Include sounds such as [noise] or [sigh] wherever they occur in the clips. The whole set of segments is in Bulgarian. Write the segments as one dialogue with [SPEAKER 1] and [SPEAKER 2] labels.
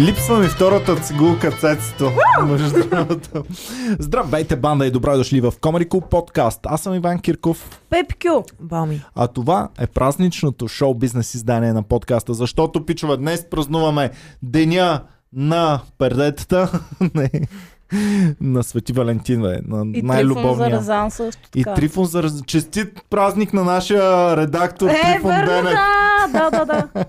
[SPEAKER 1] Липсва ми втората цигулка цецето. Между другото. Здравейте, банда и добре дошли в Comedy Club подкаст. Аз съм Иван Кирков,
[SPEAKER 2] Пепкю. Боми.
[SPEAKER 1] а това е празничното шоу бизнес издание на подкаста, защото, пичове, днес празнуваме деня на пердетата. [laughs] Не. На Свети Валентин, бе. На
[SPEAKER 2] И Трифон
[SPEAKER 1] най-любовния.
[SPEAKER 2] Заразан също
[SPEAKER 1] И
[SPEAKER 2] така.
[SPEAKER 1] Трифон за честит празник на нашия редактор
[SPEAKER 2] Е,
[SPEAKER 1] Трифон
[SPEAKER 2] верно,
[SPEAKER 1] Денев.
[SPEAKER 2] да, да, да, да.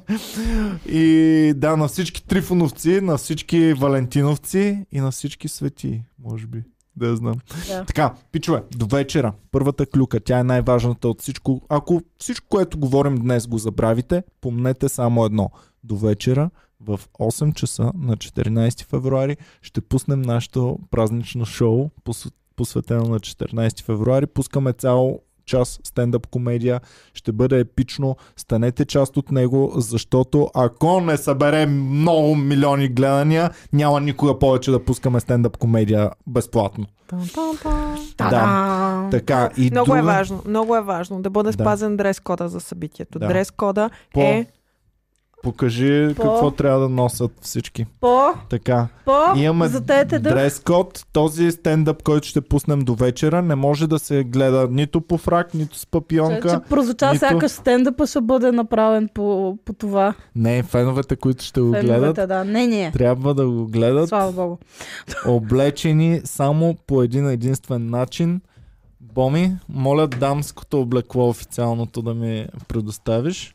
[SPEAKER 1] И да, на всички трифоновци, на всички валентиновци и на всички свети, може би. Да я знам.
[SPEAKER 2] Да.
[SPEAKER 1] Така, пичове, до вечера. Първата клюка, тя е най-важната от всичко. Ако всичко, което говорим днес го забравите, помнете само едно. До вечера в 8 часа на 14 февруари ще пуснем нашето празнично шоу, пос- посветено на 14 февруари. Пускаме цял час стендъп комедия. Ще бъде епично. Станете част от него, защото ако не съберем много милиони гледания, няма никога повече да пускаме стендъп комедия безплатно.
[SPEAKER 3] Та-дам!
[SPEAKER 1] Така, и
[SPEAKER 3] Много
[SPEAKER 1] друга...
[SPEAKER 3] е важно, много е важно да бъде
[SPEAKER 1] Да.
[SPEAKER 3] спазен дрес кода за събитието.
[SPEAKER 1] Да.
[SPEAKER 3] Дрес кода
[SPEAKER 1] По-
[SPEAKER 3] е
[SPEAKER 1] Покажи
[SPEAKER 2] По-
[SPEAKER 1] какво трябва да носят всички.
[SPEAKER 2] По,
[SPEAKER 1] Така,
[SPEAKER 2] по,
[SPEAKER 1] имаме
[SPEAKER 2] затете да.
[SPEAKER 1] дрес код. Този стендъп, който ще пуснем до вечера, не може да се гледа нито по фрак, нито с
[SPEAKER 2] Че,
[SPEAKER 1] папионка.
[SPEAKER 2] че прозвуча
[SPEAKER 1] нито-
[SPEAKER 2] сякаш стендъпа ще бъде направен по, по това.
[SPEAKER 1] Не, феновете, които ще го гледат,
[SPEAKER 2] Феновете, да. Не, не.
[SPEAKER 1] трябва да го гледат
[SPEAKER 2] Слава богу.
[SPEAKER 1] облечени само по един единствен начин. Боми, моля дамското облекло официалното да ми предоставиш.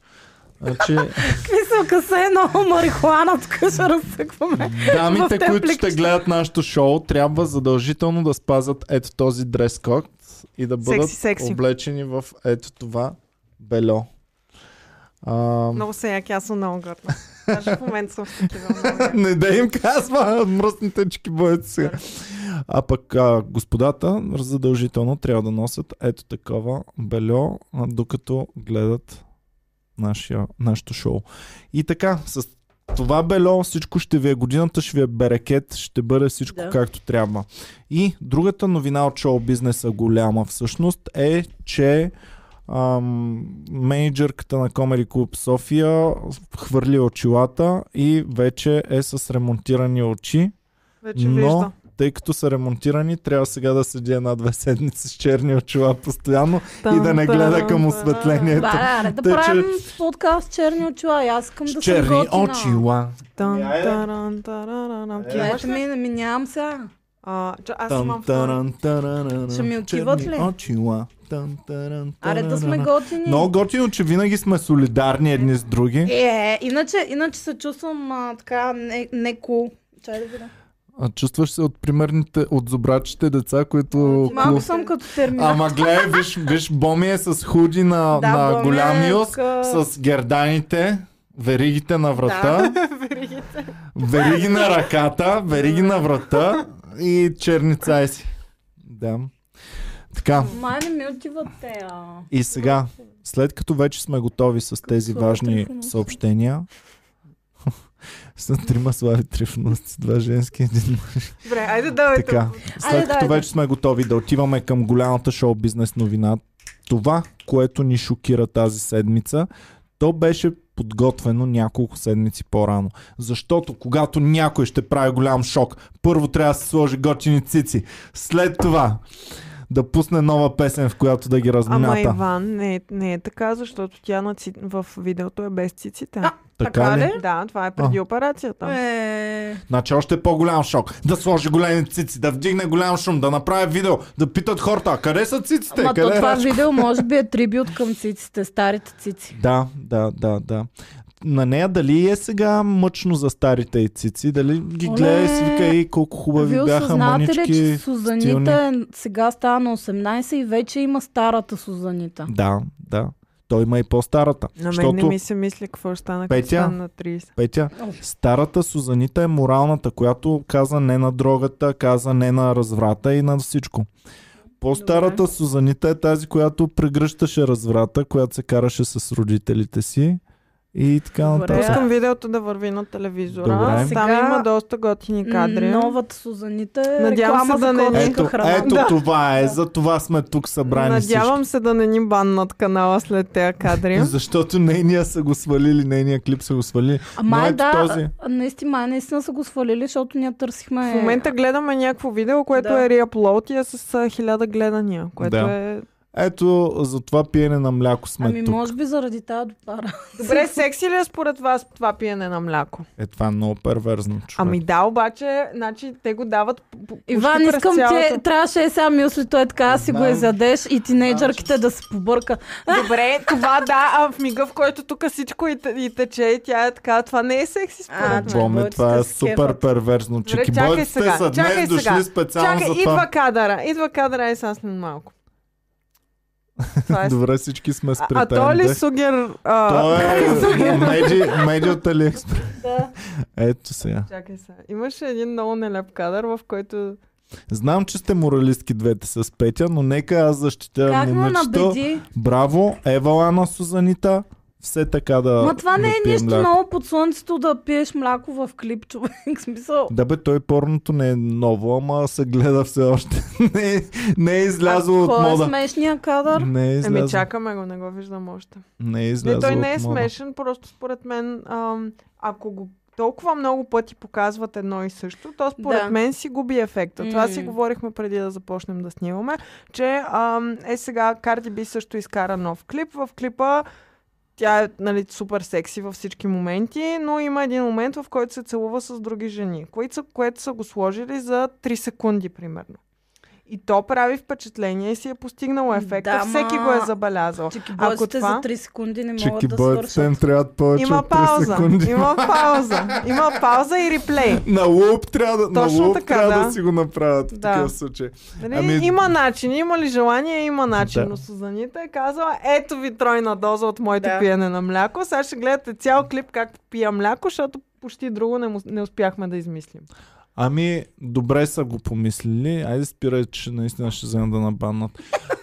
[SPEAKER 3] [laughs]
[SPEAKER 1] Значи,
[SPEAKER 2] Мисъл, късе е много марихуана, тук ще разсъкваме. В
[SPEAKER 1] дамите,
[SPEAKER 2] темплик.
[SPEAKER 1] които ще гледат нашето шоу, трябва задължително да спазят ето този дрес код и да бъдат
[SPEAKER 3] Секси, секси.
[SPEAKER 1] облечени в ето това бельо. А,
[SPEAKER 3] много се яки, аз съм много горда. Даже в момента съм в такива много
[SPEAKER 1] [laughs]
[SPEAKER 3] яки.
[SPEAKER 1] Не да им казва, мръсните чекибойци сега. А пък а, господата задължително трябва да носят ето такова бельо, а, докато гледат нашия, нашето шоу. И така, с това бельо всичко ще ви е годината, ще ви е берекет, ще бъде всичко да.
[SPEAKER 2] Да.
[SPEAKER 1] както трябва. И другата новина от шоу бизнеса голяма всъщност е, че ам, менеджерката на Comedy Club София хвърли очилата и вече е с ремонтирани очи.
[SPEAKER 3] Вече
[SPEAKER 1] Но-
[SPEAKER 3] виждам.
[SPEAKER 1] Тъй като са ремонтирани, трябва сега да седи една-две седмици с черни очила постоянно и да не гледа към осветлението.
[SPEAKER 2] Да, да, да
[SPEAKER 1] Тъй, че-
[SPEAKER 2] правим подкаст с черни очила. и Аз искам
[SPEAKER 1] С
[SPEAKER 2] да
[SPEAKER 1] черни
[SPEAKER 2] съм готина.
[SPEAKER 1] очила.
[SPEAKER 3] Тан,
[SPEAKER 1] Я е.
[SPEAKER 3] таран, тарарарам. Ти
[SPEAKER 1] Е.
[SPEAKER 3] имаш
[SPEAKER 2] Ето
[SPEAKER 3] ли?
[SPEAKER 2] ми, ми нямам сега.
[SPEAKER 3] А, ча- Аз
[SPEAKER 1] Тан,
[SPEAKER 3] имам втора.
[SPEAKER 1] таран, тарараран.
[SPEAKER 2] Ще ми отиват
[SPEAKER 1] Черни
[SPEAKER 2] ли?
[SPEAKER 1] Очила. Тан, таран,
[SPEAKER 2] Аре да сме
[SPEAKER 1] тарараран.
[SPEAKER 2] готини.
[SPEAKER 1] Много готино, че винаги сме солидарни едни с други.
[SPEAKER 2] Е, иначе, иначе се чувствам а, така не, не кул. Чай да видя.
[SPEAKER 1] А чувстваш се от примерните, от зубрачите деца, които...
[SPEAKER 2] Малко
[SPEAKER 1] клуб-
[SPEAKER 2] съм като терминал.
[SPEAKER 1] Ама гледай, виж, виж Боми е с худи на,
[SPEAKER 2] Да, Боми
[SPEAKER 1] на
[SPEAKER 2] е
[SPEAKER 1] голямиус,
[SPEAKER 2] така.
[SPEAKER 1] с герданите, веригите на врата, [laughs] вериги на ръката, вериги на врата и черница си. Да. Така,
[SPEAKER 2] Май не ми отиват те, а.
[SPEAKER 1] и сега, след като вече сме готови с тези
[SPEAKER 2] Слави
[SPEAKER 1] важни
[SPEAKER 2] Трифонов.
[SPEAKER 1] съобщения, [laughs] са трима слави трифности, два женски, един
[SPEAKER 3] Добре, айде давайте.
[SPEAKER 1] така, след
[SPEAKER 2] Айде,
[SPEAKER 1] като
[SPEAKER 2] да,
[SPEAKER 1] вече сме готови да отиваме към голямата шоу бизнес новина, това, което ни шокира тази седмица, то беше подготвено няколко седмици по-рано. Защото когато някой ще прави голям шок, първо трябва да се сложи готини цици. След това да пусне нова песен, в която да ги
[SPEAKER 3] Ама
[SPEAKER 1] размята.
[SPEAKER 3] Иван, не, е- не е така, защото тя на ци... в видеото е без циците.
[SPEAKER 2] А,
[SPEAKER 1] така ли?
[SPEAKER 3] Да, това е преди операцията.
[SPEAKER 2] Е,
[SPEAKER 1] Значи още по-голям шок. Да сложи големи цици, да вдигне голям шум, да направи видео, да питат хората, а къде са циците?
[SPEAKER 2] ама
[SPEAKER 1] къде
[SPEAKER 2] то
[SPEAKER 1] е
[SPEAKER 2] това
[SPEAKER 1] Рачко?»
[SPEAKER 2] видео може би е трибют към циците, старите цици.
[SPEAKER 1] Да, да, да, да. На нея дали е сега мъчно за старите и цици, дали ги
[SPEAKER 2] Оле!
[SPEAKER 1] гледа и си вика и колко хубави
[SPEAKER 2] Вие
[SPEAKER 1] бяха
[SPEAKER 2] осъзнавате ли,
[SPEAKER 1] манички.
[SPEAKER 2] че Сузанита е- сега става на 18 и вече има старата Сузанита?
[SPEAKER 1] Да, да. Той има и по-старата.
[SPEAKER 3] На мен
[SPEAKER 1] защото
[SPEAKER 3] не ми е се мисли какво ще стана, като
[SPEAKER 1] Петя?
[SPEAKER 3] стана на 30.
[SPEAKER 1] Петя, старата Сузанита е моралната, която каза не на дрогата, каза не на разврата и на всичко. По-старата Сузанита е тази, която прегръщаше разврата, която се караше с родителите си И така
[SPEAKER 2] Добре.
[SPEAKER 1] нататък.
[SPEAKER 3] Пускам видеото да върви на телевизора.
[SPEAKER 1] Добре.
[SPEAKER 3] Там
[SPEAKER 2] Сега-
[SPEAKER 3] има доста готини кадри.
[SPEAKER 2] Новата Сузанита е
[SPEAKER 3] Надявам
[SPEAKER 2] реклама
[SPEAKER 3] се да
[SPEAKER 2] за
[SPEAKER 3] не-
[SPEAKER 2] котска
[SPEAKER 1] Ето,
[SPEAKER 2] храна.
[SPEAKER 1] ето
[SPEAKER 2] Да.
[SPEAKER 1] това е. За това сме тук събрани всички.
[SPEAKER 3] Надявам се да не ни баннат канала след тези кадри.
[SPEAKER 1] Защото нейния са го свалили, нейния клип са го свалили.
[SPEAKER 2] А
[SPEAKER 1] Но
[SPEAKER 2] май
[SPEAKER 1] ето
[SPEAKER 2] да,
[SPEAKER 1] този.
[SPEAKER 2] а, наистина, май наистина са го свалили, защото ние търсихме...
[SPEAKER 3] В момента гледаме някакво видео, което
[SPEAKER 2] Е. Да.
[SPEAKER 3] е реаплоуд и е с а, хиляда гледания, което
[SPEAKER 1] Да.
[SPEAKER 3] е...
[SPEAKER 1] Ето, за това пиене на мляко сме
[SPEAKER 2] Ами
[SPEAKER 1] тук.
[SPEAKER 2] може би заради тази допара.
[SPEAKER 3] Добре, секси ли е според вас това пиене на мляко?
[SPEAKER 1] Е, това е много перверзно, човек.
[SPEAKER 3] Ами да, обаче, значи те го дават п- п- почти
[SPEAKER 2] Иван,
[SPEAKER 3] през
[SPEAKER 2] искам
[SPEAKER 3] цялата-
[SPEAKER 2] ти, трябваше е сега мисли, той е така, аз си го
[SPEAKER 1] Знам.
[SPEAKER 2] изядеш и тинейджърките да се побърка.
[SPEAKER 3] Добре, това да, а в мига, в който тук всичко и, те- и тече, и тя е така, това не е секси
[SPEAKER 2] А,
[SPEAKER 3] според мен.
[SPEAKER 2] чакай,
[SPEAKER 1] Боми, това е
[SPEAKER 2] бойците се
[SPEAKER 1] супер
[SPEAKER 2] кефат.
[SPEAKER 1] перверзно.
[SPEAKER 3] Добре,
[SPEAKER 1] Чеки
[SPEAKER 3] чакай
[SPEAKER 1] бойците
[SPEAKER 3] сега,
[SPEAKER 1] са
[SPEAKER 3] чакай
[SPEAKER 1] днес
[SPEAKER 3] сега.
[SPEAKER 1] дошли специално
[SPEAKER 3] Чакай,
[SPEAKER 1] за
[SPEAKER 3] идва
[SPEAKER 1] това.
[SPEAKER 3] кадъра, идва кадъра и сега след малко. Това
[SPEAKER 1] [laughs]
[SPEAKER 3] е...
[SPEAKER 1] Добре, всички сме
[SPEAKER 3] а, а то ли
[SPEAKER 1] спретенди.
[SPEAKER 3] сугер... А...
[SPEAKER 1] Той е
[SPEAKER 3] сугер-
[SPEAKER 1] [laughs] меди, меди от Алиекспрес.
[SPEAKER 2] Да.
[SPEAKER 1] Ето сега.
[SPEAKER 3] Чакай сега. Имаше един много нелеп кадър, в който...
[SPEAKER 1] Знам, че сте моралистки двете с Петя, но нека аз защитя
[SPEAKER 2] Как ме
[SPEAKER 1] момичето.
[SPEAKER 2] набеди?
[SPEAKER 1] Браво, Евала на Сузанита. Все така да
[SPEAKER 2] Ма това не
[SPEAKER 1] да
[SPEAKER 2] е
[SPEAKER 1] пием
[SPEAKER 2] нищо
[SPEAKER 1] мляко.
[SPEAKER 2] ново под слънцето да пиеш мляко в клип, човек. [laughs] В смисъл.
[SPEAKER 1] Да бе, той порното не е ново, ама се гледа все още. [laughs] не, е- не е излязло
[SPEAKER 2] А
[SPEAKER 1] от
[SPEAKER 2] кой е
[SPEAKER 1] мода.
[SPEAKER 2] смешния кадър?
[SPEAKER 1] Не е
[SPEAKER 3] Еми,
[SPEAKER 1] излязло.
[SPEAKER 3] чакаме го, не го виждам още.
[SPEAKER 1] Не е
[SPEAKER 3] Не,
[SPEAKER 1] излязло
[SPEAKER 3] той не
[SPEAKER 1] от
[SPEAKER 3] е
[SPEAKER 1] мода.
[SPEAKER 3] смешен, просто според мен, ам, ако го толкова много пъти показват едно и също, то според
[SPEAKER 2] Да.
[SPEAKER 3] мен си губи ефекта. Това си
[SPEAKER 2] М.
[SPEAKER 3] говорихме преди да започнем да снимаме, че ам, е сега Карди Би също изкара нов клип. В клипа тя е нали, супер секси във всички моменти, но има един момент, в който се целува с други жени, които са, което са го сложили за 3 секунди примерно. И то прави впечатление и си е постигнало ефекта.
[SPEAKER 2] Да,
[SPEAKER 3] Всеки
[SPEAKER 2] ма-
[SPEAKER 3] го е забелязал.
[SPEAKER 2] Чеки
[SPEAKER 3] Ако
[SPEAKER 2] бойците
[SPEAKER 3] това-
[SPEAKER 2] за 3 секунди не могат
[SPEAKER 1] Чеки
[SPEAKER 2] да
[SPEAKER 1] бойците им
[SPEAKER 2] свършат.
[SPEAKER 1] трябват повече
[SPEAKER 3] Има
[SPEAKER 1] от 3
[SPEAKER 3] пауза.
[SPEAKER 1] секунди. [laughs]
[SPEAKER 3] Има пауза. Има пауза и реплей.
[SPEAKER 1] На луп трябва да, на
[SPEAKER 3] Точно
[SPEAKER 1] луп
[SPEAKER 3] така,
[SPEAKER 1] трябва да.
[SPEAKER 3] да
[SPEAKER 1] си го направят в
[SPEAKER 3] Да.
[SPEAKER 1] такива случаи.
[SPEAKER 3] Нали?
[SPEAKER 1] Ами-
[SPEAKER 3] Има начин. Има ли желание? Има начин.
[SPEAKER 1] Да.
[SPEAKER 3] Но Сузанита е казала, ето ви тройна доза от моето
[SPEAKER 2] Да.
[SPEAKER 3] пиене на мляко. Сега ще гледате цял клип как пия мляко, защото почти друго не, му, не успяхме да измислим.
[SPEAKER 1] Ами, добре са го помислили. Айде спирай, че наистина ще взема да набанат.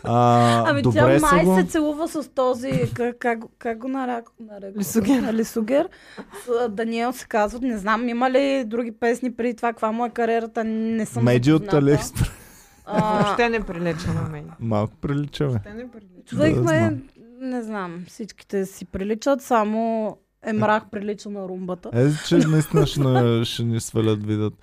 [SPEAKER 1] А,
[SPEAKER 2] [laughs] Ами
[SPEAKER 1] добре
[SPEAKER 2] тя
[SPEAKER 1] са
[SPEAKER 2] май
[SPEAKER 1] го.
[SPEAKER 2] се целува с този, как, как, как го нарек- нарекла?
[SPEAKER 3] Лисогер.
[SPEAKER 2] Лисогер. С, а, Даниел се казват, не знам, има ли други песни преди това, каква му е кариерата, не съм
[SPEAKER 1] Меди от
[SPEAKER 2] запозната.
[SPEAKER 1] Алекспрес.
[SPEAKER 2] А,
[SPEAKER 3] Въобще не прилича на мен.
[SPEAKER 1] е Малко прилича, бе.
[SPEAKER 3] Те не прилича.
[SPEAKER 2] Човек
[SPEAKER 1] Да,
[SPEAKER 2] ме,
[SPEAKER 1] знам.
[SPEAKER 2] не знам, всичките си приличат, само Емрах прилича на румбата.
[SPEAKER 1] Е, че наистина ще, на- ще ни свалят видът.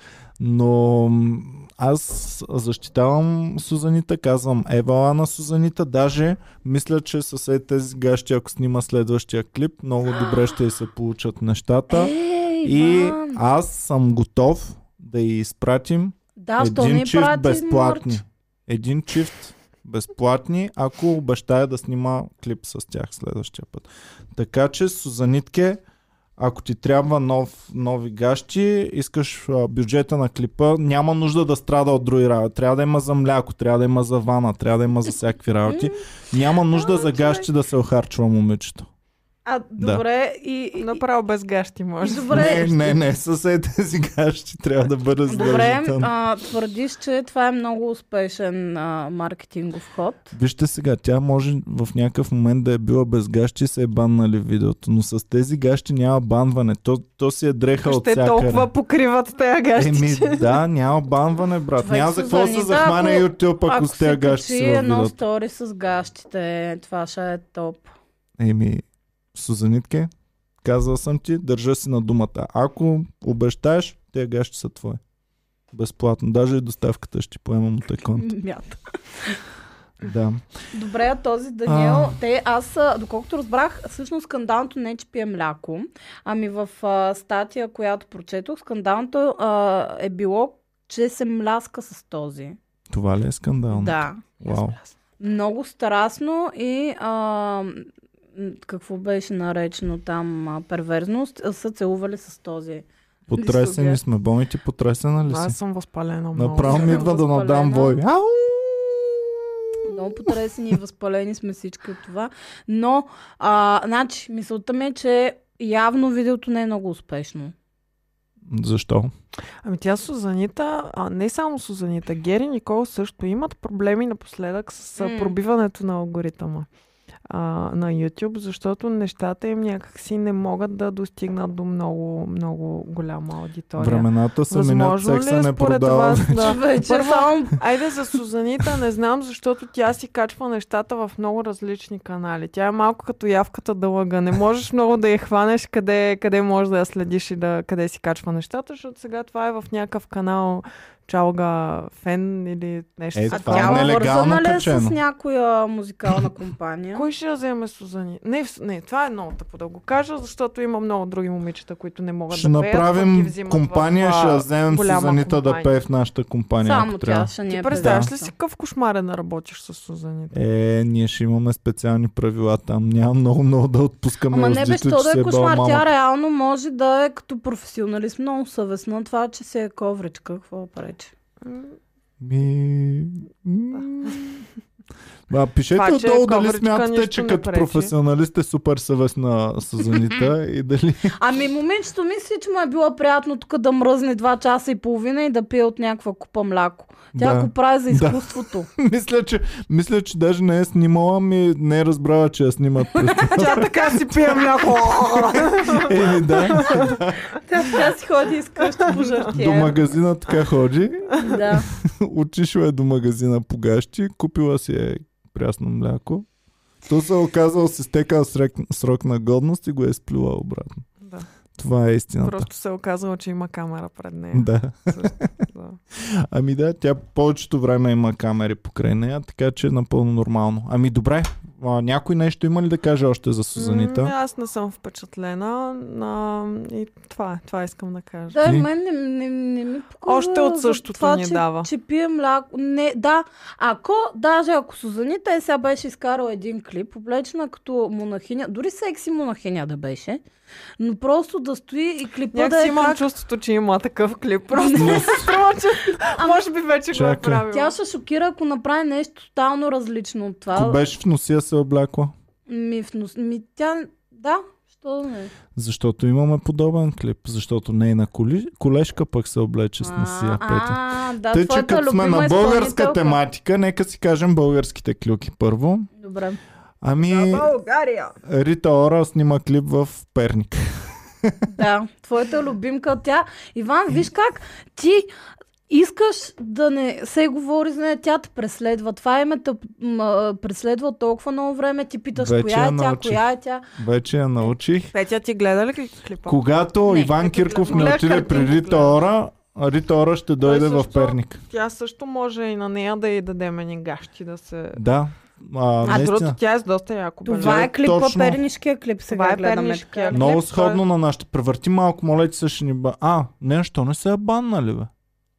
[SPEAKER 1] Но м, аз защитавам Сузанита, казвам Евала на Сузанита, даже мисля, че с е тези гащи, ако снима следващия клип, много добре ще й се получат нещата.
[SPEAKER 2] Ей,
[SPEAKER 1] И
[SPEAKER 2] Е, Иван!
[SPEAKER 1] аз съм готов да я изпратим
[SPEAKER 2] да, що не
[SPEAKER 1] един
[SPEAKER 2] й
[SPEAKER 1] чифт
[SPEAKER 2] прати
[SPEAKER 1] безплатни.
[SPEAKER 2] мърч?
[SPEAKER 1] Един чифт безплатни, ако обещая да снима клип с тях следващия път. Така че, Сузанитке, ако ти трябва нов, нови гащи, искаш а, бюджета на клипа, няма нужда да страда от други работи. Трябва да има за мляко, трябва да има за вана, трябва да има за всякакви работи. Няма нужда за гащи да се охарчва момичето.
[SPEAKER 2] А,
[SPEAKER 1] Да.
[SPEAKER 2] добре, и, и,
[SPEAKER 3] Направо без гащи
[SPEAKER 2] и
[SPEAKER 3] може.
[SPEAKER 2] добре,
[SPEAKER 1] Не, не, не, с е тези гащи трябва да бъде
[SPEAKER 2] Добре,
[SPEAKER 1] задължително.
[SPEAKER 2] а, твърдиш, че това е много успешен а, маркетингов ход.
[SPEAKER 1] Вижте сега, тя може в някакъв момент да е била без гащи и се е баннали в видеото, но с тези гащи няма банване. То, то си е дреха от
[SPEAKER 3] Ще
[SPEAKER 1] всякъде.
[SPEAKER 3] толкова покриват тези гащи. че- [laughs]
[SPEAKER 1] Еми да, няма банване, брат.
[SPEAKER 2] Човек,
[SPEAKER 1] няма за какво се
[SPEAKER 2] Сузанита,
[SPEAKER 1] захване
[SPEAKER 2] ако-
[SPEAKER 1] YouTube, ако, с тези гащи
[SPEAKER 2] качи
[SPEAKER 1] си във
[SPEAKER 2] едно
[SPEAKER 1] видеото.
[SPEAKER 2] стори с гащите, това ще е топ.
[SPEAKER 1] Еми, Сузанитке, казал съм ти, държа си на думата. Ако обещаеш, тези гащи са твои. Безплатно. Даже и доставката ще ти поемам от аккаунт.
[SPEAKER 2] Мята.
[SPEAKER 1] Да.
[SPEAKER 2] Добре, а този Даниел,
[SPEAKER 1] А.
[SPEAKER 2] те аз, а, доколкото разбрах, всъщност скандалното не е, че пие мляко, ами в а, статия, която прочетох, скандалното а, е било, че се мляска с този.
[SPEAKER 1] Това ли е скандално?
[SPEAKER 2] Да.
[SPEAKER 1] Вау.
[SPEAKER 2] Много страстно и а, м, какво беше наречено там а, перверзност, а, са целували с този.
[SPEAKER 1] Потресени
[SPEAKER 2] Лисогер.
[SPEAKER 1] сме. Боми ти потресена ли си?
[SPEAKER 3] Аз съм възпалена много.
[SPEAKER 1] Направо ми
[SPEAKER 2] съм
[SPEAKER 1] идва да надам
[SPEAKER 2] възпалена.
[SPEAKER 1] вой. Ау!
[SPEAKER 2] Много потресени и възпалени сме всички от това. Но, а, значи, мисълта ми е, че явно видеото не е много успешно.
[SPEAKER 1] Защо?
[SPEAKER 3] Ами тя Сузанита, а не само Сузанита, Гери Никол също имат проблеми напоследък с а,
[SPEAKER 2] М.
[SPEAKER 3] пробиването на алгоритъма. а, на YouTube, защото нещата им някакси не могат да достигнат до много, много голяма аудитория.
[SPEAKER 1] Времената са минат,
[SPEAKER 3] Възможно ли
[SPEAKER 1] секса
[SPEAKER 3] е
[SPEAKER 1] не
[SPEAKER 3] според
[SPEAKER 1] продава.
[SPEAKER 3] вас да...
[SPEAKER 2] Вече
[SPEAKER 3] Първо,
[SPEAKER 2] само
[SPEAKER 3] Айде за Сузанита не знам, защото тя си качва нещата в много различни канали. Тя е малко като явката дълъга. Не можеш много да я хванеш къде, къде можеш да я следиш и да, къде си качва нещата, защото сега това е в някакъв канал Чалга Фен или нещо.
[SPEAKER 1] Е,
[SPEAKER 2] А
[SPEAKER 3] такова.
[SPEAKER 1] това е
[SPEAKER 2] тя е
[SPEAKER 1] нелегално
[SPEAKER 2] вързана ли е с
[SPEAKER 1] качено.
[SPEAKER 2] някоя музикална компания?
[SPEAKER 3] Кой ще я вземе Сузани? Не, в- не, това е много тъпо да го кажа, защото има много други момичета, които не могат
[SPEAKER 1] Ще
[SPEAKER 3] да пеят. пък ги
[SPEAKER 1] направим
[SPEAKER 3] взимат
[SPEAKER 1] компания,
[SPEAKER 3] в, а,
[SPEAKER 1] ще я вземем
[SPEAKER 3] голяма
[SPEAKER 1] Сузанита да
[SPEAKER 3] компания.
[SPEAKER 1] пее в нашата компания.
[SPEAKER 2] Само
[SPEAKER 1] Ами, ако трябва.
[SPEAKER 2] тя ще ни
[SPEAKER 3] Ти
[SPEAKER 2] е
[SPEAKER 3] представяш
[SPEAKER 2] да.
[SPEAKER 3] ли си какъв кошмар е да работиш с Сузанита?
[SPEAKER 1] Е, ние ще имаме специални правила там. Няма много, много да отпускаме
[SPEAKER 2] Ама не бе,
[SPEAKER 1] лоздите,
[SPEAKER 2] що
[SPEAKER 1] Ами, че
[SPEAKER 2] да
[SPEAKER 1] се
[SPEAKER 2] е кошмар,
[SPEAKER 1] бал
[SPEAKER 2] тя
[SPEAKER 1] мама.
[SPEAKER 2] реално може да е като професионалист много съвестна. Това, че се е ковричка, какво пречи?
[SPEAKER 1] Е. Ми... м. А, пишете
[SPEAKER 3] Това, че е
[SPEAKER 1] отдолу дали
[SPEAKER 3] ковричка
[SPEAKER 1] смятате,
[SPEAKER 3] нищо
[SPEAKER 1] че
[SPEAKER 3] не
[SPEAKER 1] като
[SPEAKER 3] пречи.
[SPEAKER 1] професионалист е супер съвестна
[SPEAKER 3] [laughs]
[SPEAKER 1] Сузанита и дали...
[SPEAKER 2] Ами момичето мисли, че му е било приятно тук да мръзне 2 часа и половина и да пие от някаква купа мляко. Тя
[SPEAKER 1] Да.
[SPEAKER 2] го прави за
[SPEAKER 1] Да.
[SPEAKER 2] изкуството.
[SPEAKER 1] [laughs] мисля, че, мисля, че даже не е снимала, ми не е разбрала, че я снимат.
[SPEAKER 3] [laughs] Тя така си пие мляко.
[SPEAKER 1] Еми да,
[SPEAKER 2] Тя така си ходи из къщи по
[SPEAKER 1] до
[SPEAKER 2] жартия.
[SPEAKER 1] магазина така ходи. [laughs]
[SPEAKER 2] Да.
[SPEAKER 1] Отишла е до магазина по гащи, купила си е прясно мляко. То се е оказал с изтекал срок, срок на годност и го е сплюла обратно.
[SPEAKER 3] Да.
[SPEAKER 1] Това е истината.
[SPEAKER 3] Просто е. се е оказало, че има камера пред нея.
[SPEAKER 1] Да.
[SPEAKER 3] Да.
[SPEAKER 1] Ами да, тя повечето време има камери покрай нея, така че е напълно нормално. Ами добре, а, някой нещо има ли да каже още за
[SPEAKER 3] М,
[SPEAKER 1] Сузанита?
[SPEAKER 3] Аз не съм впечатлена. На... И това, е, това искам да кажа.
[SPEAKER 2] Да,
[SPEAKER 1] Ти-
[SPEAKER 2] и мен не, не, не ми показва
[SPEAKER 3] Още от
[SPEAKER 2] за
[SPEAKER 3] същото
[SPEAKER 2] това,
[SPEAKER 3] ни
[SPEAKER 2] че,
[SPEAKER 3] дава.
[SPEAKER 2] Че пие мляко. Не, да. Ако, даже ако Сузанита е сега беше изкарала един клип, облечена като монахиня, дори секси монахиня да беше, но просто да стои и клипа
[SPEAKER 3] Някакси
[SPEAKER 2] да е
[SPEAKER 3] имам
[SPEAKER 2] как...
[SPEAKER 3] чувството, че има такъв клип. Просто ми се струва, че може би вече го е
[SPEAKER 1] Чакай.
[SPEAKER 3] правила.
[SPEAKER 2] Тя ще шокира, ако направи нещо тотално различно от това.
[SPEAKER 1] Ако беше в ноsia се е облякла?
[SPEAKER 2] Ми, в нос... ми тя... Да, що да не. е.
[SPEAKER 1] Защото имаме подобен клип. Защото нейна коли... колежка пък се облече с носия Петя.
[SPEAKER 2] а, да,
[SPEAKER 1] Тъй, че
[SPEAKER 2] твоята
[SPEAKER 1] като сме
[SPEAKER 2] любима
[SPEAKER 1] на българска
[SPEAKER 2] изпълнителка.
[SPEAKER 1] тематика, нека си кажем българските клюки първо.
[SPEAKER 2] Добре.
[SPEAKER 1] Ами,
[SPEAKER 3] България!
[SPEAKER 1] Рита Ора снима клип в Перник.
[SPEAKER 2] Да, твоята любимка тя. Иван, виж как ти искаш да не се говори за нея, тя те преследва. Това име те м, преследва толкова много време. Ти питаш
[SPEAKER 1] Вече
[SPEAKER 2] коя
[SPEAKER 1] я
[SPEAKER 2] е тя,
[SPEAKER 1] научих.
[SPEAKER 2] коя е тя.
[SPEAKER 1] Вече я научих.
[SPEAKER 3] Петя, ти гледа ли клипа?
[SPEAKER 1] Когато
[SPEAKER 2] Не,
[SPEAKER 1] Иван
[SPEAKER 2] като
[SPEAKER 1] Кирков
[SPEAKER 3] гледам.
[SPEAKER 1] не отиде
[SPEAKER 3] Гледах
[SPEAKER 1] при
[SPEAKER 3] картинка,
[SPEAKER 1] Рита
[SPEAKER 3] гледах.
[SPEAKER 1] Ора, Рита Ора ще дойде в
[SPEAKER 3] също-
[SPEAKER 1] Перник.
[SPEAKER 3] Тя също може и на нея да й дадем едни гащи да се...
[SPEAKER 1] Да. А,
[SPEAKER 3] А другото,
[SPEAKER 1] наистина.
[SPEAKER 3] тя е с доста яко
[SPEAKER 2] Това
[SPEAKER 1] Тя е
[SPEAKER 2] е клипа,
[SPEAKER 1] точно-
[SPEAKER 2] пернишкия клип сега
[SPEAKER 3] Това е
[SPEAKER 2] гледаме.
[SPEAKER 3] пернишкия
[SPEAKER 2] така.
[SPEAKER 3] клип.
[SPEAKER 1] Много
[SPEAKER 3] той-
[SPEAKER 1] сходно на нашите. Превърти малко, моля ти се ще ни ба... А, не, що не се е баннали, бе?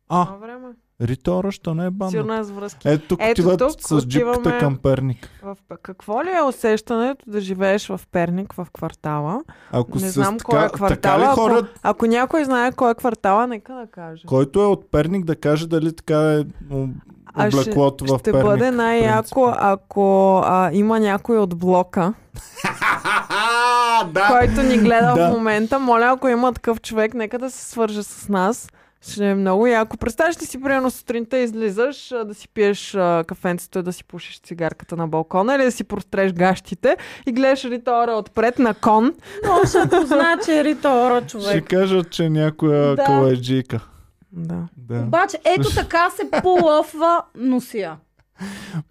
[SPEAKER 1] А,
[SPEAKER 3] време.
[SPEAKER 1] Рита Ора, що не е баннала?
[SPEAKER 3] Сигурно е с връзки.
[SPEAKER 1] Ето тук
[SPEAKER 3] Ето
[SPEAKER 1] отиват
[SPEAKER 3] тук
[SPEAKER 1] с джипката
[SPEAKER 3] отиваме.
[SPEAKER 1] към Перник.
[SPEAKER 3] В... Какво ли е усещането да живееш в Перник, в квартала?
[SPEAKER 1] Ако
[SPEAKER 3] не
[SPEAKER 1] с
[SPEAKER 3] знам
[SPEAKER 1] така,
[SPEAKER 3] кой е квартала.
[SPEAKER 1] Така ли
[SPEAKER 3] ако,
[SPEAKER 1] хора,
[SPEAKER 3] ако някой знае кой е квартала, нека да каже.
[SPEAKER 1] който е от Перник, да каже дали така е м,
[SPEAKER 3] А ще-
[SPEAKER 1] облеклото в
[SPEAKER 3] Ще
[SPEAKER 1] Перник.
[SPEAKER 3] бъде най-яко, ако а, има някой от блока,
[SPEAKER 1] Ха-ха-ха! [laughs] да.
[SPEAKER 3] който ни гледа
[SPEAKER 1] Да.
[SPEAKER 3] в момента. Моля, ако има такъв човек, нека да се свърже с нас. Ще е много яко. Представяш ли си, примерно сутринта излизаш а, да си пиеш а, кафенцето и да си пушиш цигарката на балкона или да си простреш гащите и гледаш ритора отпред на кон.
[SPEAKER 2] Много ще позна, че е Рита Ора
[SPEAKER 1] Ще
[SPEAKER 2] човек.
[SPEAKER 1] кажат, че някоя
[SPEAKER 2] Да.
[SPEAKER 1] калайджийка.
[SPEAKER 3] Да.
[SPEAKER 1] Да.
[SPEAKER 2] Обаче, ето така се полъфва носия.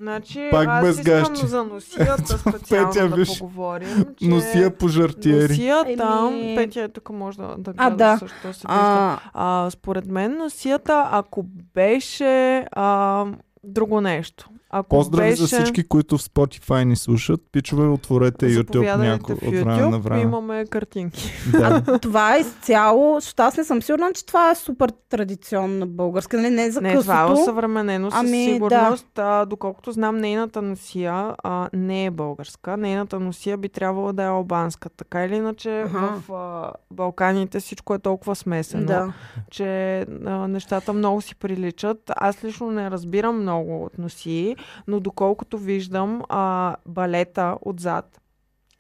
[SPEAKER 3] Значи,
[SPEAKER 1] Пак
[SPEAKER 3] аз
[SPEAKER 1] без
[SPEAKER 3] искам
[SPEAKER 1] гащи.
[SPEAKER 3] за носията специално
[SPEAKER 1] [laughs] Петя,
[SPEAKER 3] да
[SPEAKER 1] виж.
[SPEAKER 3] поговорим. Че...
[SPEAKER 1] Носия по жартиери.
[SPEAKER 3] Носия там,
[SPEAKER 2] Еми-
[SPEAKER 3] Петя е тук, може да, да гледа
[SPEAKER 2] А, да.
[SPEAKER 3] също се вижда.
[SPEAKER 2] А,
[SPEAKER 3] А, според мен носията, ако беше а, друго нещо. Ако
[SPEAKER 1] Поздрави
[SPEAKER 3] беше...
[SPEAKER 1] за всички, които в Spotify ни слушат. Пичове, отворете YouTube
[SPEAKER 3] заповядайте
[SPEAKER 1] няко...
[SPEAKER 3] в
[SPEAKER 1] от време на
[SPEAKER 3] YouTube,
[SPEAKER 1] време.
[SPEAKER 3] Имаме картинки.
[SPEAKER 1] Да.
[SPEAKER 3] [laughs]
[SPEAKER 2] а това е изцяло, защото аз не съм сигурна, че това е супер традиционна българска. нали, Не, не за
[SPEAKER 3] Не,
[SPEAKER 2] късото.
[SPEAKER 3] това е осъвременено със
[SPEAKER 2] Ами, да.
[SPEAKER 3] сигурност. А, доколкото знам, нейната носия а, не е българска. Нейната носия би трябвало да е албанска. Така или иначе
[SPEAKER 2] Аха.
[SPEAKER 3] в а, Балканите всичко е толкова смесено.
[SPEAKER 2] Да.
[SPEAKER 3] че а, нещата много си приличат. Аз лично не разбирам много от носии, но доколкото виждам а, балета отзад,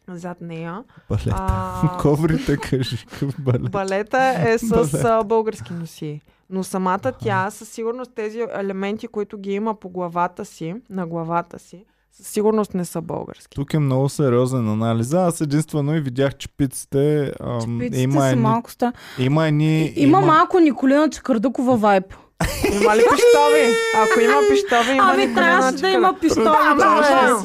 [SPEAKER 3] зад нея,
[SPEAKER 1] Балет. [laughs]
[SPEAKER 3] а,
[SPEAKER 1] Коврите, кажи. Балет.
[SPEAKER 3] балета е с
[SPEAKER 1] Балет.
[SPEAKER 3] а, български носии. Но самата тя със сигурност тези елементи, които ги има по главата си, на главата си, със сигурност не са български.
[SPEAKER 1] Тук е много сериозен анализ. Аз единствено и видях, че пиците, ам,
[SPEAKER 2] Пиците
[SPEAKER 1] има,
[SPEAKER 2] са
[SPEAKER 1] едни,
[SPEAKER 2] малко стра...
[SPEAKER 1] има едни...
[SPEAKER 2] Има, малко Николина Чекърдъкова вайб. [laughs]
[SPEAKER 3] Има ли пищови? Ако има пищови, има
[SPEAKER 2] Ами
[SPEAKER 3] Николина
[SPEAKER 2] трябваше да
[SPEAKER 3] Чакъра.
[SPEAKER 2] има е. пистол.
[SPEAKER 1] Да,
[SPEAKER 2] Да,
[SPEAKER 1] да,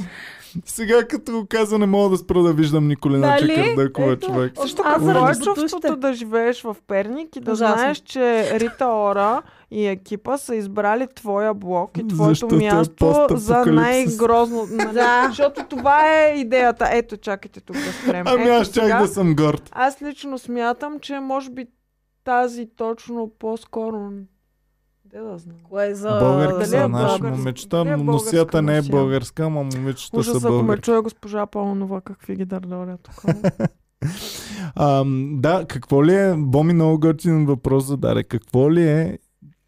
[SPEAKER 1] Сега като го каза, не мога да спра да виждам Николина
[SPEAKER 2] Дали?
[SPEAKER 1] Чекърдъкова,
[SPEAKER 2] Нали? Ето.
[SPEAKER 1] човек.
[SPEAKER 3] Също
[SPEAKER 2] Аз
[SPEAKER 3] какво е
[SPEAKER 2] заради
[SPEAKER 3] чувството
[SPEAKER 2] бутушите.
[SPEAKER 3] да живееш в Перник и да
[SPEAKER 2] Ужасно.
[SPEAKER 3] знаеш, че Рита Ора и екипа са избрали твоя блок и твоето
[SPEAKER 1] Защото е
[SPEAKER 3] място
[SPEAKER 1] постапокалипсис.
[SPEAKER 2] [laughs]
[SPEAKER 3] за най-грозно. нали?
[SPEAKER 2] Да.
[SPEAKER 3] Защото това е идеята. Ето, чакайте тук да спрем.
[SPEAKER 1] Ами
[SPEAKER 3] Ето
[SPEAKER 1] аз
[SPEAKER 3] сега.
[SPEAKER 1] щях да съм горд.
[SPEAKER 3] Аз лично смятам, че може би тази точно по-скоро... Де да знам.
[SPEAKER 2] Кое е за...
[SPEAKER 1] Българка
[SPEAKER 3] дали е
[SPEAKER 1] са наши
[SPEAKER 3] българска?
[SPEAKER 1] момичета,
[SPEAKER 3] Не е
[SPEAKER 1] но
[SPEAKER 3] българска,
[SPEAKER 1] сията не е
[SPEAKER 3] но сия.
[SPEAKER 1] българска, ама момичета са
[SPEAKER 3] Ужас, ако ме
[SPEAKER 1] българки.
[SPEAKER 3] чуе госпожа Паунова, какви ги дърдоря
[SPEAKER 1] [laughs]
[SPEAKER 3] тук.
[SPEAKER 1] Ам, да, какво ли е, Боми много готин въпрос зададе, какво ли е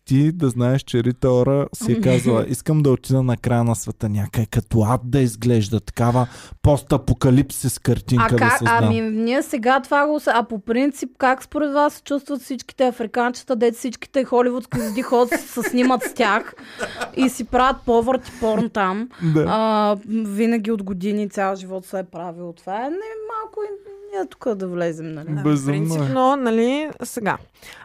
[SPEAKER 1] ти да знаеш, че Рита Ора си е
[SPEAKER 2] [laughs]
[SPEAKER 1] казала, искам да отида на края на света някъде, като ад да изглежда, такава постапокалипсис картинка
[SPEAKER 2] А
[SPEAKER 1] да
[SPEAKER 2] как,
[SPEAKER 1] създам.
[SPEAKER 2] ами ние сега това го... с- А по принцип, как според вас се чувстват всичките африканчета, дете всичките холивудски звезди ходят се снимат с тях и си правят повърт и порн там.
[SPEAKER 1] Да.
[SPEAKER 2] А, винаги от години цял живот се е правил това. Е, не малко и ние тук да влезем, нали?
[SPEAKER 1] Безумно е.
[SPEAKER 3] Принципно, нали, сега,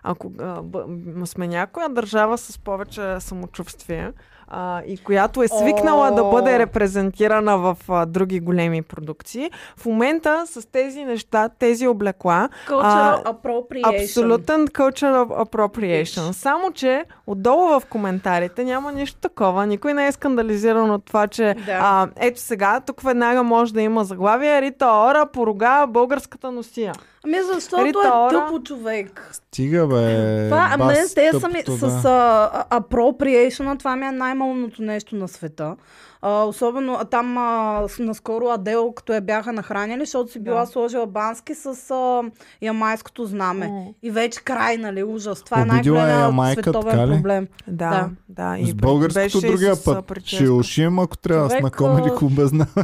[SPEAKER 3] ако а, б, м- сме някоя държава с повече самочувствие а, и която е свикнала
[SPEAKER 2] О.
[SPEAKER 3] да бъде репрезентирана в а, други големи продукции, в момента с тези неща, тези облекла,
[SPEAKER 2] Cultural appropriation.
[SPEAKER 3] Абсолютен cultural appropriation. Само, че отдолу в коментарите няма нищо такова. Никой не е скандализиран от това, че
[SPEAKER 2] Да.
[SPEAKER 3] а, ето сега, тук веднага може да има заглавие Рита Ора порога българската носия.
[SPEAKER 2] Ами защото
[SPEAKER 3] Рита
[SPEAKER 2] е
[SPEAKER 3] Ора.
[SPEAKER 2] тъпо човек.
[SPEAKER 1] Стига бе.
[SPEAKER 2] Това, а мен
[SPEAKER 1] Е, бас,
[SPEAKER 2] те са
[SPEAKER 1] тъпото,
[SPEAKER 2] ми,
[SPEAKER 1] да.
[SPEAKER 2] с а, а- appropriation, това ми е най-малното нещо на света. А, особено а, там а, с- наскоро Адел, като я бяха нахранили, защото си била
[SPEAKER 3] Да.
[SPEAKER 2] сложила бански с а, ямайското знаме.
[SPEAKER 3] М.
[SPEAKER 2] И вече край, нали, ужас. Това е
[SPEAKER 1] Обидила е
[SPEAKER 2] най-големият
[SPEAKER 1] Ямайка, така
[SPEAKER 2] световен
[SPEAKER 1] ли?
[SPEAKER 2] проблем.
[SPEAKER 3] Да,
[SPEAKER 2] Да.
[SPEAKER 3] да.
[SPEAKER 1] С българското
[SPEAKER 3] беше и
[SPEAKER 1] другия
[SPEAKER 3] с, а,
[SPEAKER 1] път.
[SPEAKER 3] прическа.
[SPEAKER 1] Ще ушим, ако трябва да сме
[SPEAKER 2] Човек,
[SPEAKER 1] комеди
[SPEAKER 2] а,
[SPEAKER 1] клуба, знам [laughs]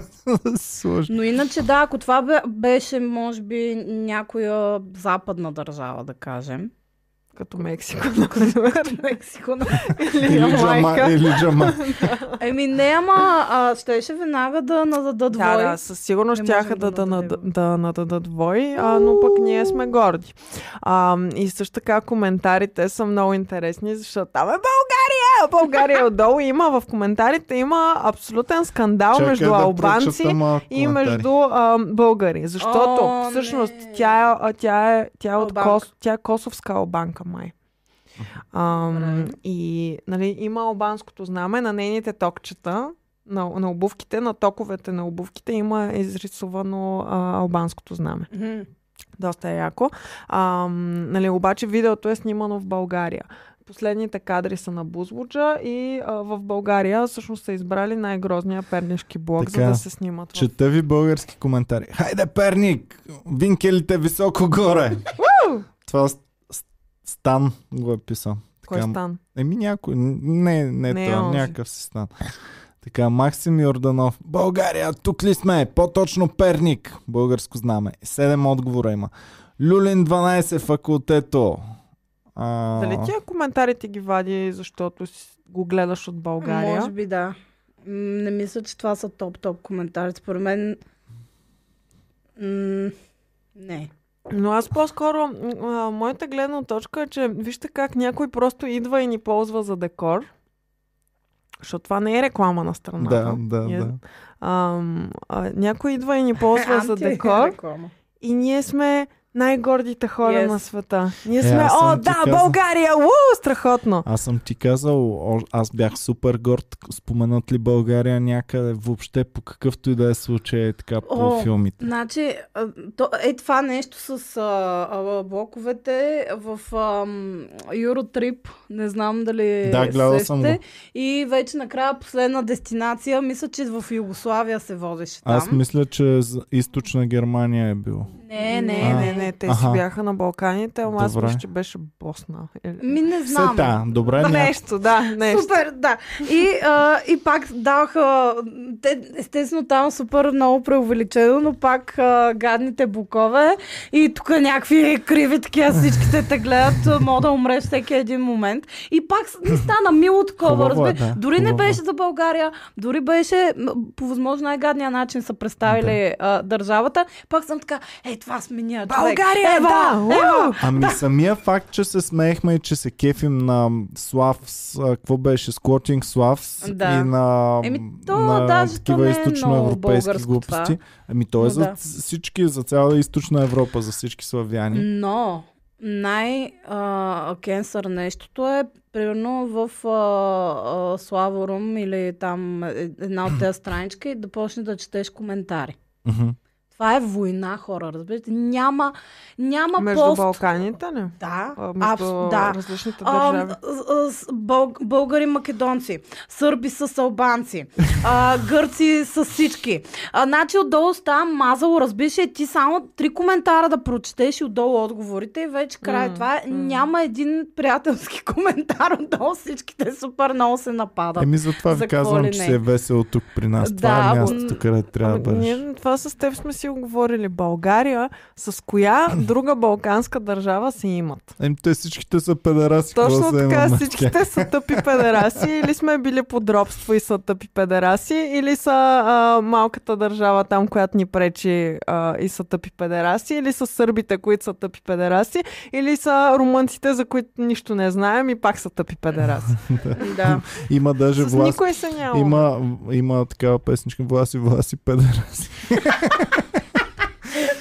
[SPEAKER 1] да се сложи.
[SPEAKER 2] Но иначе да, ако това бе- беше, може би, някоя западна държава, да
[SPEAKER 3] [laughs]
[SPEAKER 2] кажем. [laughs]
[SPEAKER 3] Като Мексико, например.
[SPEAKER 2] Мексико,
[SPEAKER 3] нали? Или
[SPEAKER 1] Или джама,
[SPEAKER 3] Ямайка.
[SPEAKER 1] или джама.
[SPEAKER 2] Еми не, ама а, щеше веднага да нададат
[SPEAKER 3] Да, да,
[SPEAKER 2] вой.
[SPEAKER 3] със
[SPEAKER 2] Не
[SPEAKER 3] сигурност
[SPEAKER 2] можем
[SPEAKER 3] тяха
[SPEAKER 2] да
[SPEAKER 3] да, да, над,
[SPEAKER 2] нададем.
[SPEAKER 3] да нададат вой, а, но пък ние сме горди. А, и също така коментарите са много интересни, защото там е България! България е отдолу има, в коментарите има абсолютен скандал
[SPEAKER 1] Чакай
[SPEAKER 3] между
[SPEAKER 1] да
[SPEAKER 3] албанци
[SPEAKER 1] прочета малко
[SPEAKER 3] и
[SPEAKER 1] коментари.
[SPEAKER 3] между а, българи. Защото
[SPEAKER 2] О,
[SPEAKER 3] всъщност
[SPEAKER 2] не.
[SPEAKER 3] тя, е- а, тя е, тя е от
[SPEAKER 2] Албанка.
[SPEAKER 3] Кос, тя е косовска албанка май. Ам,
[SPEAKER 2] Добре.
[SPEAKER 3] и нали, има албанското знаме на нейните токчета, на, на обувките, на токовете на обувките има изрисувано а, албанското знаме.
[SPEAKER 2] Мгм.
[SPEAKER 3] Доста е яко. Ам, нали, обаче видеото е снимано в България. Последните кадри са на Бузлуджа и а, в България всъщност са избрали най-грозния пернишки блок, за
[SPEAKER 1] Така,
[SPEAKER 3] да се снимат. в
[SPEAKER 1] Чета ви български коментари. Хайде, Перник! Винкелите високо горе! Това с- с- Стан го е писал.
[SPEAKER 3] Кой
[SPEAKER 1] Така,
[SPEAKER 3] стан?
[SPEAKER 1] Еми някой. Не, не,
[SPEAKER 3] Не
[SPEAKER 1] не
[SPEAKER 3] е
[SPEAKER 1] това,
[SPEAKER 3] онзи.
[SPEAKER 1] някакъв си стан. Така, Максим Йорданов. България, тук ли сме? По-точно Перник. Българско знаме. Седем отговора има. Люлин 12 факултето. А,
[SPEAKER 3] Дали Нали тия коментарите ги вади, защото си- го гледаш от България?
[SPEAKER 2] Може би да. М, Не мисля, че това са топ-топ коментари. Според мен... м, Не.
[SPEAKER 3] Но аз по-скоро, м, а, моята гледна точка е, че вижте как някой просто идва и ни ползва за декор. Защото това не е реклама на страната.
[SPEAKER 1] Да, да,
[SPEAKER 3] Ние-
[SPEAKER 1] да.
[SPEAKER 3] Ам, а, някой идва и ни ползва
[SPEAKER 2] Е,
[SPEAKER 3] за декор
[SPEAKER 2] Антиреклама.
[SPEAKER 3] и ние сме най-гордите хора
[SPEAKER 2] Yes.
[SPEAKER 3] на света. Ние
[SPEAKER 1] Е,
[SPEAKER 3] сме,
[SPEAKER 1] аз
[SPEAKER 3] о,
[SPEAKER 1] съм ти
[SPEAKER 3] да,
[SPEAKER 1] казал."
[SPEAKER 3] България, у, страхотно.
[SPEAKER 1] Аз съм ти казал, о- аз бях супер горд, споменат ли България някъде, въобще по какъвто и да е случай, е така по
[SPEAKER 2] О,
[SPEAKER 1] филмите.
[SPEAKER 2] Значи, а, то, е това нещо с а, а, блоковете в ам, Eurotrip, не знам дали
[SPEAKER 1] Да, гледал съм
[SPEAKER 2] сещате.
[SPEAKER 1] го.
[SPEAKER 2] И вече накрая последна дестинация, мисля, че в Югославия се водеше там.
[SPEAKER 1] Аз мисля, че за източна Германия е било.
[SPEAKER 2] Не, не,
[SPEAKER 1] А.
[SPEAKER 2] не, не,
[SPEAKER 3] Не, те си
[SPEAKER 1] Аха.
[SPEAKER 3] бяха на Балканите, ама аз
[SPEAKER 1] Добре. Е,
[SPEAKER 3] мисля, че беше Босна. Или-
[SPEAKER 2] Ми не знам.
[SPEAKER 1] Се, да, добре, ня...
[SPEAKER 3] Нещо, да, нещо.
[SPEAKER 2] Супер, да. И, а, и пак даваха, те, естествено там супер много преувеличено, но пак а, гадните букове и тук някакви криви такива всичките те гледат, а, мога да умреш всеки един момент. И пак с- ми стана мило такова,
[SPEAKER 1] Хубаво е,
[SPEAKER 2] разбира.
[SPEAKER 1] да,
[SPEAKER 2] дори не
[SPEAKER 1] хубаво е.
[SPEAKER 2] беше за България, дори беше м, по възможно най-гадния начин са представили а, държавата. Пак съм така, е това сме ние. човек.
[SPEAKER 3] България,
[SPEAKER 2] Ева,
[SPEAKER 3] да!
[SPEAKER 2] ева.
[SPEAKER 3] Уу!
[SPEAKER 1] Ами самия факт, че се смеехме и че се кефим на Славс, а, какво беше, Squatting Славс
[SPEAKER 2] Да.
[SPEAKER 1] и на,
[SPEAKER 2] Еми, то
[SPEAKER 1] на
[SPEAKER 2] даже
[SPEAKER 1] такива
[SPEAKER 2] то не е много
[SPEAKER 1] източноевропейски
[SPEAKER 2] българско
[SPEAKER 1] глупости. Ами то е
[SPEAKER 2] Но
[SPEAKER 1] за
[SPEAKER 2] да.
[SPEAKER 1] всички, за цяла източна Европа, за всички славяни.
[SPEAKER 2] Но най-кенсър нещото е, примерно в а, а, Славорум или там е- една от тези странички, да почне да четеш коментари.
[SPEAKER 1] Мгм.
[SPEAKER 2] Това е война, хора, разбирате. Няма, няма
[SPEAKER 3] Между
[SPEAKER 2] пост.
[SPEAKER 3] Балканите, не?
[SPEAKER 2] Да,
[SPEAKER 3] А,
[SPEAKER 2] абс,
[SPEAKER 3] Между
[SPEAKER 2] да.
[SPEAKER 3] различните
[SPEAKER 2] Ам,
[SPEAKER 3] държави.
[SPEAKER 2] с- с- бъл- българи македонци, сърби с албанци, а, гърци с всички. А, значи отдолу става мазало, разбираш, и ти само три коментара да прочетеш и отдолу отговорите и вече край.
[SPEAKER 3] М,
[SPEAKER 2] Това е,
[SPEAKER 3] м.
[SPEAKER 2] няма един приятелски [laughs] коментар отдолу, всичките супер много се нападат.
[SPEAKER 1] Еми затова
[SPEAKER 2] За
[SPEAKER 1] ви
[SPEAKER 2] какво ли
[SPEAKER 1] казвам, че
[SPEAKER 2] не?
[SPEAKER 1] се е весело тук при нас. Това
[SPEAKER 2] Да,
[SPEAKER 1] е
[SPEAKER 2] м,
[SPEAKER 1] мястото, където трябва да
[SPEAKER 3] Ами,
[SPEAKER 1] бъдеш.
[SPEAKER 3] Ние това с теб сме си оговорили. България с
[SPEAKER 1] [clears throat]
[SPEAKER 3] коя друга балканска държава се имат?
[SPEAKER 1] Еми, те всичките са педераси. какво
[SPEAKER 3] Точно
[SPEAKER 1] да се
[SPEAKER 3] така
[SPEAKER 1] имаме с тях?
[SPEAKER 3] всичките са тъпи педераси или сме били подробство и са тъпи педераси или са а, малката държава там, която ни пречи а, и са тъпи педераси или са сърбите, които са тъпи педераси или са румънците, за които нищо не знаем и пак са тъпи педераси.
[SPEAKER 2] Да.
[SPEAKER 1] Има даже
[SPEAKER 3] С
[SPEAKER 1] власт.
[SPEAKER 3] никой се няма.
[SPEAKER 1] Има, има такава песничка Власи, Власи, педераси.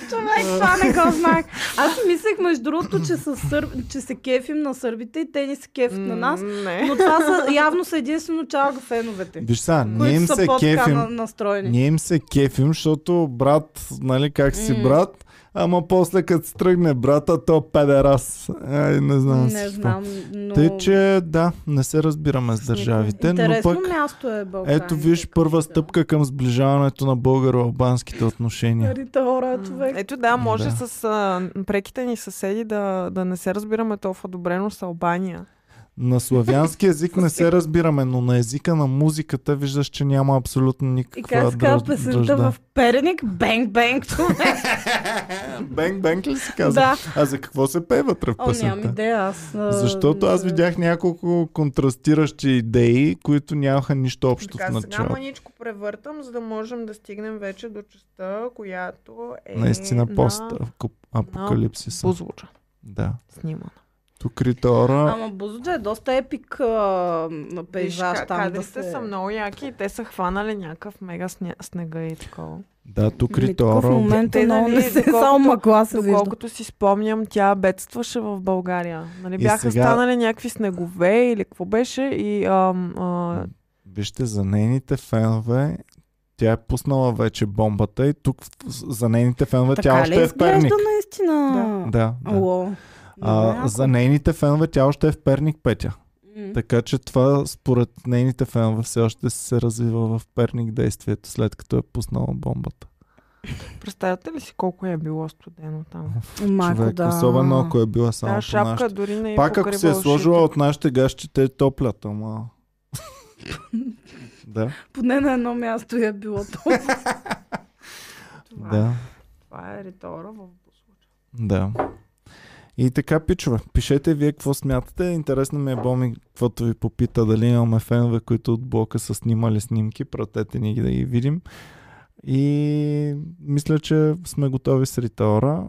[SPEAKER 2] Човек, това не го знаех. Аз си мислех, между другото, че, са сърб... че се кефим на сърбите и те не се кефят на нас.
[SPEAKER 3] М, Не.
[SPEAKER 2] Но това са, явно са единствено чалга феновете.
[SPEAKER 1] Виж сега, ние
[SPEAKER 2] които
[SPEAKER 1] им
[SPEAKER 2] са нали?
[SPEAKER 1] се
[SPEAKER 2] по-така
[SPEAKER 1] кефим.
[SPEAKER 2] на- настроени.
[SPEAKER 1] Ние им се кефим, защото брат, нали как си брат, ама после като се тръгне брата, то педерас. Ай, не знам.
[SPEAKER 2] не
[SPEAKER 1] всичко.
[SPEAKER 2] знам, но...
[SPEAKER 1] Тъй, че да, не се разбираме с държавите, но
[SPEAKER 2] Интересно
[SPEAKER 1] пък
[SPEAKER 2] място е Балканите.
[SPEAKER 1] ето виж първа стъпка е към сближаването на българо-албанските отношения.
[SPEAKER 2] Старите хора, човек.
[SPEAKER 3] Ето да, може
[SPEAKER 1] Да.
[SPEAKER 3] с а, преките ни съседи да, да не се разбираме толкова добре, но с Албания.
[SPEAKER 1] На славянски език не се разбираме, но на езика на музиката виждаш, че няма абсолютно никаква
[SPEAKER 2] И как се казва
[SPEAKER 1] дръж-
[SPEAKER 2] песента
[SPEAKER 1] дръжда.
[SPEAKER 2] в Переник?
[SPEAKER 1] [laughs]
[SPEAKER 2] Бенг, бенг, човек.
[SPEAKER 1] Бенг, бенг ли се казва?
[SPEAKER 2] Да.
[SPEAKER 1] А за какво се пее вътре в
[SPEAKER 2] О, нямам
[SPEAKER 1] песента?
[SPEAKER 2] идея, аз... а,
[SPEAKER 1] Защото аз видях няколко контрастиращи идеи, които нямаха нищо общо в
[SPEAKER 3] Така, сега
[SPEAKER 1] началото.
[SPEAKER 3] маничко превъртам, за да можем да стигнем вече до частта, която е
[SPEAKER 1] Наистина
[SPEAKER 3] на
[SPEAKER 1] пост-апокалипсиса.
[SPEAKER 3] Бузлуча.
[SPEAKER 1] Да.
[SPEAKER 3] Снимана.
[SPEAKER 1] Тук Ритора
[SPEAKER 2] Ама Бузуджа е доста епик а, м,
[SPEAKER 3] Виж,
[SPEAKER 2] пейзаж
[SPEAKER 3] ка-
[SPEAKER 2] там да
[SPEAKER 3] кадрите
[SPEAKER 2] се...
[SPEAKER 3] са
[SPEAKER 1] Ами,
[SPEAKER 3] много яки и те са хванали някакъв мега сня... снега и такова.
[SPEAKER 1] Да, тук
[SPEAKER 2] Ми, тук в
[SPEAKER 1] Ритора
[SPEAKER 2] момента
[SPEAKER 3] Те,
[SPEAKER 2] много
[SPEAKER 3] нали,
[SPEAKER 2] е, не се...
[SPEAKER 3] доколкото-
[SPEAKER 2] Само мъгла се вижда.
[SPEAKER 3] Доколкото си спомням, тя бедстваше в България. Нали,
[SPEAKER 1] И сега-
[SPEAKER 3] бяха станали някакви снегове или какво беше и ам, а,
[SPEAKER 1] Вижте, за нейните фенове тя е пуснала вече бомбата и тук в- за нейните фенове тя
[SPEAKER 2] Така ли
[SPEAKER 1] още е в Перник.
[SPEAKER 2] изглежда наистина?
[SPEAKER 1] Да, да.
[SPEAKER 2] Ало.
[SPEAKER 1] А,
[SPEAKER 2] Много
[SPEAKER 1] за нейните фенове тя още е в Перник Петя.
[SPEAKER 2] яко. М.
[SPEAKER 1] Така че това според нейните фенове все още се развива в Перник действието след като е пуснала бомбата.
[SPEAKER 3] представяте ли си колко е било студено там?
[SPEAKER 2] Майко,
[SPEAKER 1] Човек,
[SPEAKER 2] да.
[SPEAKER 1] особено ако е била само
[SPEAKER 3] Та
[SPEAKER 1] по
[SPEAKER 3] шапка
[SPEAKER 1] нашите.
[SPEAKER 3] дори не е
[SPEAKER 1] Пак ако се е
[SPEAKER 3] покривала
[SPEAKER 1] сложила
[SPEAKER 3] ушите.
[SPEAKER 1] от нашите гащи, те топлят,
[SPEAKER 2] [laughs]
[SPEAKER 1] ама... да,
[SPEAKER 2] Поне на едно място я е било
[SPEAKER 1] [laughs]
[SPEAKER 2] толкова.
[SPEAKER 3] Това, да.
[SPEAKER 1] да,
[SPEAKER 3] това е ритора в Бузлуча.
[SPEAKER 1] да. И така, пичове, пишете вие какво смятате. Интересно ми е Боми, каквото ви попита, дали имаме фенове, които от блока са снимали снимки. Пратете ни ги да ги видим. И мисля, че сме готови с Ритора.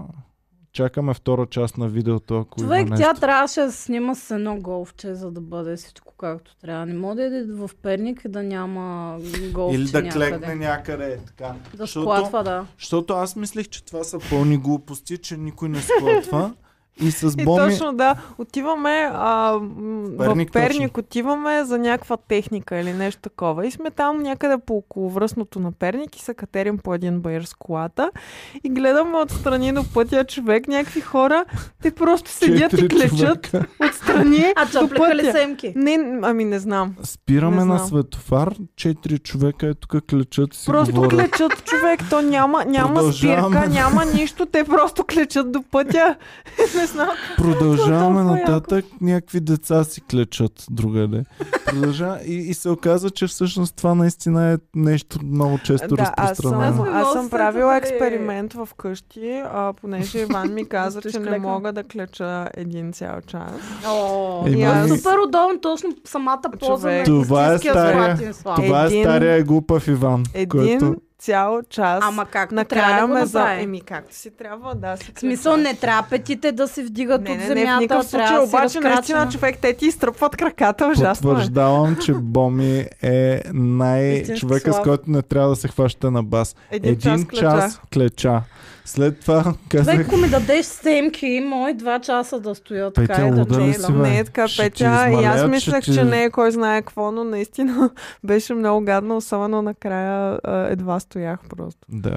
[SPEAKER 1] Чакаме втора част на видеото, ако има
[SPEAKER 2] Човек, тя
[SPEAKER 1] нещо.
[SPEAKER 2] трябваше да се снима с едно голфче, за да бъде всичко както трябва. Не мога да иде в Перник и да няма голфче
[SPEAKER 1] Или да
[SPEAKER 2] някъде.
[SPEAKER 1] клекне някъде. Така.
[SPEAKER 2] Да
[SPEAKER 1] Защото-
[SPEAKER 2] склатва, да.
[SPEAKER 1] Защото аз мислех, че това са пълни глупости, че никой не склътва. И с
[SPEAKER 3] И
[SPEAKER 1] Боми...
[SPEAKER 3] точно да, отиваме а, м, в Перник,
[SPEAKER 1] Перник,
[SPEAKER 3] в Перник отиваме за някаква техника или нещо такова. И сме там някъде по околовръстното на Перник и се катерим по един баир с колата. И гледаме отстрани до пътя човек, някакви хора, те просто седят и
[SPEAKER 1] Четири
[SPEAKER 3] клечат
[SPEAKER 1] човека.
[SPEAKER 3] отстрани
[SPEAKER 2] А
[SPEAKER 3] до
[SPEAKER 2] чоплика ли
[SPEAKER 3] пътя.
[SPEAKER 2] семки?
[SPEAKER 3] Не, ами не знам.
[SPEAKER 1] Спираме
[SPEAKER 3] Не
[SPEAKER 1] на
[SPEAKER 3] знам.
[SPEAKER 1] светофар, четири човека е тук клечат и си
[SPEAKER 3] Просто
[SPEAKER 1] говорят.
[SPEAKER 3] клечат човек, то няма, няма спирка,
[SPEAKER 1] Продължаваме.
[SPEAKER 3] няма нищо, те просто клечат до пътя. [laughs] не знам.
[SPEAKER 1] Продължаваме
[SPEAKER 3] е Толкова яко.
[SPEAKER 1] нататък, някакви деца си клечат другаде. Продължа... И, и се оказа, че всъщност това наистина е нещо много често
[SPEAKER 3] Да, аз съм,
[SPEAKER 1] разпространено.
[SPEAKER 2] Аз не
[SPEAKER 3] аз
[SPEAKER 2] мога
[SPEAKER 3] съм
[SPEAKER 2] да е. се
[SPEAKER 3] правила
[SPEAKER 2] събера.
[SPEAKER 3] експеримент в къщи, а, понеже
[SPEAKER 2] [laughs]
[SPEAKER 3] Иван ми каза,
[SPEAKER 2] Стоиш
[SPEAKER 3] че не
[SPEAKER 2] клека.
[SPEAKER 3] мога да клеча един цял час.
[SPEAKER 2] О,
[SPEAKER 1] Еми,
[SPEAKER 2] това е
[SPEAKER 3] аз-
[SPEAKER 2] супер удобно, точно самата поза на
[SPEAKER 3] Човек.
[SPEAKER 1] Това е
[SPEAKER 2] истинския
[SPEAKER 1] стария-
[SPEAKER 2] златен слав.
[SPEAKER 1] Това
[SPEAKER 3] Един-
[SPEAKER 1] е стария глупав Иван,
[SPEAKER 3] Един
[SPEAKER 1] който
[SPEAKER 3] цял час.
[SPEAKER 2] Ама как трябва да
[SPEAKER 3] накрая
[SPEAKER 2] го
[SPEAKER 3] ме за...
[SPEAKER 2] направи?
[SPEAKER 3] Еми както си трябва, да. Си
[SPEAKER 2] В смисъл
[SPEAKER 3] клеча.
[SPEAKER 2] не трябва петите да се вдигат
[SPEAKER 3] не,
[SPEAKER 2] от
[SPEAKER 3] не, не, в
[SPEAKER 2] земята,
[SPEAKER 3] никакъв случай,
[SPEAKER 2] трябва да си
[SPEAKER 3] обаче наистина
[SPEAKER 2] разкрачена.
[SPEAKER 3] човек те ти изтръпват краката, ужасно е.
[SPEAKER 1] потвърждавам, че Боми е най...
[SPEAKER 2] Истински
[SPEAKER 1] човека, с
[SPEAKER 2] слав.
[SPEAKER 1] който не трябва да се хваща на бас.
[SPEAKER 3] Един,
[SPEAKER 1] Един
[SPEAKER 3] час,
[SPEAKER 1] час клеча. След това
[SPEAKER 2] Човек,
[SPEAKER 1] казах,
[SPEAKER 2] ако ми дадеш семки, мои два часа да стоя така
[SPEAKER 1] Петя,
[SPEAKER 2] и да
[SPEAKER 1] луда
[SPEAKER 3] Не,
[SPEAKER 1] ли
[SPEAKER 2] гледам.
[SPEAKER 1] си, бе?
[SPEAKER 3] не е така,
[SPEAKER 1] Ще ти
[SPEAKER 3] Петя. И аз
[SPEAKER 1] измалеят,
[SPEAKER 3] мислех,
[SPEAKER 1] ще ти-
[SPEAKER 3] че не е кой знае какво, но наистина [laughs] беше много гадно, особено накрая а, едва стоях просто.
[SPEAKER 1] да,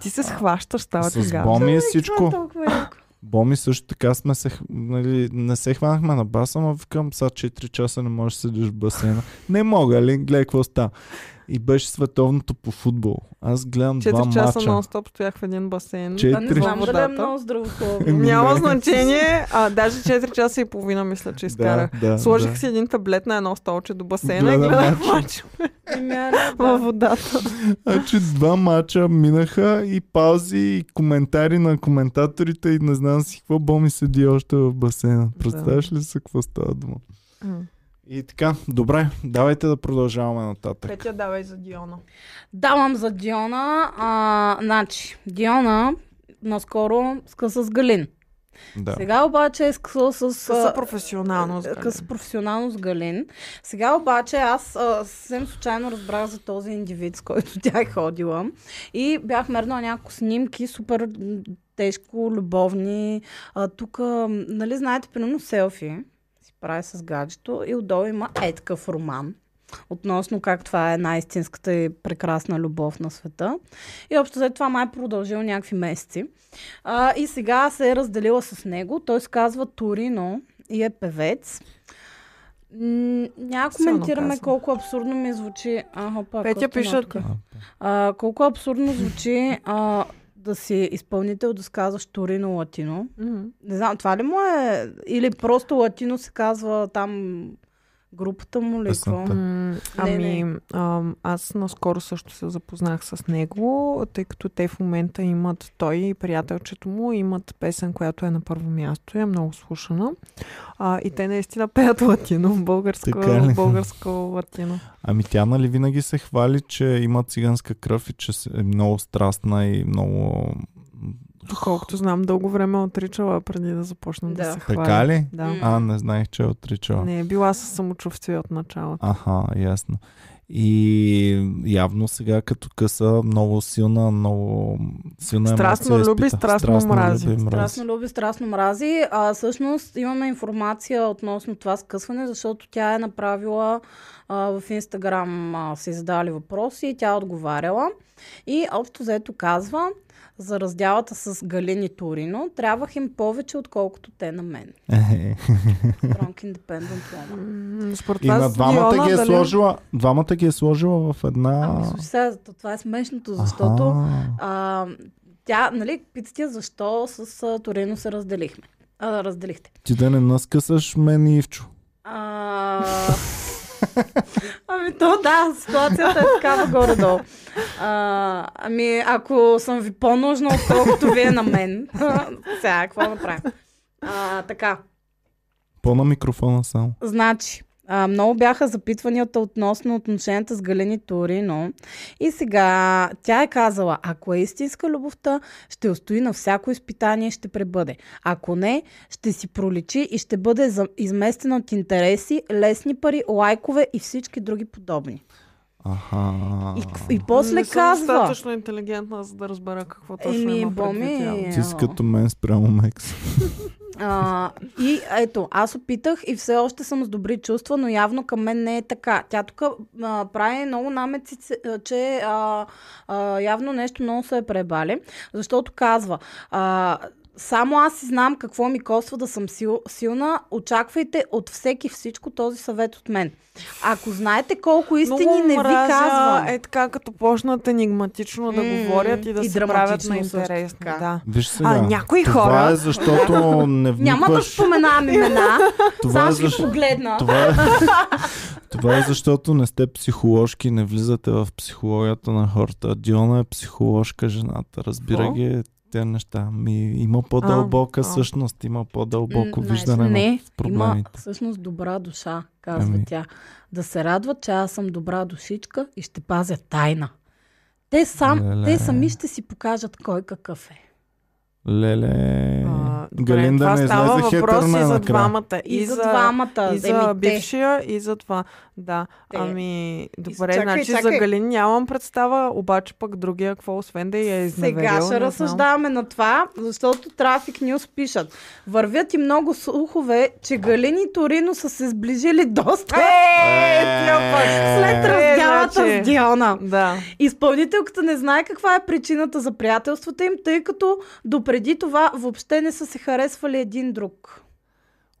[SPEAKER 3] Ти се схващаш, става ти
[SPEAKER 1] с
[SPEAKER 3] гадно.
[SPEAKER 1] Боми е всичко.
[SPEAKER 2] Това е толкова яко.
[SPEAKER 1] Боми също така сме се, х- нали, не се хванахме на баса, ама викам, сега 4 часа не можеш да седиш в
[SPEAKER 3] [laughs]
[SPEAKER 1] басейна. Не мога, ли? Гледай какво става. И беше световното по футбол. Аз гледам два
[SPEAKER 3] 4 часа
[SPEAKER 1] мача.
[SPEAKER 3] нон-стоп стоях в един басейн.
[SPEAKER 1] Че-
[SPEAKER 2] Да, не
[SPEAKER 1] Три.
[SPEAKER 2] знам дали е
[SPEAKER 3] Водата.
[SPEAKER 2] много [laughs] здравословно.
[SPEAKER 1] Еми, нали?
[SPEAKER 3] Няма
[SPEAKER 1] не.
[SPEAKER 3] значение, а даже 4 часа и половина мисля, че изкарах.
[SPEAKER 1] да,
[SPEAKER 3] Сложих
[SPEAKER 1] да.
[SPEAKER 3] си един таблет на едно столче до басейна и
[SPEAKER 1] Гледам
[SPEAKER 3] гледах
[SPEAKER 1] мача.
[SPEAKER 3] матч
[SPEAKER 2] Еми, а не, Ами, [laughs] да.
[SPEAKER 3] във водата.
[SPEAKER 1] Значи два мача минаха и паузи и коментари на коментаторите и не знам си какво Боми седи още в басейна. Представяш ли се какво става дума? И така, добре, давайте да продължаваме нататък.
[SPEAKER 3] Петя, давай за Диона.
[SPEAKER 2] Давам за Диона. А, значи, Диона наскоро скъса с Галин.
[SPEAKER 1] Да.
[SPEAKER 2] Сега обаче е скъсал с...
[SPEAKER 3] Къса
[SPEAKER 2] а,
[SPEAKER 3] професионално. с
[SPEAKER 2] Къс професионално с Галин. Сега обаче аз а, съвсем случайно разбрах за този индивид, с който [laughs] тя е ходила. И бях мернала няколко снимки, супер м, тежко, любовни. А, тук, м, нали знаете, примерно селфи си прави с гаджето и отдолу има е такъв роман относно как това е най-истинската и прекрасна любов на света. И общо след това май е продължил някакви месеци. А, и сега се е разделила с него. Той се казва Торино и е певец. М, Няма
[SPEAKER 3] Силно
[SPEAKER 2] коментираме
[SPEAKER 3] казано.
[SPEAKER 2] колко абсурдно ми звучи. Аха, пак,
[SPEAKER 3] Петя
[SPEAKER 2] още едно
[SPEAKER 3] пишат.
[SPEAKER 2] тук. е А, колко абсурдно звучи а, да си изпълнител, да се казваш Торино Латино.
[SPEAKER 3] Мгм.
[SPEAKER 2] Не знам, това ли му е? Или просто Латино се казва там групата му ли?
[SPEAKER 1] Песента.
[SPEAKER 2] какво?
[SPEAKER 1] Да.
[SPEAKER 3] М, Ами,
[SPEAKER 2] не.
[SPEAKER 3] ам, аз наскоро също се запознах с него, тъй като те в момента имат, той и приятелчето му имат песен, която е на първо място и е много слушана. А, и те наистина пеят латино, българско,
[SPEAKER 1] Така ли?
[SPEAKER 3] българско латино.
[SPEAKER 1] Ами тя нали винаги се хвали, че има циганска кръв и че е много страстна и много...
[SPEAKER 3] Доколкото знам, дълго време е отричала преди да започна да,
[SPEAKER 2] Да.
[SPEAKER 3] се хвали.
[SPEAKER 1] Така ли?
[SPEAKER 3] Да.
[SPEAKER 2] М.
[SPEAKER 1] А, не знаех, че е отричала.
[SPEAKER 3] Не е била със самочувствие от началото.
[SPEAKER 1] Аха, ясно. И явно сега като къса много силна, много силна
[SPEAKER 3] Страстно
[SPEAKER 1] емоция
[SPEAKER 3] люби,
[SPEAKER 1] изпита.
[SPEAKER 3] страстно мрази.
[SPEAKER 1] люби и [laughs]
[SPEAKER 2] Страстно люби, страстно мрази. А всъщност имаме информация относно това скъсване, защото тя е направила а, в Инстаграм а, са задали въпроси и тя е отговаряла. И общо заето казва за раздялата с Галин и Торино, трябвах им повече, отколкото те на мен.
[SPEAKER 1] Ехе.
[SPEAKER 2] Drunk Independent Woman.
[SPEAKER 3] М, Според
[SPEAKER 1] И на
[SPEAKER 3] вас,
[SPEAKER 1] двамата
[SPEAKER 3] Диона,
[SPEAKER 1] ги е
[SPEAKER 3] дали-
[SPEAKER 1] сложила, двамата ги е сложила в една...
[SPEAKER 2] Ами, слушай, сега, то това е смешното, защото
[SPEAKER 1] Аха.
[SPEAKER 2] а, тя, нали, питате защо с а, Торино се разделихме. А, разделихте.
[SPEAKER 1] Ти да не наскъсаш мен и Ивчо.
[SPEAKER 2] А... Ами то да, ситуацията е такава горе-долу. А, ами ако съм ви по-нужна, отколкото вие на мен, [laughs] сега какво направим? А, така,
[SPEAKER 1] По на микрофона само.
[SPEAKER 2] значи, а, много бяха запитванията относно отношенията с Галини Торино. И сега тя е казала, ако е истинска любовта, ще устои на всяко изпитание и ще пребъде. Ако не, ще си проличи и ще бъде за- изместена от интереси, лесни пари, лайкове и всички други подобни.
[SPEAKER 1] Аха.
[SPEAKER 2] И, кв- и после
[SPEAKER 3] не съм
[SPEAKER 2] казва...
[SPEAKER 3] достатъчно интелигентна, за да разбера какво точно
[SPEAKER 2] Еми,
[SPEAKER 3] има предвид. явно.
[SPEAKER 2] Боми...
[SPEAKER 1] Ти си като мен спрямо Мекс.
[SPEAKER 2] А, и ето, аз опитах и все още съм с добри чувства, но явно към мен не е така. Тя тук а, прави много намеци, а, че а, а, явно нещо много се е пребали, защото казва... А, само аз си знам какво ми коства да съм сил, силна. Очаквайте от всеки всичко този съвет от мен. Ако знаете колко истини
[SPEAKER 3] Много
[SPEAKER 2] не ви
[SPEAKER 3] мразя
[SPEAKER 2] казвам.
[SPEAKER 3] Е така, като почнат енигматично да
[SPEAKER 2] М,
[SPEAKER 3] говорят и да
[SPEAKER 2] и
[SPEAKER 3] се правят
[SPEAKER 2] драматично
[SPEAKER 3] на
[SPEAKER 2] също
[SPEAKER 3] интересно.
[SPEAKER 2] така.
[SPEAKER 3] Да.
[SPEAKER 1] Виж сега.
[SPEAKER 3] А, някои
[SPEAKER 1] това
[SPEAKER 3] хора-
[SPEAKER 1] е защото
[SPEAKER 3] [laughs]
[SPEAKER 1] не
[SPEAKER 2] Няма да
[SPEAKER 1] вникваш.
[SPEAKER 2] споменавам имена.
[SPEAKER 1] това, е
[SPEAKER 2] Само ще
[SPEAKER 1] защ...
[SPEAKER 2] погледна.
[SPEAKER 1] това, е...
[SPEAKER 3] [laughs]
[SPEAKER 1] това е защото не сте психоложки и не влизате в психологията на хората. Диона е психоложка жената. Разбира
[SPEAKER 3] Какво?
[SPEAKER 1] ги тези неща. Ми, има по-дълбока
[SPEAKER 3] а. значи
[SPEAKER 1] същност, има по-дълбоко
[SPEAKER 2] М,
[SPEAKER 1] виждане
[SPEAKER 2] знаеш,
[SPEAKER 1] на
[SPEAKER 2] не, Има
[SPEAKER 1] проблемите.
[SPEAKER 2] всъщност добра душа, казва
[SPEAKER 1] Ами.
[SPEAKER 2] тя. Да се радва, че аз съм добра душичка и ще пазя тайна. Те, сам,
[SPEAKER 1] Леле.
[SPEAKER 2] те сами ще си покажат кой какъв е.
[SPEAKER 1] Леле.
[SPEAKER 3] А, добре,
[SPEAKER 1] Е, Галинда
[SPEAKER 3] това
[SPEAKER 1] не
[SPEAKER 3] става
[SPEAKER 1] излезе хетър
[SPEAKER 3] въпрос и
[SPEAKER 1] на
[SPEAKER 3] за
[SPEAKER 1] накрая.
[SPEAKER 3] двамата.
[SPEAKER 2] И, за двамата.
[SPEAKER 3] И за
[SPEAKER 2] Еми, те.
[SPEAKER 3] бившия, и за това. Да.
[SPEAKER 2] Те.
[SPEAKER 3] Ами, добре,
[SPEAKER 2] Изчакай,
[SPEAKER 3] значи
[SPEAKER 2] чакай.
[SPEAKER 3] за Галин нямам представа, обаче пък другия, какво освен да я е изневерил.
[SPEAKER 2] Сега
[SPEAKER 3] не
[SPEAKER 2] ще
[SPEAKER 3] знам.
[SPEAKER 2] разсъждаваме на това, защото Traffic News пишат. Вървят и много слухове, че Галин и Торино са се сближили доста
[SPEAKER 3] Е, тия пък.
[SPEAKER 2] [laughs] след
[SPEAKER 3] Е,
[SPEAKER 2] разделата
[SPEAKER 3] значи.
[SPEAKER 2] с Диона.
[SPEAKER 3] Да.
[SPEAKER 2] Изпълнителката не знае каква е причината за приятелствата им, тъй като допреди това въобще не са се харесвали един друг.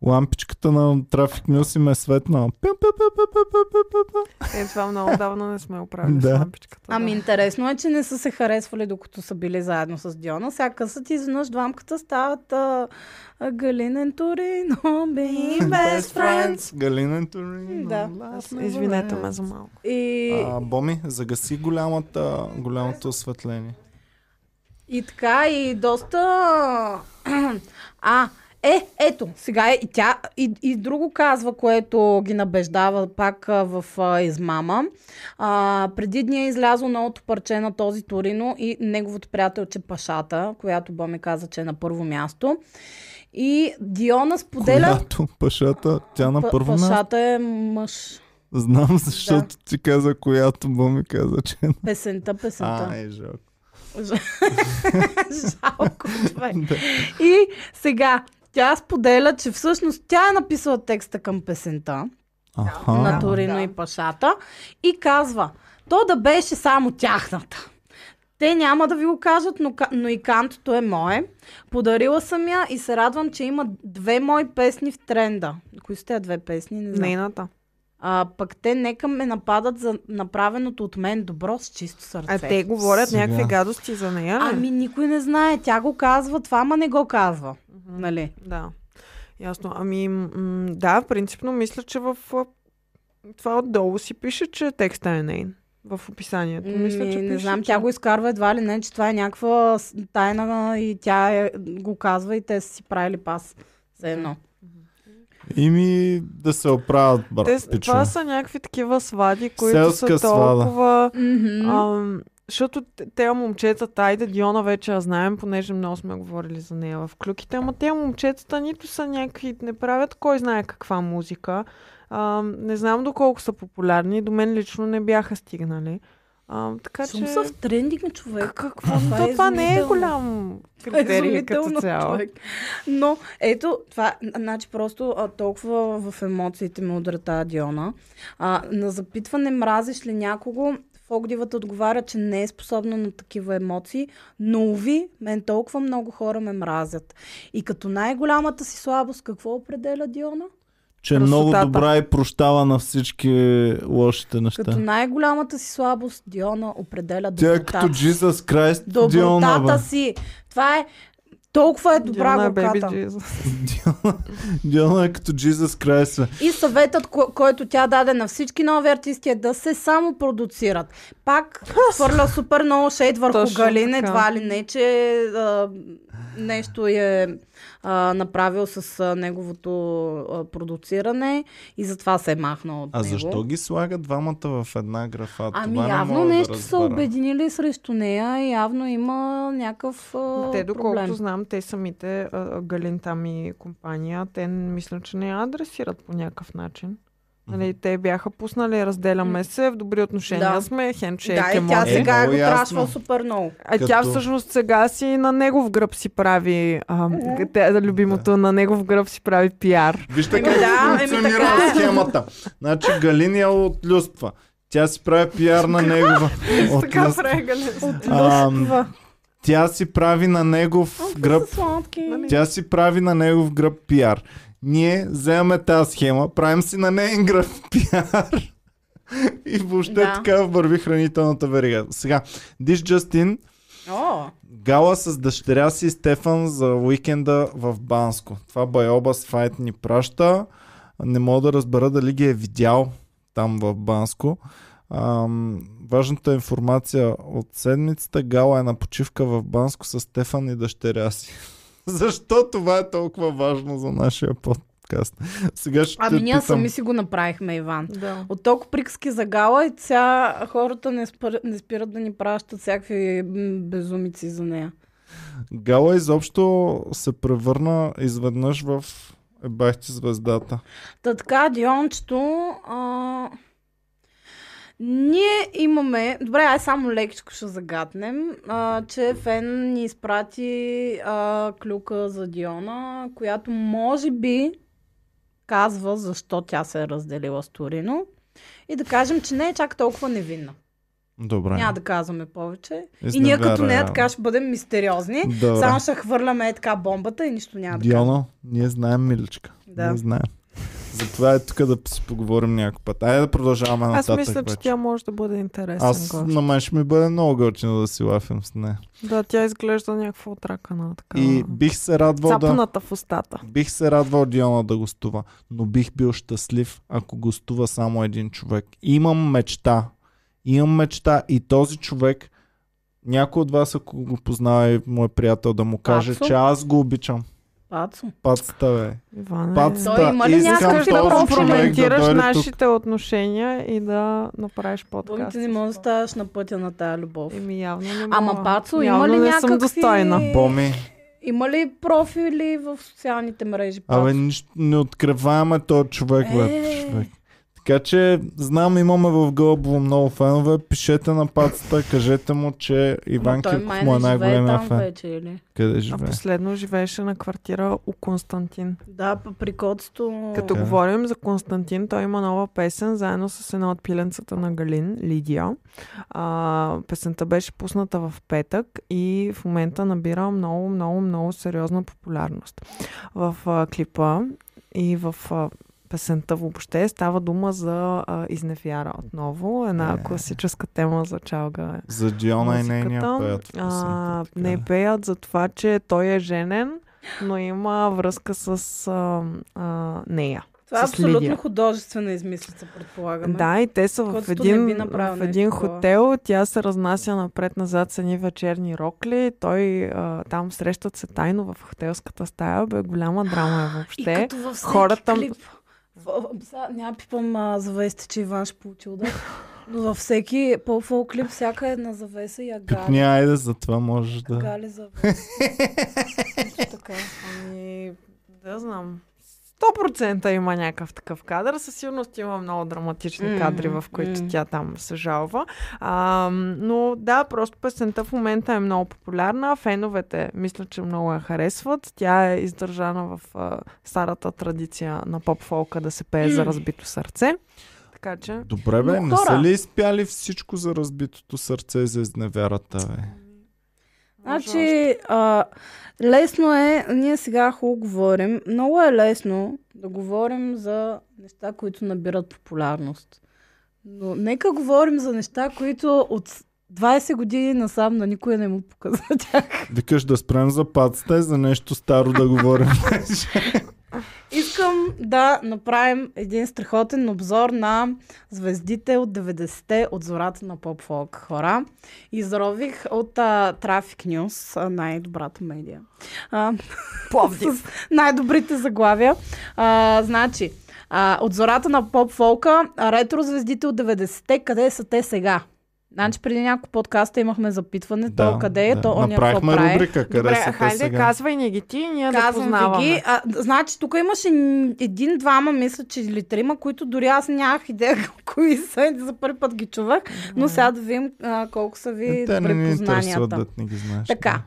[SPEAKER 1] Лампичката на Traffic News им е светна. Пим, пим, пим, пим, пим, пим, пим, пим.
[SPEAKER 3] Е, това много давно не сме оправили
[SPEAKER 1] Да.
[SPEAKER 3] с лампичката. да.
[SPEAKER 2] Ами интересно е, че не са се харесвали докато са били заедно с Диона. Сега късат и изведнъж двамката стават а, а, Галинен Торино, being best friends.
[SPEAKER 1] Галинен Турин.
[SPEAKER 2] Да.
[SPEAKER 1] Аз-
[SPEAKER 3] Извинете ме за малко.
[SPEAKER 2] И,
[SPEAKER 1] А, Боми, загаси голямата, голямото осветление.
[SPEAKER 2] и така, и доста... [clears throat] А, е, ето, сега и тя и, и друго казва, което ги набеждава пак а, в а, измама. А, преди дни е излязло новото парче на този Торино и неговото приятелче Пашата, която Боми каза, че е на първо място. И Диона споделя...
[SPEAKER 1] Която пашата, тя на
[SPEAKER 2] Па-
[SPEAKER 1] първо място.
[SPEAKER 2] Пашата е мъж.
[SPEAKER 1] Знам, защото ти каза, която Боми каза, че е на-
[SPEAKER 2] Песента, песента.
[SPEAKER 1] А, е жалко.
[SPEAKER 2] [laughs] Жалко, човек. И сега тя споделя, че всъщност тя е написала текста към песента на
[SPEAKER 1] Аха.
[SPEAKER 2] Торино
[SPEAKER 3] Да.
[SPEAKER 2] и Пашата и казва, то да беше само тяхната. Те няма да ви го кажат, но, ка- но и кантото е мое. Подарила съм я и се радвам, че има две мои песни в тренда. Кои са тези две песни? Не знам.
[SPEAKER 3] Нейната.
[SPEAKER 2] А, пък те нека ме нападат за направеното от мен добро с чисто сърце.
[SPEAKER 3] А те говорят
[SPEAKER 1] Сега.
[SPEAKER 3] някакви гадости за нея. ли?
[SPEAKER 2] Ами никой не знае. Тя го казва това, ма не го казва.
[SPEAKER 3] Мгм.
[SPEAKER 2] Нали?
[SPEAKER 3] Да. Ясно. Ами, м- м- да, принципно мисля, че в а, това отдолу си пише, че текста е нейн. В описанието. Мисля,
[SPEAKER 2] Ми,
[SPEAKER 3] Е, че
[SPEAKER 2] Ами, не
[SPEAKER 3] пише,
[SPEAKER 2] знам,
[SPEAKER 3] че...
[SPEAKER 2] тя го изкарва едва ли не, че това е някаква с- тайна и тя е, го казва и те са си правили пас. Все едно.
[SPEAKER 1] Ими да се оправят, брат.
[SPEAKER 3] Те, с-
[SPEAKER 1] пичове.
[SPEAKER 3] това са някакви такива свади, които
[SPEAKER 1] Селска
[SPEAKER 3] са
[SPEAKER 1] свада.
[SPEAKER 3] толкова...
[SPEAKER 2] Мгм.
[SPEAKER 3] Ам, защото те- те момчетата, айде Диона вече я знаем, понеже много сме говорили за нея в клюките, ама те момчетата нито са някакви, не правят кой знае каква музика. Ам, не знам доколко са популярни, до мен лично не бяха стигнали. Ам, така
[SPEAKER 2] Шум
[SPEAKER 3] че...
[SPEAKER 2] са в трендинг, човек.
[SPEAKER 3] Какво?
[SPEAKER 2] Това
[SPEAKER 3] То
[SPEAKER 2] е
[SPEAKER 3] това не е
[SPEAKER 2] изумително.
[SPEAKER 3] голям критерий като
[SPEAKER 2] Изумително,
[SPEAKER 3] цяло.
[SPEAKER 2] човек. Но ето, това, значи просто а, толкова в емоциите ми удра тази Диона. А, на запитване мразиш ли някого, Фогдивата отговаря, че не е способна на такива емоции, но уви, мен толкова много хора ме мразят. И като най-голямата си слабост, какво определя Диона?
[SPEAKER 1] Че е много
[SPEAKER 3] красотата.
[SPEAKER 1] добра и прощава на всички лошите неща.
[SPEAKER 2] Като най-голямата си слабост, Диона определя
[SPEAKER 1] Тя
[SPEAKER 2] добротата.
[SPEAKER 1] е като Jesus Christ,
[SPEAKER 2] добротата
[SPEAKER 1] Диона, бе.
[SPEAKER 2] си. Това е толкова е добра
[SPEAKER 3] Диона е
[SPEAKER 2] горката.
[SPEAKER 3] Baby Jesus.
[SPEAKER 1] Диона, Диона е като Jesus Christ, бе.
[SPEAKER 2] И съветът, ко- който тя даде на всички нови артисти е да се само продуцират. Пак хвърля супер много шейд върху
[SPEAKER 3] Точно
[SPEAKER 2] Галин,
[SPEAKER 3] така.
[SPEAKER 2] едва ли не, че а, нещо е а, направил с а, неговото а, продуциране и затова се е махнал от
[SPEAKER 1] А
[SPEAKER 2] него.
[SPEAKER 1] защо ги слага двамата в една графа?
[SPEAKER 2] Ами
[SPEAKER 1] Това не
[SPEAKER 2] явно
[SPEAKER 1] мога
[SPEAKER 2] нещо
[SPEAKER 1] да
[SPEAKER 2] са
[SPEAKER 1] разбера.
[SPEAKER 2] обединили срещу нея и явно има някакъв а,
[SPEAKER 3] Те, доколкото
[SPEAKER 2] проблем.
[SPEAKER 3] знам, те самите, а, а, Галин там и компания, те н- мисля, че не я адресират по някакъв начин. Нали, те бяха пуснали, разделяме се, в добри отношения
[SPEAKER 2] Да.
[SPEAKER 3] сме, хендшейк
[SPEAKER 2] да,
[SPEAKER 3] е
[SPEAKER 2] и тя
[SPEAKER 3] моят.
[SPEAKER 1] Е,
[SPEAKER 2] сега го
[SPEAKER 1] много ясно.
[SPEAKER 2] трашва супер много.
[SPEAKER 3] А тя
[SPEAKER 1] Като-
[SPEAKER 3] всъщност сега си на негов гръб си прави, а, тя, любимото на негов гръб си прави пиар.
[SPEAKER 1] Вижте
[SPEAKER 2] Еми
[SPEAKER 1] как
[SPEAKER 2] Ами да, еми
[SPEAKER 1] функционира
[SPEAKER 2] така е.
[SPEAKER 1] схемата. Значи Галиния отлюства. Тя си прави пиар на негова.
[SPEAKER 3] Така
[SPEAKER 1] отлюства.
[SPEAKER 3] прави
[SPEAKER 1] Ам,
[SPEAKER 2] Люсва.
[SPEAKER 1] Тя си прави на негов
[SPEAKER 2] О,
[SPEAKER 1] гръб.
[SPEAKER 2] са сладки.
[SPEAKER 3] Ами,
[SPEAKER 1] Тя си прави на негов гръб пиар. Ние вземаме тази схема, правим си на нейн гръб [laughs] пиар. И въобще
[SPEAKER 2] Да.
[SPEAKER 1] така върви хранителната верига. Сега, Диш Джастин,
[SPEAKER 2] О,
[SPEAKER 1] Гала с дъщеря си Стефан за уикенда в Банско. Това байоба с файт ни праща. Не мога да разбера дали ги е видял там в Банско. Ам, важната информация от седмицата. Гала е на почивка в Банско с Стефан и дъщеря си. [laughs] Защо това е толкова важно за нашия подкаст? Сега ще
[SPEAKER 2] ами
[SPEAKER 1] те
[SPEAKER 2] ние
[SPEAKER 1] питам.
[SPEAKER 2] сами си го направихме, Иван.
[SPEAKER 3] Да.
[SPEAKER 2] От толкова приказки за гала и сега хората не, спър... не спират да ни пращат всякакви м, безумици за нея.
[SPEAKER 1] Гала изобщо се превърна изведнъж в Бахти звездата.
[SPEAKER 2] Та така, Диончето, а... ние имаме... Добре, ай само лекичко ще загатнем, а, че Фен ни изпрати а, клюка за Диона, която може би казва защо тя се е разделила с Торино. И да кажем, че не е чак толкова невинна.
[SPEAKER 1] Добре.
[SPEAKER 2] Няма да казваме повече.
[SPEAKER 1] Из
[SPEAKER 2] И ние като
[SPEAKER 1] невяра,
[SPEAKER 2] нея
[SPEAKER 1] явно.
[SPEAKER 2] така ще бъдем мистериозни.
[SPEAKER 1] Добре.
[SPEAKER 2] Само ще хвърляме е така бомбата и нищо няма да кажем.
[SPEAKER 1] Диона, ние знаем, миличка.
[SPEAKER 2] Да.
[SPEAKER 1] Ние знаем. Затова е тук да си поговорим някой път. Айде да продължаваме
[SPEAKER 3] Аз
[SPEAKER 1] нататък
[SPEAKER 3] мисля, че
[SPEAKER 1] вече.
[SPEAKER 3] тя може да бъде интересен
[SPEAKER 1] Аз
[SPEAKER 3] гост.
[SPEAKER 1] на мен ще ми бъде много готино да си лафим с нея.
[SPEAKER 3] Да, тя изглежда някаква отракана. Така...
[SPEAKER 1] И бих се радвал да...
[SPEAKER 3] Цапната в устата.
[SPEAKER 1] Бих се радвал Диона да гостува, но бих бил щастлив, ако гостува само един човек. Имам мечта. Имам мечта и този човек, някой от вас, ако го познава и му е приятел, да му каже,
[SPEAKER 2] Пацо?
[SPEAKER 1] че аз го обичам.
[SPEAKER 2] Пацо.
[SPEAKER 1] Пацата, бе.
[SPEAKER 3] Иване.
[SPEAKER 1] Пацата.
[SPEAKER 2] Той има ли
[SPEAKER 1] искам
[SPEAKER 2] някакъв
[SPEAKER 1] този
[SPEAKER 2] да
[SPEAKER 1] човек
[SPEAKER 3] компрометираш
[SPEAKER 1] дойде тук.
[SPEAKER 3] нашите отношения и да направиш подкаст.
[SPEAKER 2] Помните, не можеш да ставаш на пътя на тая любов.
[SPEAKER 3] Еми, явно не мога.
[SPEAKER 2] Ама, Пацо,
[SPEAKER 3] явно
[SPEAKER 2] има ли
[SPEAKER 3] не
[SPEAKER 2] някакви...
[SPEAKER 3] съм достойна.
[SPEAKER 1] Боми,
[SPEAKER 2] Има ли профили в социалните мрежи, Пацо?
[SPEAKER 1] абе, нищо не откриваеме този човек, бе,
[SPEAKER 2] Е.
[SPEAKER 1] човек. Така че, знам, имаме в Гълъбово много фенове. Пишете на пацата, кажете му, че Иван
[SPEAKER 2] Ма той май
[SPEAKER 1] Кирков
[SPEAKER 2] не
[SPEAKER 1] му е
[SPEAKER 2] живее
[SPEAKER 1] най-големия
[SPEAKER 2] там
[SPEAKER 1] фен.
[SPEAKER 2] вече, или?
[SPEAKER 1] Къде
[SPEAKER 3] А
[SPEAKER 1] живее?
[SPEAKER 3] последно живееше на квартира у Константин.
[SPEAKER 2] Да, п- при котството...
[SPEAKER 3] Като
[SPEAKER 1] Да.
[SPEAKER 3] говорим за Константин, той има нова песен заедно с една от пиленцата на Галин, Лидия. А, песента беше пусната в петък и в момента набира много, много, много сериозна популярност. В а, клипа и в а, песента въобще става дума за а, изневяра отново. Една
[SPEAKER 1] Е.
[SPEAKER 3] класическа тема за Чалга
[SPEAKER 1] За Диона и нейния
[SPEAKER 3] музиката.
[SPEAKER 1] пеят.
[SPEAKER 3] а, не пеят за това, че той е женен, но има връзка с а, а, нея.
[SPEAKER 2] Това е
[SPEAKER 3] с
[SPEAKER 2] абсолютно
[SPEAKER 3] Лидия.
[SPEAKER 2] художествена измислица, предполагаме.
[SPEAKER 3] Да, и те са в
[SPEAKER 2] Котото
[SPEAKER 3] един,
[SPEAKER 2] не би направил
[SPEAKER 3] в
[SPEAKER 2] нещо
[SPEAKER 3] един
[SPEAKER 2] такова.
[SPEAKER 3] хотел. Тя се разнася напред-назад с едни вечерни рокли. Той а, там срещат се тайно в хотелската стая. Бе, голяма драма е
[SPEAKER 2] И
[SPEAKER 3] въобще.
[SPEAKER 2] като във всеки
[SPEAKER 3] хората-
[SPEAKER 2] клип... В- в- сега Няма пипам а, завесите, че Иван ще получи удар. Но във всеки по клип, всяка една завеса я гали.
[SPEAKER 1] Пипни, айде, за това можеш да...
[SPEAKER 2] Гали завеса. Нещо така.
[SPEAKER 3] Ами, да знам. 100% има някакъв такъв кадър. Със сигурност има много драматични
[SPEAKER 2] М,
[SPEAKER 3] mm, кадри, в които
[SPEAKER 2] м.
[SPEAKER 3] mm. тя там се жалва. А, но да, просто песента в момента е много популярна. Феновете мисля, че много я харесват. Тя е издържана в а, старата традиция на поп-фолка да се пее за разбито сърце. Така че...
[SPEAKER 1] Добре, бе,
[SPEAKER 2] Но
[SPEAKER 1] не са
[SPEAKER 2] хора-
[SPEAKER 1] ли изпяли всичко за разбитото сърце и за изневярата, бе?
[SPEAKER 3] [laughs]
[SPEAKER 2] Значи, а, лесно е, ние сега хубаво говорим, много е лесно да говорим за неща, които набират популярност. Но нека говорим за неща, които от 20 години насам на никой не му показа тях.
[SPEAKER 1] Викаш да спрем за пацата и за нещо старо да говорим.
[SPEAKER 2] [laughs] Искам да направим един страхотен обзор на звездите от 90-те от зората на поп-фолк хора. Изрових от а, Traffic News, а, най-добрата медия. А, Пловдив. най-добрите заглавия. А, значи, а, от зората на поп-фолка, а, ретро звездите от 90-те, къде са те сега? Значи преди няколко подкаста имахме запитване,
[SPEAKER 4] Да,
[SPEAKER 2] то къде е,
[SPEAKER 4] да.
[SPEAKER 2] то оня какво
[SPEAKER 1] Направихме
[SPEAKER 2] прави.
[SPEAKER 1] рубрика, къде
[SPEAKER 3] Добре,
[SPEAKER 1] са те
[SPEAKER 3] хайде,
[SPEAKER 1] сега.
[SPEAKER 3] казвай ни ги ти и ние да
[SPEAKER 2] Казвам
[SPEAKER 3] познаваме.
[SPEAKER 2] ви ги. А, значи, тук имаше н- един-двама, мисля, че или трима, които дори аз нямах идея [laughs] кои са. и За първи път ги чувах. Но сега да видим а, колко са ви
[SPEAKER 1] Е, Те не ни
[SPEAKER 2] добри
[SPEAKER 1] интересуват
[SPEAKER 2] познанията.
[SPEAKER 1] да не ги знаеш.
[SPEAKER 2] Така.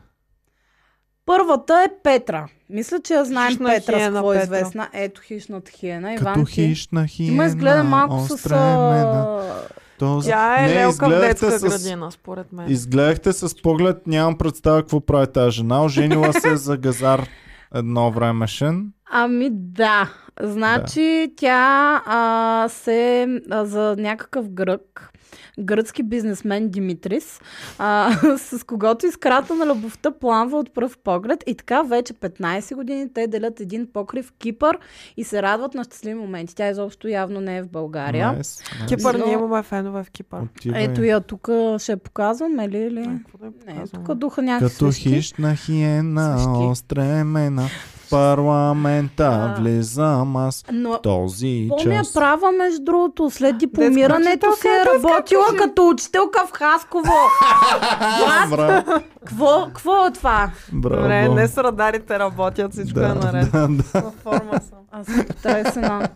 [SPEAKER 2] Първата е Петра. Мисля, че я знаем
[SPEAKER 3] Хищна
[SPEAKER 2] Петра, с
[SPEAKER 3] хиена,
[SPEAKER 2] какво е
[SPEAKER 3] Петра.
[SPEAKER 2] известна. Ето хищната хиена. Иван
[SPEAKER 1] Като
[SPEAKER 2] ти.
[SPEAKER 1] хищна хиена,
[SPEAKER 2] Има изгледа малко с...
[SPEAKER 1] остра е емена,
[SPEAKER 2] А...
[SPEAKER 1] този-
[SPEAKER 3] Тя е
[SPEAKER 1] Не,
[SPEAKER 3] лелка в
[SPEAKER 1] изгледахте
[SPEAKER 3] детска
[SPEAKER 1] с-
[SPEAKER 3] градина, според мен.
[SPEAKER 1] Изгледахте с поглед, нямам представа какво прави тази жена. Оженила се за газар едно времешен.
[SPEAKER 2] Ами да. Значи да. тя а, се а, за някакъв грък, гръцки бизнесмен Димитрис, а, [laughs] с когото изкрата на любовта планва от пръв поглед и така вече 15 години те делят един покрив Кипър и се радват на щастливи моменти. Тя изобщо явно не е в България.
[SPEAKER 1] Найс, найс.
[SPEAKER 3] Кипър,
[SPEAKER 2] Но-
[SPEAKER 3] ние имаме фенове в Кипър.
[SPEAKER 1] Отивай.
[SPEAKER 2] Ето я тук ще показваме ли? Или...
[SPEAKER 3] Е, какво да я
[SPEAKER 2] Не,
[SPEAKER 3] показвам?
[SPEAKER 2] тук духа някакви
[SPEAKER 1] Като
[SPEAKER 2] свещи.
[SPEAKER 1] хищна хиена,
[SPEAKER 2] Свещи.
[SPEAKER 1] остремена, в парламента
[SPEAKER 2] Да.
[SPEAKER 1] влизам аз
[SPEAKER 2] Но
[SPEAKER 1] този
[SPEAKER 2] Помня
[SPEAKER 1] час.
[SPEAKER 2] права, между другото, след дипломирането си е работила като учителка в Хасково. Влад,
[SPEAKER 1] Браво,
[SPEAKER 2] какво, какво е това?
[SPEAKER 1] браво.
[SPEAKER 3] Добре, не с радарите работят, всичко
[SPEAKER 1] Да,
[SPEAKER 3] е
[SPEAKER 1] [laughs]
[SPEAKER 3] наред.
[SPEAKER 1] да, да.
[SPEAKER 3] Във форма съм.
[SPEAKER 2] Аз съм потресена.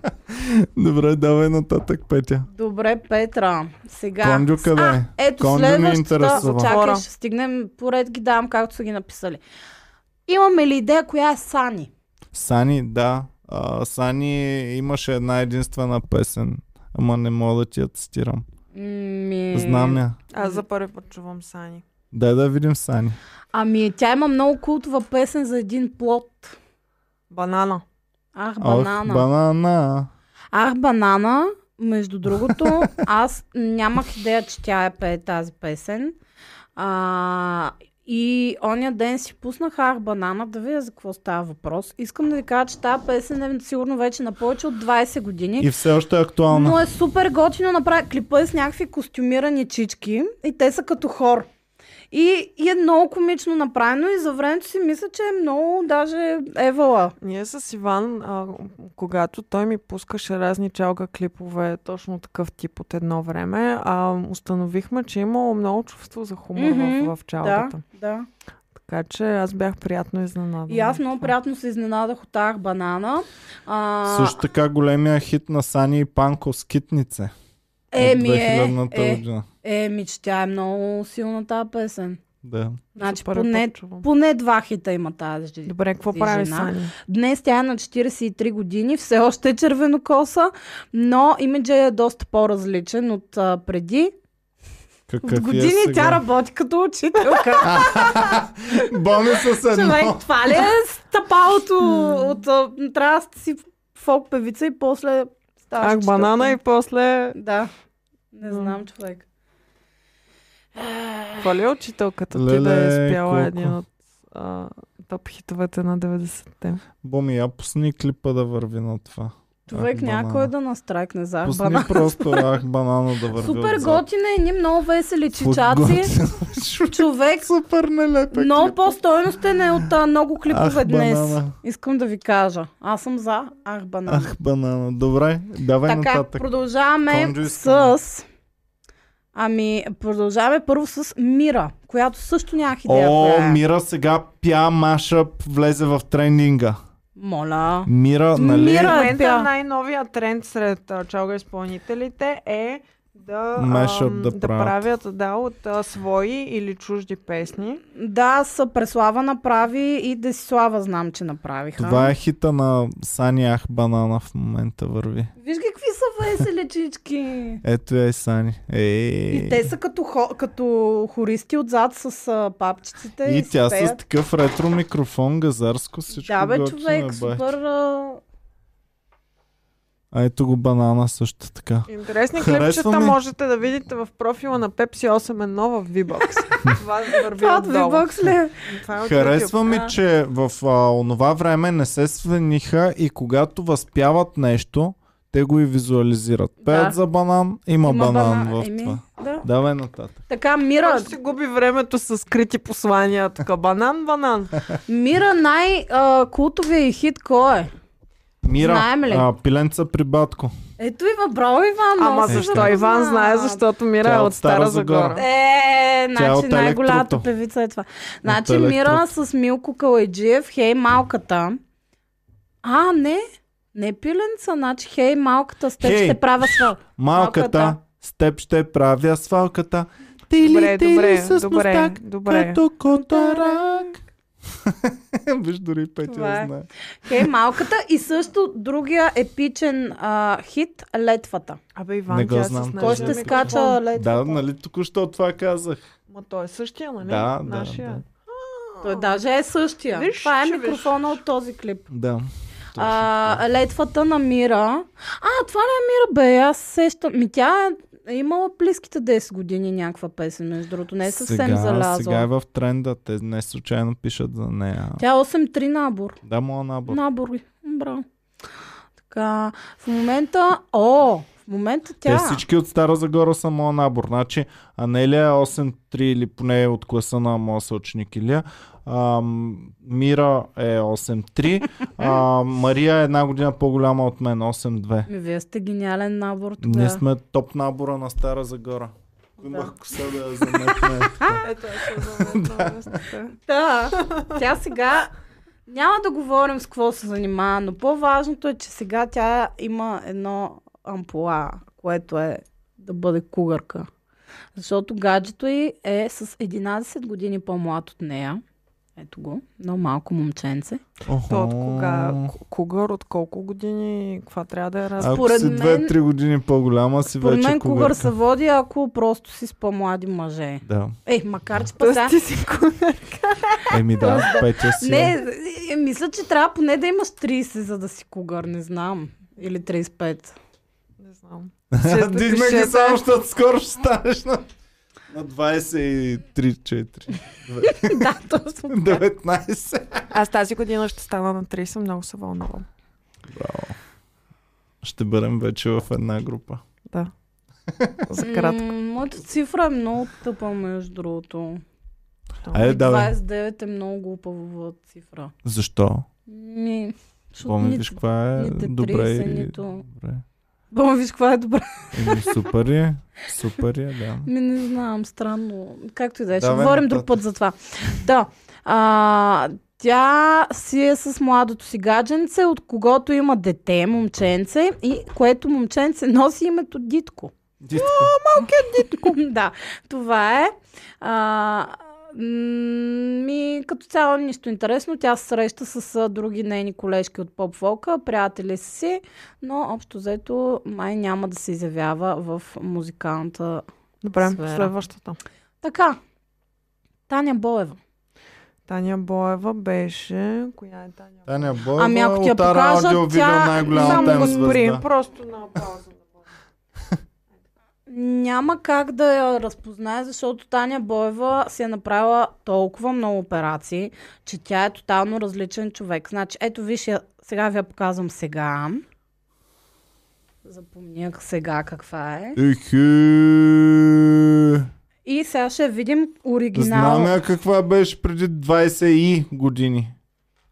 [SPEAKER 1] Добре, давай нататък, Петя.
[SPEAKER 2] Добре, Петра, сега.
[SPEAKER 1] Кондю къде
[SPEAKER 2] А, ето
[SPEAKER 1] Кондю ме
[SPEAKER 2] следващата.
[SPEAKER 1] интересува.
[SPEAKER 2] Чакай,
[SPEAKER 3] Хора.
[SPEAKER 2] ще стигнем поред ги давам, както са ги написали. Имаме ли идея коя е Сани?
[SPEAKER 1] Сани, да. А, Сани имаше една единствена песен. Ама не мога да ти я цитирам.
[SPEAKER 2] Ми...
[SPEAKER 1] Знам я.
[SPEAKER 3] Аз за първи път чувам Сани.
[SPEAKER 1] Дай да видим Сани.
[SPEAKER 2] Ами, тя има много култова песен за един плод.
[SPEAKER 3] Банана.
[SPEAKER 2] Ах,
[SPEAKER 1] Ох,
[SPEAKER 2] банана.
[SPEAKER 1] банана.
[SPEAKER 2] Ах, банана, между другото, аз нямах идея, че тя е пее тази песен. А, и оня ден си пуснах Ах, банана, да видя за какво става въпрос. Искам да ви кажа, че тази песен е сигурно вече на повече от 20 години.
[SPEAKER 1] И все още е актуална.
[SPEAKER 2] Но е супер готино направи. Клипа е с някакви костюмирани чички и те са като хор. И, и е много комично направено и за времето си мисля, че е много даже евала.
[SPEAKER 3] Ние с Иван, а, когато той ми пускаше разни чалга клипове, точно такъв тип от едно време, а, установихме, че е имало много чувство за хумор
[SPEAKER 2] Мгм,
[SPEAKER 3] в, в чалгата.
[SPEAKER 2] Да.
[SPEAKER 3] Така че аз бях приятно изненадан.
[SPEAKER 2] И аз много приятно се изненадах от тях банана. А,
[SPEAKER 1] Също така големия хит на Сани и Панко Скитнице.
[SPEAKER 2] Еми
[SPEAKER 1] от
[SPEAKER 2] е,
[SPEAKER 1] 2000-та
[SPEAKER 2] е,
[SPEAKER 1] година.
[SPEAKER 2] еми, че тя е много силна тази песен.
[SPEAKER 1] Да.
[SPEAKER 2] Значи
[SPEAKER 3] първи
[SPEAKER 2] поне,
[SPEAKER 3] път чувам.
[SPEAKER 2] поне два хита има тази. жи-
[SPEAKER 3] Добре, какво
[SPEAKER 2] Ти
[SPEAKER 3] прави
[SPEAKER 2] жена.
[SPEAKER 3] Сани?
[SPEAKER 2] Днес тя е на 43 години, все още е червенокоса, но имиджа е доста по-различен от а, преди.
[SPEAKER 1] Какъв
[SPEAKER 2] От години
[SPEAKER 1] е сега?
[SPEAKER 2] тя работи като учителка.
[SPEAKER 1] [laughs] Боми с
[SPEAKER 2] Човек,
[SPEAKER 1] едно.
[SPEAKER 2] това ли е стъпалото от... а, Трябва да си фолк певица и после ставаш
[SPEAKER 3] Ах, банана и после...
[SPEAKER 2] Да. Не
[SPEAKER 3] М.
[SPEAKER 2] знам, човек.
[SPEAKER 3] Това ли е учителката ти
[SPEAKER 1] Леле,
[SPEAKER 3] да е спяла
[SPEAKER 1] колко.
[SPEAKER 3] един от а, топ хитовете на 90-те?
[SPEAKER 1] Боми, я пусни клипа да върви на това.
[SPEAKER 2] Човек
[SPEAKER 1] Ах, банана.
[SPEAKER 2] някой да настрайкне за ах,
[SPEAKER 1] Пусни
[SPEAKER 2] банана.
[SPEAKER 1] просто
[SPEAKER 2] [laughs]
[SPEAKER 1] ах банана да върви
[SPEAKER 2] Супер
[SPEAKER 1] отзад.
[SPEAKER 2] готина и ни много весели
[SPEAKER 1] Фу,
[SPEAKER 2] чичаци.
[SPEAKER 1] готино. [laughs]
[SPEAKER 2] Човек
[SPEAKER 1] Супер нелепе
[SPEAKER 2] много
[SPEAKER 1] клип.
[SPEAKER 2] по-стойностен е от а, много клипове
[SPEAKER 1] Ах,
[SPEAKER 2] днес.
[SPEAKER 1] банана.
[SPEAKER 2] Искам да ви кажа. Аз съм за ах банана.
[SPEAKER 1] Ах, банана. Добре, давай
[SPEAKER 2] така,
[SPEAKER 1] нататък.
[SPEAKER 2] продължаваме
[SPEAKER 1] Конджо искам.
[SPEAKER 2] с... Ами, продължаваме първо с Мира, която също нямах идея. коя
[SPEAKER 1] О,
[SPEAKER 2] е.
[SPEAKER 1] Мира сега пя машъп, влезе в тренинга.
[SPEAKER 2] Моля.
[SPEAKER 1] Мира, нали?
[SPEAKER 2] Мира.
[SPEAKER 3] В
[SPEAKER 2] Та,
[SPEAKER 3] момента е
[SPEAKER 2] тя.
[SPEAKER 3] най-новия тренд сред а, чалга изпълнителите е да,
[SPEAKER 1] Mashup
[SPEAKER 3] ам,
[SPEAKER 1] да
[SPEAKER 3] да
[SPEAKER 1] правят.
[SPEAKER 3] правят да, от а, свои или чужди песни.
[SPEAKER 2] Да, са Преслава направи и Десислава знам, че направиха.
[SPEAKER 1] Това е хита на Сани Ах Банана в момента върви.
[SPEAKER 2] Виж ги какви са весели чички.
[SPEAKER 1] Ето я и Сани. Ей.
[SPEAKER 2] И те са като, хо, като хористи отзад с а, папчиците.
[SPEAKER 1] И
[SPEAKER 2] си
[SPEAKER 1] тя с
[SPEAKER 2] пеят.
[SPEAKER 1] такъв ретро микрофон, газарско, всичко
[SPEAKER 2] Да, бе,
[SPEAKER 1] готино е,
[SPEAKER 2] човек,
[SPEAKER 1] бай.
[SPEAKER 2] супер. А...
[SPEAKER 1] А ето го банана също така.
[SPEAKER 3] Интересни
[SPEAKER 1] Харесва
[SPEAKER 3] клипчета
[SPEAKER 1] ми.
[SPEAKER 3] можете да видите в профила на Pepsi 8.1 в V-Box.
[SPEAKER 1] [laughs]
[SPEAKER 3] Това върви
[SPEAKER 2] Това от
[SPEAKER 3] отдолу.
[SPEAKER 2] V-Box ли? е?
[SPEAKER 3] Това е от
[SPEAKER 1] Харесва ми,
[SPEAKER 2] А.
[SPEAKER 1] че в а, онова време не се свениха и когато възпяват нещо, те го и визуализират.
[SPEAKER 2] Да.
[SPEAKER 1] Пеят за банан, има,
[SPEAKER 2] Има
[SPEAKER 1] банан,
[SPEAKER 2] бана-
[SPEAKER 1] в
[SPEAKER 2] Еми,
[SPEAKER 1] това.
[SPEAKER 2] Да.
[SPEAKER 1] Давай нататък.
[SPEAKER 2] Така,
[SPEAKER 3] YouTube.
[SPEAKER 2] Мира,
[SPEAKER 3] Ще си губи времето с скрити послания. Така, банан, банан.
[SPEAKER 2] Мира най-култовия и хит кой е?
[SPEAKER 1] Мира,
[SPEAKER 2] Знаем ли?
[SPEAKER 1] а, пиленца при батко.
[SPEAKER 2] Ето има, браво Иван. много
[SPEAKER 3] Ама
[SPEAKER 2] се
[SPEAKER 3] защо
[SPEAKER 2] запозна.
[SPEAKER 3] Иван знае, защото Мира е от Стара Загора.
[SPEAKER 2] Е,
[SPEAKER 1] Тя е
[SPEAKER 2] значи
[SPEAKER 1] от
[SPEAKER 2] най-голямата
[SPEAKER 1] Електрото.
[SPEAKER 2] певица е това. Значи
[SPEAKER 1] Електрото.
[SPEAKER 2] Мира с Милко Калайджиев, хей малката. А, не. Не пиленца, значи хей малката, с теб
[SPEAKER 1] Хей.
[SPEAKER 2] ще правя свал.
[SPEAKER 1] Малката,
[SPEAKER 2] Малката.
[SPEAKER 1] с теб ще правя свалката. Тили,
[SPEAKER 3] Добре,
[SPEAKER 1] тили
[SPEAKER 3] добре,
[SPEAKER 1] с
[SPEAKER 3] добре,
[SPEAKER 1] мустак,
[SPEAKER 3] добре.
[SPEAKER 1] като котарак. [laughs] Виж, дори Петя
[SPEAKER 2] Това е.
[SPEAKER 1] я знае.
[SPEAKER 2] Хей малката и също другия епичен а, хит Летвата.
[SPEAKER 3] Абе, Иван,
[SPEAKER 1] Не го
[SPEAKER 3] тя
[SPEAKER 1] знам
[SPEAKER 3] се
[SPEAKER 1] този
[SPEAKER 2] Кой
[SPEAKER 1] Ами,
[SPEAKER 2] ще
[SPEAKER 1] ами,
[SPEAKER 2] скача Летвата?
[SPEAKER 1] Да, нали току-що това казах.
[SPEAKER 3] Ма той е същия, нали?
[SPEAKER 1] Да, да,
[SPEAKER 3] Нашия.
[SPEAKER 1] да.
[SPEAKER 2] Той даже е същия.
[SPEAKER 3] Виж,
[SPEAKER 2] Това е
[SPEAKER 3] че виж.
[SPEAKER 2] микрофона от този клип.
[SPEAKER 1] Да. Точно
[SPEAKER 2] А, летвата на Мира. А, това ли е Мира, бе? Аз се сещам. Ми тя е имала близките 10 години някаква песен, между другото. Не е съвсем
[SPEAKER 1] сега,
[SPEAKER 2] залязла.
[SPEAKER 1] Сега е в тренда. Те не случайно пишат за нея.
[SPEAKER 2] Тя е 8-3 набор.
[SPEAKER 1] Да, моя набор.
[SPEAKER 2] Набор. Браво. Така, в момента... О, в момента
[SPEAKER 1] Те
[SPEAKER 2] тя...
[SPEAKER 1] всички от Стара Загора са моя набор. Значи Анелия е 8-3 или поне е от класа на моя съученик Илия. Ам, Мира е
[SPEAKER 2] [laughs]
[SPEAKER 1] 8-3. А, Мария е една година по-голяма от мен, 8-2.
[SPEAKER 2] Ми, вие сте гениален набор тогава.
[SPEAKER 1] Ние сме топ набора на Стара Загора. Ако имах коса да я заметна.
[SPEAKER 2] [laughs]
[SPEAKER 3] Ето,
[SPEAKER 1] [laughs]
[SPEAKER 3] ето, да.
[SPEAKER 2] Да. Тя сега... Няма да говорим с какво се занимава, но по-важното е, че сега тя има едно ампула, което е да бъде кугърка. Защото гаджето й е с 11 години по-млад от нея. Ето го, много малко момченце.
[SPEAKER 3] То от кога? К- Кугър от колко години? Каква трябва да е раз?
[SPEAKER 1] Ако
[SPEAKER 2] Според
[SPEAKER 1] си
[SPEAKER 2] мен-
[SPEAKER 1] 2-3 години по-голяма си
[SPEAKER 2] Според
[SPEAKER 1] вече
[SPEAKER 2] мен кугър
[SPEAKER 1] кугър.
[SPEAKER 2] се води, ако просто си с по-млади мъже.
[SPEAKER 1] Да.
[SPEAKER 2] Е, макар че пък
[SPEAKER 3] Тоест
[SPEAKER 2] сега...
[SPEAKER 3] ти си кугър.
[SPEAKER 1] Еми да, Петя си. е. [laughs]
[SPEAKER 2] Не, е, мисля, че трябва поне да имаш 30, за да си кугър, не знам. Или 35.
[SPEAKER 1] [laughs]
[SPEAKER 3] Не знам.
[SPEAKER 1] Дигнах ги
[SPEAKER 2] е
[SPEAKER 3] Шест-
[SPEAKER 1] само, защото скоро ще станеш на, на
[SPEAKER 2] Е,
[SPEAKER 1] 23-4.
[SPEAKER 2] [laughs] да, точно.
[SPEAKER 1] 19.
[SPEAKER 3] Аз тази година ще стана на 30, много се вълнувам.
[SPEAKER 1] Ще бъдем вече в една група.
[SPEAKER 3] Да. [laughs] За кратко.
[SPEAKER 2] М, Моята цифра е много тъпа, между другото.
[SPEAKER 1] Айде,
[SPEAKER 2] И
[SPEAKER 1] давай.
[SPEAKER 2] 29 Ами е много глупава цифра.
[SPEAKER 1] Защо?
[SPEAKER 2] Ми, защото
[SPEAKER 1] Помниш
[SPEAKER 2] нито-
[SPEAKER 1] каква е
[SPEAKER 2] нито е
[SPEAKER 1] добре
[SPEAKER 2] 30,
[SPEAKER 1] или...
[SPEAKER 2] нито-
[SPEAKER 1] Добре.
[SPEAKER 2] Боми, виж каква е добра.
[SPEAKER 1] Еми, супер е. Супер е, да.
[SPEAKER 2] Ми не знам, странно. Както и да е, ще
[SPEAKER 1] Давай
[SPEAKER 2] говорим
[SPEAKER 1] нататък.
[SPEAKER 2] друг път за това. Да. А, тя си е с младото си гадженце, от когото има дете, момченце, и което момченце носи името Дитко.
[SPEAKER 1] Дитко.
[SPEAKER 2] [laughs] да, това е. А, м, ми, като цяло нищо интересно. Тя се среща с а, други нейни колежки от поп-фолка, приятели са си, но общо взето май няма да се изявява в музикалната.
[SPEAKER 3] Добре,
[SPEAKER 2] Сфера.
[SPEAKER 3] следващата.
[SPEAKER 2] Така, Таня Боева.
[SPEAKER 3] Таня Боева беше... Коя е Таня?
[SPEAKER 1] Таня Бойва,
[SPEAKER 2] Ами, ако ти я
[SPEAKER 1] от Ара
[SPEAKER 2] покажат,
[SPEAKER 1] Аудио
[SPEAKER 2] тя-
[SPEAKER 1] Видео най-голямата
[SPEAKER 3] Само
[SPEAKER 1] тема
[SPEAKER 3] го спри,
[SPEAKER 1] звезда.
[SPEAKER 3] просто на пауза.
[SPEAKER 2] Няма как да я разпознае, защото Таня Боева си е направила толкова много операции, че тя е тотално различен човек. Значи, ето виж, я, сега ви я показвам сега. Запомня сега каква е.
[SPEAKER 1] Ехе.
[SPEAKER 2] И сега ще видим оригинал.
[SPEAKER 1] Знам я каква беше преди 20 и години.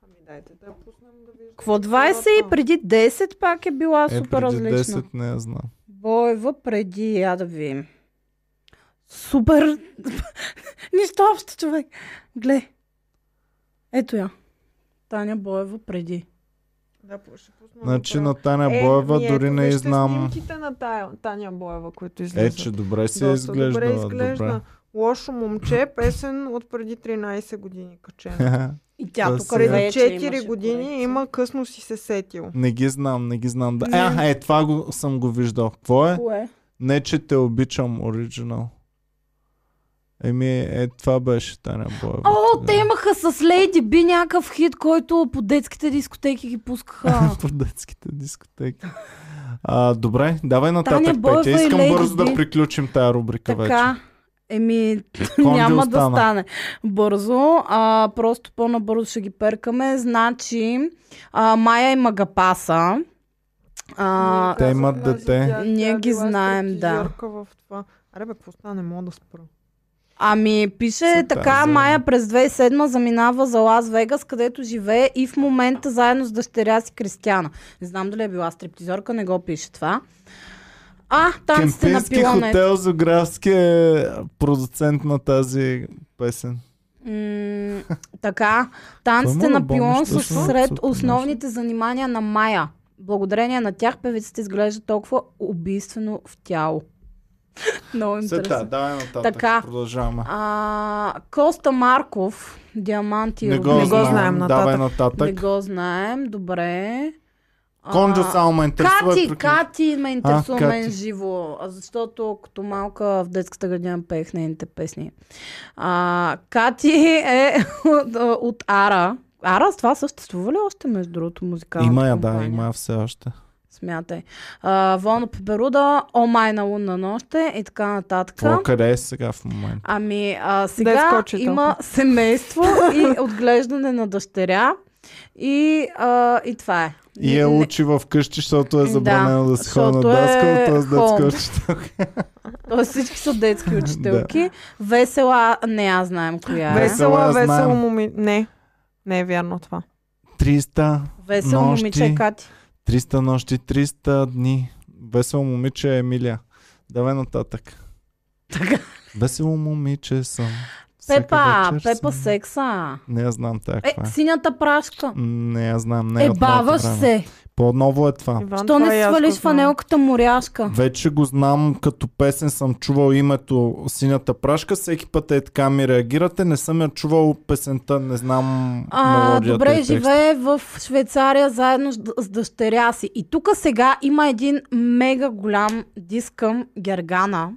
[SPEAKER 3] Ами дайте да я пуснем да виждам.
[SPEAKER 2] Какво 20 и преди 10 пак е била
[SPEAKER 1] Е,
[SPEAKER 2] супер
[SPEAKER 1] преди
[SPEAKER 2] различна.
[SPEAKER 1] 10 не я знам.
[SPEAKER 2] Боева преди, я да видим. Супер! [laughs] Нищо общо, човек. Гле. Ето я. Таня Боева преди.
[SPEAKER 3] Да, пу- ще пуснем
[SPEAKER 1] Значи
[SPEAKER 3] направо.
[SPEAKER 1] на Таня
[SPEAKER 3] Е,
[SPEAKER 1] Боева
[SPEAKER 3] ми
[SPEAKER 1] дори
[SPEAKER 3] ето,
[SPEAKER 1] не
[SPEAKER 3] вижте
[SPEAKER 1] знам.
[SPEAKER 3] снимките на тая, Таня Боева, които
[SPEAKER 1] Е,
[SPEAKER 3] излизат.
[SPEAKER 1] че добре се
[SPEAKER 3] Доста
[SPEAKER 1] изглежда.
[SPEAKER 3] добре
[SPEAKER 1] Добре
[SPEAKER 3] изглежда.
[SPEAKER 1] [laughs]
[SPEAKER 3] Лошо момче, песен от преди 13 години качена.
[SPEAKER 2] И тя
[SPEAKER 1] Да,
[SPEAKER 2] тук
[SPEAKER 1] сега.
[SPEAKER 2] вече
[SPEAKER 1] Преди
[SPEAKER 3] Преди
[SPEAKER 2] имаше
[SPEAKER 3] 4 години
[SPEAKER 2] корекция.
[SPEAKER 3] има късно си се сетил.
[SPEAKER 1] [laughs] Не ги знам, не ги знам. Да.
[SPEAKER 2] Не.
[SPEAKER 1] А, е, това го, съм го виждал. Какво е?
[SPEAKER 2] Кое?
[SPEAKER 1] Не, че те обичам, оригинал. Еми, е, това беше Таня Боева.
[SPEAKER 2] О,
[SPEAKER 1] тогава.
[SPEAKER 2] те имаха с Лейди Би някакъв хит, който по детските дискотеки ги пускаха.
[SPEAKER 1] [laughs] По детските дискотеки. А, добре, давай нататък,
[SPEAKER 2] Боева
[SPEAKER 1] Петя.
[SPEAKER 2] и
[SPEAKER 1] Искам
[SPEAKER 2] Lady
[SPEAKER 1] бързо да
[SPEAKER 2] Di.
[SPEAKER 1] приключим тая рубрика вече.
[SPEAKER 2] така. Еми,
[SPEAKER 1] Какво ни
[SPEAKER 2] няма да
[SPEAKER 1] остана?
[SPEAKER 2] стане бързо. А, просто по-набързо ще ги перкаме. Значи, а, Майя и Магапаса. А,
[SPEAKER 3] Ние
[SPEAKER 1] Те
[SPEAKER 3] казахме
[SPEAKER 1] имат
[SPEAKER 3] за
[SPEAKER 1] дете.
[SPEAKER 3] тях,
[SPEAKER 2] Ние
[SPEAKER 3] тя
[SPEAKER 2] ги
[SPEAKER 3] била
[SPEAKER 2] знаем, да.
[SPEAKER 3] стриптизьорка В това. Аре бе, какво стана? Не мога да спра.
[SPEAKER 2] Ами, пише
[SPEAKER 1] Супер,
[SPEAKER 2] така,
[SPEAKER 1] за-
[SPEAKER 2] Майя през 2007 заминава за Лас Вегас, където живее и в момента заедно с дъщеря си Кристияна. Не знам дали е била стриптизорка, не го пише това. А, там сте на
[SPEAKER 1] Кемпийски
[SPEAKER 2] пилонето.
[SPEAKER 1] хотел Зографски е продуцент на тази песен.
[SPEAKER 2] М, така,
[SPEAKER 1] Кой
[SPEAKER 2] танците
[SPEAKER 1] му
[SPEAKER 2] на
[SPEAKER 1] набомниш
[SPEAKER 2] пилон са
[SPEAKER 1] точно?
[SPEAKER 2] сред
[SPEAKER 1] Супер,
[SPEAKER 2] основните занимания на Майя. Благодарение на тях певицата изглежда толкова убийствено в тяло. [laughs] Много
[SPEAKER 1] След това,
[SPEAKER 2] интересно.
[SPEAKER 1] давай нататък.
[SPEAKER 2] Така.
[SPEAKER 1] Продължаваме.
[SPEAKER 2] А, Коста Марков, Диаманти
[SPEAKER 1] Не
[SPEAKER 2] Руди.
[SPEAKER 1] го,
[SPEAKER 3] Не го
[SPEAKER 1] знам.
[SPEAKER 3] знаем
[SPEAKER 1] Давай
[SPEAKER 3] нататък.
[SPEAKER 2] Не
[SPEAKER 1] нататък.
[SPEAKER 2] го знаем, добре. А,
[SPEAKER 1] Конджо само ме интересува.
[SPEAKER 2] Кати,
[SPEAKER 1] прекли-
[SPEAKER 2] Кати ме интересува
[SPEAKER 1] Кати.
[SPEAKER 2] мен живо, а, защото като малка в детската градина пеех нейните песни. А, Кати е [laughs] от, от Ара. Ара с това съществува ли още, между другото, музикалната
[SPEAKER 5] Има я, да,
[SPEAKER 2] компания?
[SPEAKER 5] има я все още.
[SPEAKER 2] Смятай. А, Вона Пеберуда, О май на лунна нощ е и така нататък.
[SPEAKER 1] Какво къде е сега в момента?
[SPEAKER 2] Ами, а,
[SPEAKER 3] Да,
[SPEAKER 2] сега
[SPEAKER 3] скочи
[SPEAKER 2] има
[SPEAKER 3] толкова.
[SPEAKER 2] семейство
[SPEAKER 5] [laughs]
[SPEAKER 2] и отглеждане на дъщеря. И, а, и това е.
[SPEAKER 1] И я
[SPEAKER 2] Не-
[SPEAKER 1] учи в къщи, защото е
[SPEAKER 2] Да,
[SPEAKER 1] забранено да, се ходи на
[SPEAKER 2] защото е
[SPEAKER 1] даскал, т.е.
[SPEAKER 2] home.
[SPEAKER 1] детска [laughs] учителка.
[SPEAKER 2] Тоест всички
[SPEAKER 1] [laughs]
[SPEAKER 2] са детски учителки. Весела, не аз знаем коя е.
[SPEAKER 1] Вес-
[SPEAKER 3] Весела,
[SPEAKER 1] Весела, знаем.
[SPEAKER 3] весело моми... Не, не е вярно това.
[SPEAKER 1] 300,
[SPEAKER 2] Весело
[SPEAKER 1] нощи.
[SPEAKER 2] момиче Кати.
[SPEAKER 1] 300 нощи, 300 дни. Весело момиче е Емилия. Давай нататък.
[SPEAKER 2] Така.
[SPEAKER 1] Весело момиче съм. Всяка
[SPEAKER 2] Пепа,
[SPEAKER 1] вечер
[SPEAKER 2] Пепа
[SPEAKER 1] съм.
[SPEAKER 2] секса.
[SPEAKER 1] Не я знам тая
[SPEAKER 2] Е,
[SPEAKER 1] каква е.
[SPEAKER 2] синята прашка.
[SPEAKER 1] М, Не я знам. Не
[SPEAKER 2] Е,
[SPEAKER 1] е от моето
[SPEAKER 2] баваш
[SPEAKER 1] време.
[SPEAKER 2] се.
[SPEAKER 1] По-ново е това.
[SPEAKER 3] Иван,
[SPEAKER 2] Що
[SPEAKER 3] това
[SPEAKER 2] не
[SPEAKER 3] и аз
[SPEAKER 2] свалиш
[SPEAKER 3] го знам.
[SPEAKER 2] фанелката моряшка?
[SPEAKER 1] Вече го знам, като песен съм чувал името Синята прашка, всеки път е така ми реагирате, не съм я чувал песента, не знам
[SPEAKER 2] А,
[SPEAKER 1] мелодията е и
[SPEAKER 2] добре,
[SPEAKER 1] текста.
[SPEAKER 2] живее в Швейцария заедно с с дъщеря си. И тук сега има един мега голям диск към Гергана.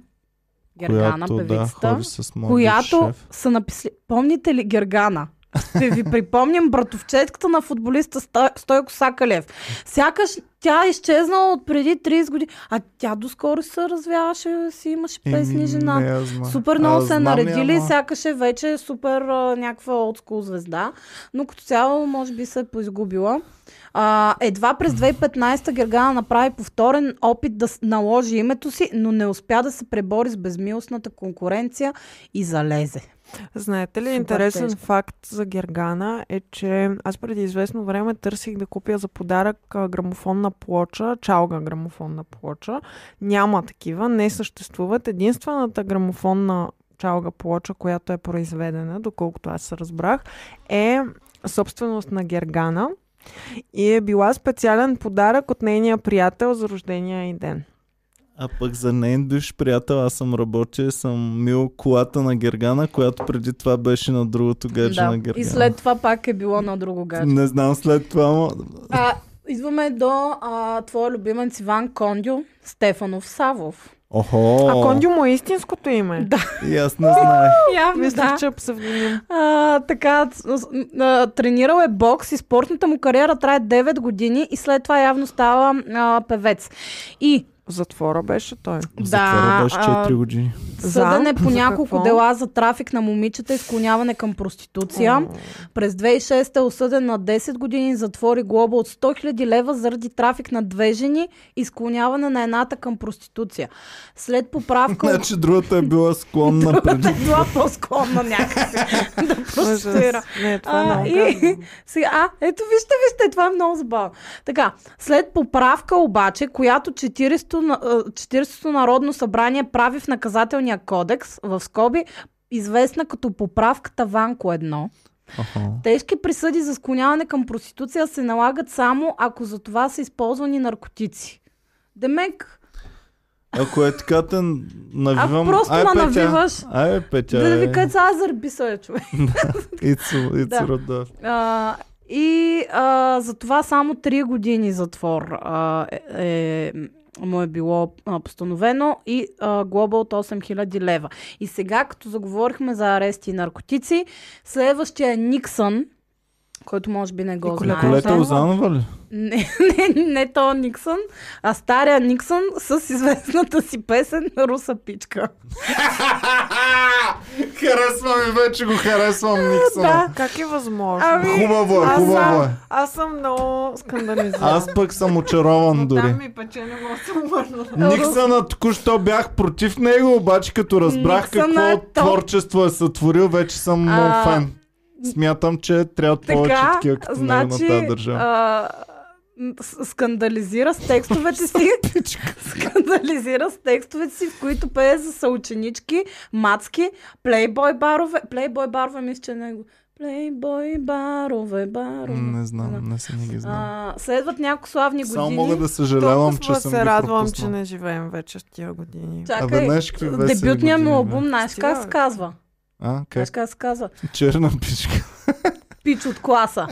[SPEAKER 2] Гергана,
[SPEAKER 1] която, да,
[SPEAKER 2] певицата.
[SPEAKER 1] ходи с моят
[SPEAKER 2] която
[SPEAKER 1] шеф.
[SPEAKER 2] са написли... Помните ли Гергана? Ще ви припомням братовчетката на футболиста Сто- Стойко Сакалев. Сякаш тя е изчезнала от преди 30 години, а тя доскоро се развяваше, си имаше
[SPEAKER 1] Еми,
[SPEAKER 2] песни жена.
[SPEAKER 1] не я знам.
[SPEAKER 2] Супер
[SPEAKER 1] Аз
[SPEAKER 2] много се
[SPEAKER 1] знам
[SPEAKER 2] наредили,
[SPEAKER 1] я,
[SPEAKER 2] ама...
[SPEAKER 1] ама-
[SPEAKER 2] сякаш е вече супер а, някаква олдскул звезда, но като цяло може би се е поизгубила. А, едва през 2015 Гергана направи повторен опит да с- наложи името си, но не успя да се пребори с безмилостната конкуренция и залезе.
[SPEAKER 3] Знаете ли,
[SPEAKER 2] Супер
[SPEAKER 3] интересен
[SPEAKER 2] тежко.
[SPEAKER 3] факт за Гергана е, че аз преди известно време търсих да купя за подарък а, грамофонна плоча, чалга грамофонна плоча. Няма такива, не съществуват. Единствената грамофонна чалга плоча, която е произведена, доколкото аз разбрах, е собственост на Гергана и е била специален подарък от нейния приятел за рождения и ден.
[SPEAKER 5] А пък за нейн душ, приятел, аз съм работил и съм мил колата на Гергана, която преди това беше на другото гадже на Гергана.
[SPEAKER 2] И след това пак е било на друго гадже.
[SPEAKER 5] Не знам след това, но...
[SPEAKER 2] А, идваме до а, твоя любимец Иван Кондю Стефанов Савов.
[SPEAKER 1] Охо!
[SPEAKER 3] А Кондио му е истинското име.
[SPEAKER 2] Да.
[SPEAKER 5] И аз не знаех.
[SPEAKER 2] Явно,
[SPEAKER 3] Мислих, че е псевдоним.
[SPEAKER 2] А, така, с- с- а, тренирал е бокс и спортната му кариера трае 9 години и след това явно става а, певец. И
[SPEAKER 3] В Затвора беше той.
[SPEAKER 5] В
[SPEAKER 2] да,
[SPEAKER 5] затвора беше 4
[SPEAKER 2] а,
[SPEAKER 5] години.
[SPEAKER 2] съден е по
[SPEAKER 3] За
[SPEAKER 2] няколко
[SPEAKER 3] какво?
[SPEAKER 2] дела за трафик на момичета и склоняване към проституция. През 2006 е осъден на 10 години затвори глоба от 100 000 лева заради трафик на две жени и склоняване на едната към проституция. След
[SPEAKER 3] [laughs]
[SPEAKER 2] поправка... от-
[SPEAKER 5] Значи другата е била
[SPEAKER 2] [laughs]
[SPEAKER 5] склонна преди.
[SPEAKER 2] Е била по-склонна някакси [laughs] да
[SPEAKER 3] Ужас.
[SPEAKER 2] проституира.
[SPEAKER 3] Не, това е
[SPEAKER 2] А,
[SPEAKER 3] много
[SPEAKER 2] и,
[SPEAKER 3] гадно.
[SPEAKER 2] [laughs] сега, а, ето вижте, вижте, това е много забавно. Така, след поправка обаче, която 40-то, на- а, 40-то народно събрание прави в наказателния кодекс, в скоби, известна като поправката Ванко 1,
[SPEAKER 5] Охо.
[SPEAKER 2] тежки присъди за склоняване към проституция се налагат само ако за това са използвани наркотици. Демек,
[SPEAKER 5] Ако е така, те навивам...
[SPEAKER 2] А, просто
[SPEAKER 5] Ай,
[SPEAKER 2] ма
[SPEAKER 5] Петя.
[SPEAKER 2] навиваш.
[SPEAKER 5] Ай, Петя,
[SPEAKER 2] да
[SPEAKER 5] е.
[SPEAKER 2] ви кажа, аз зарбисал човек.
[SPEAKER 5] Ицо,
[SPEAKER 2] Да.
[SPEAKER 5] Ицо Радоев.
[SPEAKER 2] А, и а, за това само 3 години затвор а, е, е, му е било а, постановено и а, глоба от 8000 лева. И сега, като заговорихме за арести и наркотици, следващия е Никсън, който може би не го
[SPEAKER 3] Николета
[SPEAKER 2] знае.
[SPEAKER 5] Колета Озанова ли?
[SPEAKER 2] Не, не, не то Никсън, а стария Никсън с известната си песен Руса пичка.
[SPEAKER 1] [laughs] Харесвам и вече го харесвам Никсън.
[SPEAKER 2] Да.
[SPEAKER 3] Как е възможно?
[SPEAKER 2] Ами,
[SPEAKER 1] Хубаво е,
[SPEAKER 3] аз,
[SPEAKER 1] хубаво е.
[SPEAKER 3] съм, аз съм много скандализирана.
[SPEAKER 1] Аз пък съм очарован
[SPEAKER 3] Но там е
[SPEAKER 1] дори.
[SPEAKER 3] ми пече не мога да се обърна.
[SPEAKER 1] Никсъна току-що бях против него, обаче като разбрах
[SPEAKER 2] Никсън
[SPEAKER 1] какво
[SPEAKER 2] е топ.
[SPEAKER 1] творчество е сътворил, вече съм
[SPEAKER 2] А,
[SPEAKER 1] много фен. Смятам, че е трябва повече
[SPEAKER 2] така,
[SPEAKER 1] такива като него на
[SPEAKER 2] значи,
[SPEAKER 1] тази държава.
[SPEAKER 2] а, с- скандализира с текстовете си. [laughs] скандализира с текстовете си, в които пее за съученички, мацки, плейбой барове. Плейбой барове, мисля, че е него. Плейбой барове, барове.
[SPEAKER 1] Не знам, не съм не ги знам.
[SPEAKER 2] А, следват няколко славни години.
[SPEAKER 1] Само мога да съжалявам, че
[SPEAKER 3] Толкова
[SPEAKER 1] съм
[SPEAKER 3] се
[SPEAKER 1] ги
[SPEAKER 3] радвам, че
[SPEAKER 1] пропуснал.
[SPEAKER 3] не живеем вече в тия години.
[SPEAKER 1] А
[SPEAKER 2] Чакай,
[SPEAKER 1] веднъж какви весели
[SPEAKER 2] дебютният ми
[SPEAKER 1] години, бе.
[SPEAKER 2] албум, знаеш
[SPEAKER 3] Стига,
[SPEAKER 2] как се
[SPEAKER 3] бе.
[SPEAKER 2] казва?
[SPEAKER 1] А,
[SPEAKER 2] Знаеш
[SPEAKER 1] как?
[SPEAKER 2] как се казва?
[SPEAKER 1] Черна пичка.
[SPEAKER 2] Пич от класа.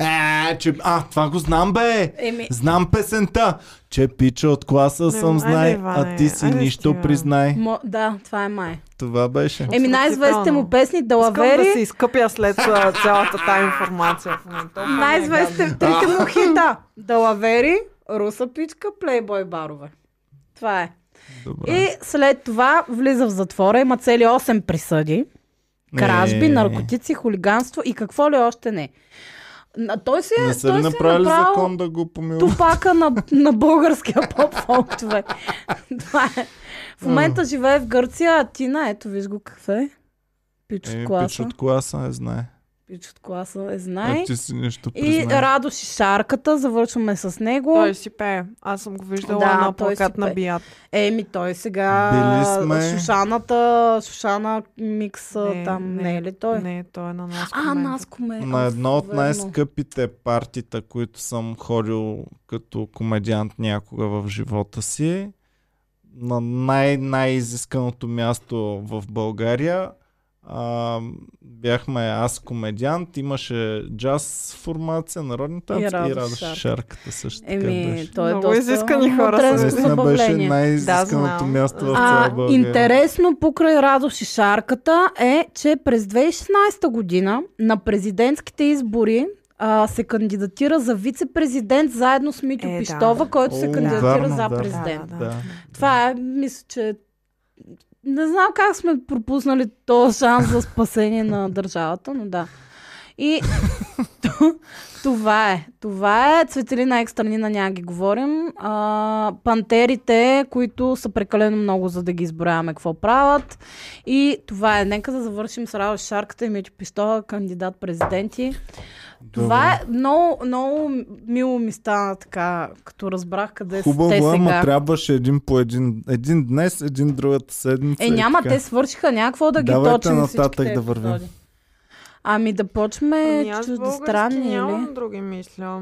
[SPEAKER 1] Е, че... А, това го знам, бе!
[SPEAKER 2] Еми,
[SPEAKER 1] Знам песента, че пича от класа съм
[SPEAKER 3] айде,
[SPEAKER 1] знай, а
[SPEAKER 3] Иване,
[SPEAKER 1] ти си
[SPEAKER 3] айде
[SPEAKER 1] нищо
[SPEAKER 3] стига.
[SPEAKER 1] признай.
[SPEAKER 2] мо, да, това е май.
[SPEAKER 1] Това
[SPEAKER 3] Е,
[SPEAKER 1] беше.
[SPEAKER 2] Еми най-известните му песни
[SPEAKER 3] Искам да
[SPEAKER 2] Далавери,
[SPEAKER 3] се изкъпя след а, цялата тази информация в момента. Толкова ми е гадно.
[SPEAKER 2] най-известните трите му хита. [laughs] Далавери, Руса пичка, плейбой барове. Това е.
[SPEAKER 1] Добре.
[SPEAKER 2] И след това влиза в затвора, има цели 8 присъди. Кражби,
[SPEAKER 1] Е,
[SPEAKER 2] наркотици, хулиганство и какво ли още не. А Той си, е-
[SPEAKER 1] Не са ли
[SPEAKER 2] той си е
[SPEAKER 1] направили
[SPEAKER 2] направил
[SPEAKER 1] закон да го помилват?
[SPEAKER 2] тупака на, на българския
[SPEAKER 1] [laughs]
[SPEAKER 2] поп-фолк, човек. Това е. В момента живее в Гърция, а Тина, ето виж го какво е. Пич
[SPEAKER 1] Е,
[SPEAKER 2] от
[SPEAKER 1] пич
[SPEAKER 2] класа.
[SPEAKER 1] от класа не знае.
[SPEAKER 2] Пич от класа е знае.
[SPEAKER 1] А ти си нещо
[SPEAKER 2] И
[SPEAKER 1] признай.
[SPEAKER 2] Радо Шишарката, завършваме с него.
[SPEAKER 3] Той си пее. Аз съм го виждала
[SPEAKER 2] Да,
[SPEAKER 3] на
[SPEAKER 2] той си
[SPEAKER 3] плакат на
[SPEAKER 2] пее.
[SPEAKER 3] бият.
[SPEAKER 2] Еми, той сега...
[SPEAKER 1] Били сме.
[SPEAKER 2] Шушаната, Шушана Микс
[SPEAKER 3] Не,
[SPEAKER 2] там, не,
[SPEAKER 3] не,
[SPEAKER 2] е ли той?
[SPEAKER 3] Не, той е на нас.
[SPEAKER 2] А, Наско ме...
[SPEAKER 1] На
[SPEAKER 2] Ах,
[SPEAKER 1] едно от
[SPEAKER 2] верно.
[SPEAKER 1] най-скъпите партита, които съм ходил като комедиант някога в живота си, на най-най-изисканото място в България, а, бяхме аз комедиант, имаше джаз формация, народни танци и
[SPEAKER 2] Радош
[SPEAKER 1] Радош
[SPEAKER 2] Шарка.
[SPEAKER 1] Шарката също така
[SPEAKER 2] Еми,
[SPEAKER 1] беше.
[SPEAKER 2] той е
[SPEAKER 3] Много
[SPEAKER 2] доста...
[SPEAKER 3] изискани хора са.
[SPEAKER 2] мудрено
[SPEAKER 1] Наистина беше
[SPEAKER 2] забавление.
[SPEAKER 1] най-изисканото
[SPEAKER 3] знам.
[SPEAKER 1] място в цяла
[SPEAKER 2] А,
[SPEAKER 1] България.
[SPEAKER 2] интересно покрай Радо Шишарката е, че през 2016 година на президентските избори а, се кандидатира за вице-президент заедно с Митю
[SPEAKER 3] Е, да.
[SPEAKER 2] Пищова, който се
[SPEAKER 1] О,
[SPEAKER 2] кандидатира
[SPEAKER 1] верно,
[SPEAKER 2] за
[SPEAKER 1] да.
[SPEAKER 2] президент.
[SPEAKER 3] Да,
[SPEAKER 1] Да.
[SPEAKER 2] Това е, мисля, че не знам как сме пропуснали този шанс за спасение на държавата, но да. И [laughs] т- това е. Това е. Цветелина екстранина няма ги говорим. А, пантерите, които са прекалено много, за да ги изброяваме какво правят. И това е. Нека да завършим с Рао Шарката и Митю Пистола, кандидат президенти. Това е много, много мило ми стана така, като разбрах къде са те
[SPEAKER 1] Хубаво, е,
[SPEAKER 2] сега.
[SPEAKER 1] ама трябваше един по един. Един днес, един другата седмица.
[SPEAKER 2] Е,
[SPEAKER 1] и
[SPEAKER 2] няма,
[SPEAKER 1] така.
[SPEAKER 2] те свършиха някакво да ги
[SPEAKER 1] Давайте
[SPEAKER 2] точим
[SPEAKER 1] нататък
[SPEAKER 2] всичките
[SPEAKER 1] да вървим.
[SPEAKER 2] епизоди. Ами да почваме
[SPEAKER 3] Ами аз български
[SPEAKER 2] чуждестранни, или?
[SPEAKER 3] нямам други мисля.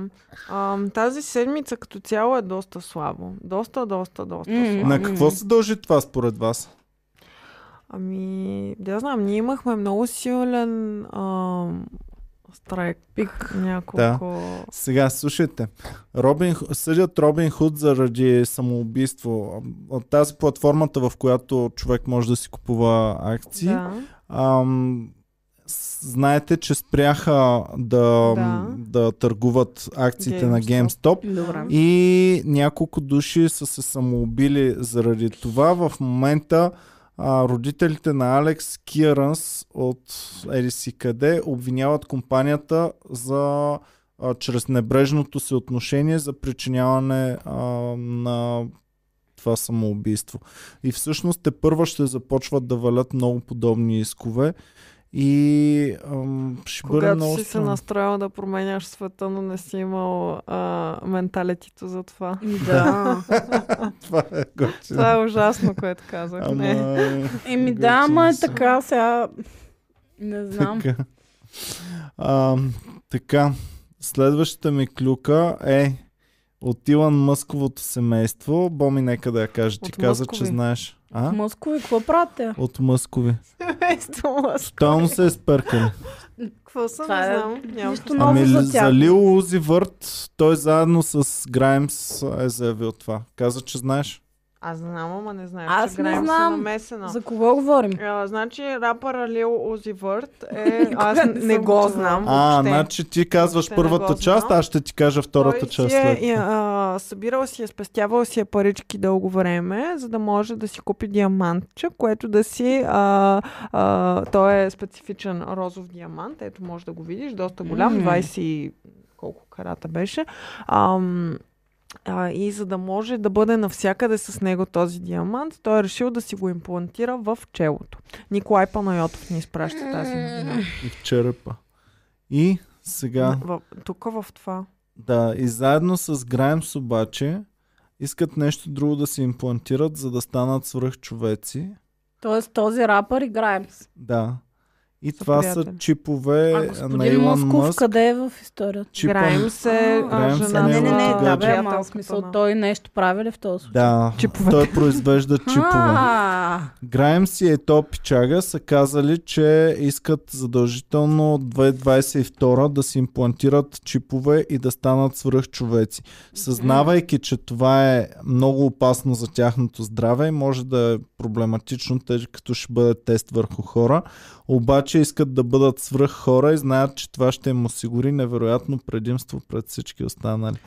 [SPEAKER 3] Ам, тази седмица като цяло е доста слабо. Доста, доста, доста
[SPEAKER 2] М.
[SPEAKER 3] слабо.
[SPEAKER 1] На какво се дължи това според вас?
[SPEAKER 3] Ами, да знам, ние имахме много силен ам, страйк. Пик. Няколко... Да.
[SPEAKER 1] Сега, слушайте. Робин, Ху- съдят Робин Худ заради самоубийство. А, Тази платформата, в която човек може да си купува акции.
[SPEAKER 3] Да.
[SPEAKER 1] Ам, с- знаете, че спряха да, да.
[SPEAKER 3] Да.
[SPEAKER 1] да търгуват акциите на
[SPEAKER 3] GameStop.
[SPEAKER 1] GameStop.
[SPEAKER 2] Добре.
[SPEAKER 1] И няколко души са се самоубили заради това. В момента а, родителите на Алекс Киранс от Ериси къде обвиняват компанията за а, чрез небрежното си отношение за причиняване а, на това самоубийство. И всъщност те първа ще започват да валят много подобни искове и ам, ще бъде
[SPEAKER 3] Когато
[SPEAKER 1] много
[SPEAKER 3] си се
[SPEAKER 1] странно.
[SPEAKER 3] настроил да променяш света, но не си имал а, менталитито за това.
[SPEAKER 2] Ами Да.
[SPEAKER 1] [laughs] Това е готино.
[SPEAKER 3] Това е ужасно, което казах. Не.
[SPEAKER 1] Ама... [laughs]
[SPEAKER 2] Еми да,
[SPEAKER 1] готино
[SPEAKER 2] ама е
[SPEAKER 1] са.
[SPEAKER 2] така сега... Не знам.
[SPEAKER 1] Така. А, така. Следващата ми клюка е от Илон Мъсковото семейство. Боми, нека да я кажа. Ти
[SPEAKER 3] От
[SPEAKER 1] каза, че
[SPEAKER 3] Мъскови.
[SPEAKER 1] знаеш. А?
[SPEAKER 2] Москови, какво правите?
[SPEAKER 1] От Мъскови.
[SPEAKER 3] Семейство мъж.
[SPEAKER 1] Тотално се е
[SPEAKER 3] [laughs]
[SPEAKER 1] спъркали.
[SPEAKER 3] е Какво съм?
[SPEAKER 2] Това
[SPEAKER 3] Не
[SPEAKER 2] е
[SPEAKER 3] знам. Нямам
[SPEAKER 2] Нищо ново
[SPEAKER 1] Ами
[SPEAKER 2] за тях.
[SPEAKER 1] за Лил Узи Върт, той заедно с Граймс е заявил това. Каза, че знаеш.
[SPEAKER 3] Аз знам, ама не знаех,
[SPEAKER 2] Аз
[SPEAKER 3] че
[SPEAKER 2] не
[SPEAKER 3] Грайм
[SPEAKER 2] знам.
[SPEAKER 3] се намесена.
[SPEAKER 2] За кого говорим?
[SPEAKER 3] А, значи рапъра Лил Узи Върт е...
[SPEAKER 2] Никога
[SPEAKER 3] аз
[SPEAKER 2] не
[SPEAKER 3] не,
[SPEAKER 2] съм го
[SPEAKER 3] го
[SPEAKER 2] чувала.
[SPEAKER 3] знам
[SPEAKER 1] А,
[SPEAKER 3] въобще.
[SPEAKER 1] значи ти казваш
[SPEAKER 3] Въобще не го
[SPEAKER 1] първата
[SPEAKER 3] знам.
[SPEAKER 1] част, аз ще ти кажа втората
[SPEAKER 3] Той
[SPEAKER 1] част
[SPEAKER 3] си
[SPEAKER 1] след
[SPEAKER 3] е,
[SPEAKER 1] това.
[SPEAKER 3] а, събирал си е, спестявал си е парички дълго време, за да може да си купи диамантче, което да си... А, а, той е специфичен розов диамант, ето може да го видиш, доста голям,
[SPEAKER 2] М.
[SPEAKER 3] 20 и колко карата беше. Ам, а, и за да може да бъде навсякъде с него този диамант, той е решил да си го имплантира в челото. Николай Панайотов ни изпраща тази новина.
[SPEAKER 1] И в черепа. И сега,
[SPEAKER 3] В, тук в това.
[SPEAKER 1] да, и заедно с Граймс обаче искат нещо друго да се имплантират, за да станат свръхчовеци.
[SPEAKER 2] Тоест този рапър и Граймс.
[SPEAKER 1] Да. И
[SPEAKER 3] Са
[SPEAKER 1] това са
[SPEAKER 3] приятели.
[SPEAKER 2] А
[SPEAKER 1] чипове Е, на
[SPEAKER 2] господин
[SPEAKER 1] Илон
[SPEAKER 2] Мъсков
[SPEAKER 1] Мъск.
[SPEAKER 2] къде е в историята?
[SPEAKER 1] Чипа...
[SPEAKER 3] Граем се,
[SPEAKER 2] А,
[SPEAKER 3] а,
[SPEAKER 1] Граем се
[SPEAKER 3] жена.
[SPEAKER 1] не
[SPEAKER 2] не, не, не,
[SPEAKER 1] е
[SPEAKER 2] да бе,
[SPEAKER 1] гадже.
[SPEAKER 2] ама в смисъл той нещо прави ли в този случай?
[SPEAKER 1] Да,
[SPEAKER 3] Чиповете.
[SPEAKER 1] той произвежда чипове.
[SPEAKER 2] А,
[SPEAKER 1] Граймс си е то пичага са казали, че искат задължително от 2022 да си имплантират чипове и да станат свръхчовеци. Съзнавайки, че това е много опасно за тяхното здраве и може да е проблематично, тъй като ще бъде тест върху хора, обаче искат да бъдат свръх хора и знаят, че това ще им осигури невероятно предимство пред всички останали.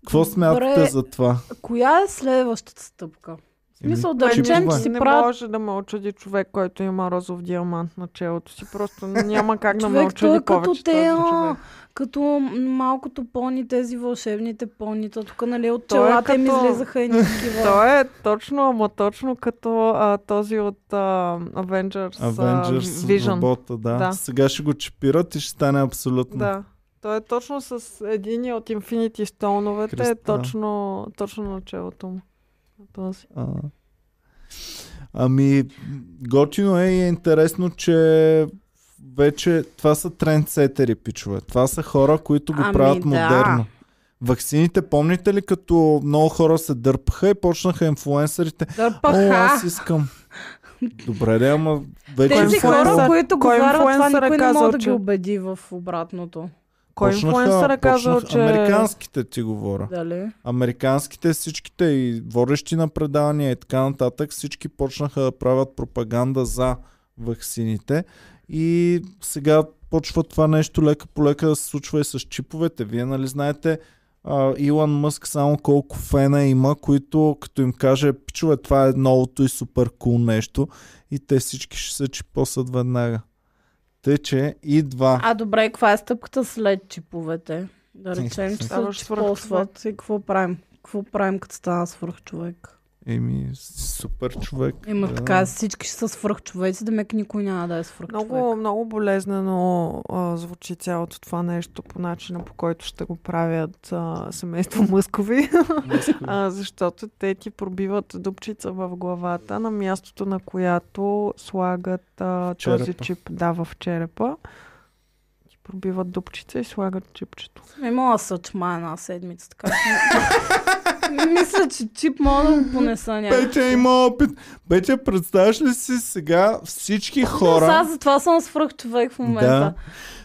[SPEAKER 1] Какво
[SPEAKER 2] Добре.
[SPEAKER 1] смятате за това?
[SPEAKER 2] Коя е следващата стъпка? В смисъл да
[SPEAKER 1] Еми,
[SPEAKER 2] речем, че
[SPEAKER 1] чипове.
[SPEAKER 2] си
[SPEAKER 3] не
[SPEAKER 2] правят
[SPEAKER 3] може да ме очуди човек, който има розов диамант на челото си. Просто няма как да ме
[SPEAKER 2] човек, той е
[SPEAKER 3] очуди повече
[SPEAKER 2] като
[SPEAKER 3] този
[SPEAKER 2] те, а,
[SPEAKER 3] човек.
[SPEAKER 2] като малкото пони, тези вълшебните пони, то тук нали от
[SPEAKER 3] Той е
[SPEAKER 2] челата им
[SPEAKER 3] като-
[SPEAKER 2] излизаха
[SPEAKER 3] [laughs]
[SPEAKER 2] едни такива.
[SPEAKER 3] Той е точно, ама точно като а, този от а, Avengers,
[SPEAKER 1] Avengers uh,
[SPEAKER 3] а, Vision.
[SPEAKER 1] робота, да.
[SPEAKER 3] Да.
[SPEAKER 1] да. Сега ще го чипират и ще стане абсолютно.
[SPEAKER 3] Да. Той е точно с един от Infinity Stone-овете, е
[SPEAKER 1] Кристал.
[SPEAKER 3] точно, точно на челото му. Този.
[SPEAKER 1] А. Ами, готино е и е интересно, че вече това са трендсетери, пичове. Това са хора, които го
[SPEAKER 2] Ами
[SPEAKER 1] правят
[SPEAKER 2] да.
[SPEAKER 1] модерно. Ваксините, помните ли, като много хора се дърпаха и почнаха инфлуенсърите?
[SPEAKER 3] е-
[SPEAKER 1] О, аз
[SPEAKER 2] Дърпаха.
[SPEAKER 1] искам. Добре, да, ама вече
[SPEAKER 2] Тези
[SPEAKER 3] инфлуенсър-
[SPEAKER 2] хора, които го
[SPEAKER 3] кой
[SPEAKER 2] вярват, това
[SPEAKER 3] инфлуенсър е
[SPEAKER 2] никой не
[SPEAKER 3] казал,
[SPEAKER 2] може да ги
[SPEAKER 3] че-
[SPEAKER 2] убеди в обратното.
[SPEAKER 3] Кой инфлуенсър е казал,
[SPEAKER 1] почнаха-
[SPEAKER 3] че...
[SPEAKER 1] Американските ти говоря.
[SPEAKER 2] Дали?
[SPEAKER 1] Американските всичките и водещи на предавания и така нататък, всички почнаха да правят пропаганда за ваксините и сега почва това нещо лека по лека да се случва и с чиповете. Вие нали знаете а, Илон Мъск само колко фена има, които като им каже, пичове, това е новото и супер кул нещо и те всички ще се чипосат веднага. Тъй, че идва...
[SPEAKER 2] А добре, каква е стъпката след чиповете? Да
[SPEAKER 1] Ти
[SPEAKER 2] речем, че се
[SPEAKER 3] ставаш
[SPEAKER 2] чипосват. И какво правим? Какво правим, като стана свръхчовек?
[SPEAKER 1] Еми, супер човек.
[SPEAKER 2] Има
[SPEAKER 3] Е.
[SPEAKER 1] Да.
[SPEAKER 2] така, всички ще са свръхчовеци, да мек никой няма да е свръхчовек.
[SPEAKER 3] Много, много болезнено а, звучи цялото това нещо по начина по който ще го правят а, семейство [laughs] мъскови, а, защото те ти пробиват дупчица в главата на мястото на която слагат а, този
[SPEAKER 1] черепа.
[SPEAKER 3] чип, да, в черепа. Ти пробиват дупчица и слагат чипчето.
[SPEAKER 2] Имала съчма една седмица, така. че- Мисля, че чип мога да го понеса някак.
[SPEAKER 1] Петя има опит. Петя, представяш ли си сега всички
[SPEAKER 2] Аз
[SPEAKER 1] хора...
[SPEAKER 2] затова съм свръхчовек в
[SPEAKER 1] Да.
[SPEAKER 2] момента.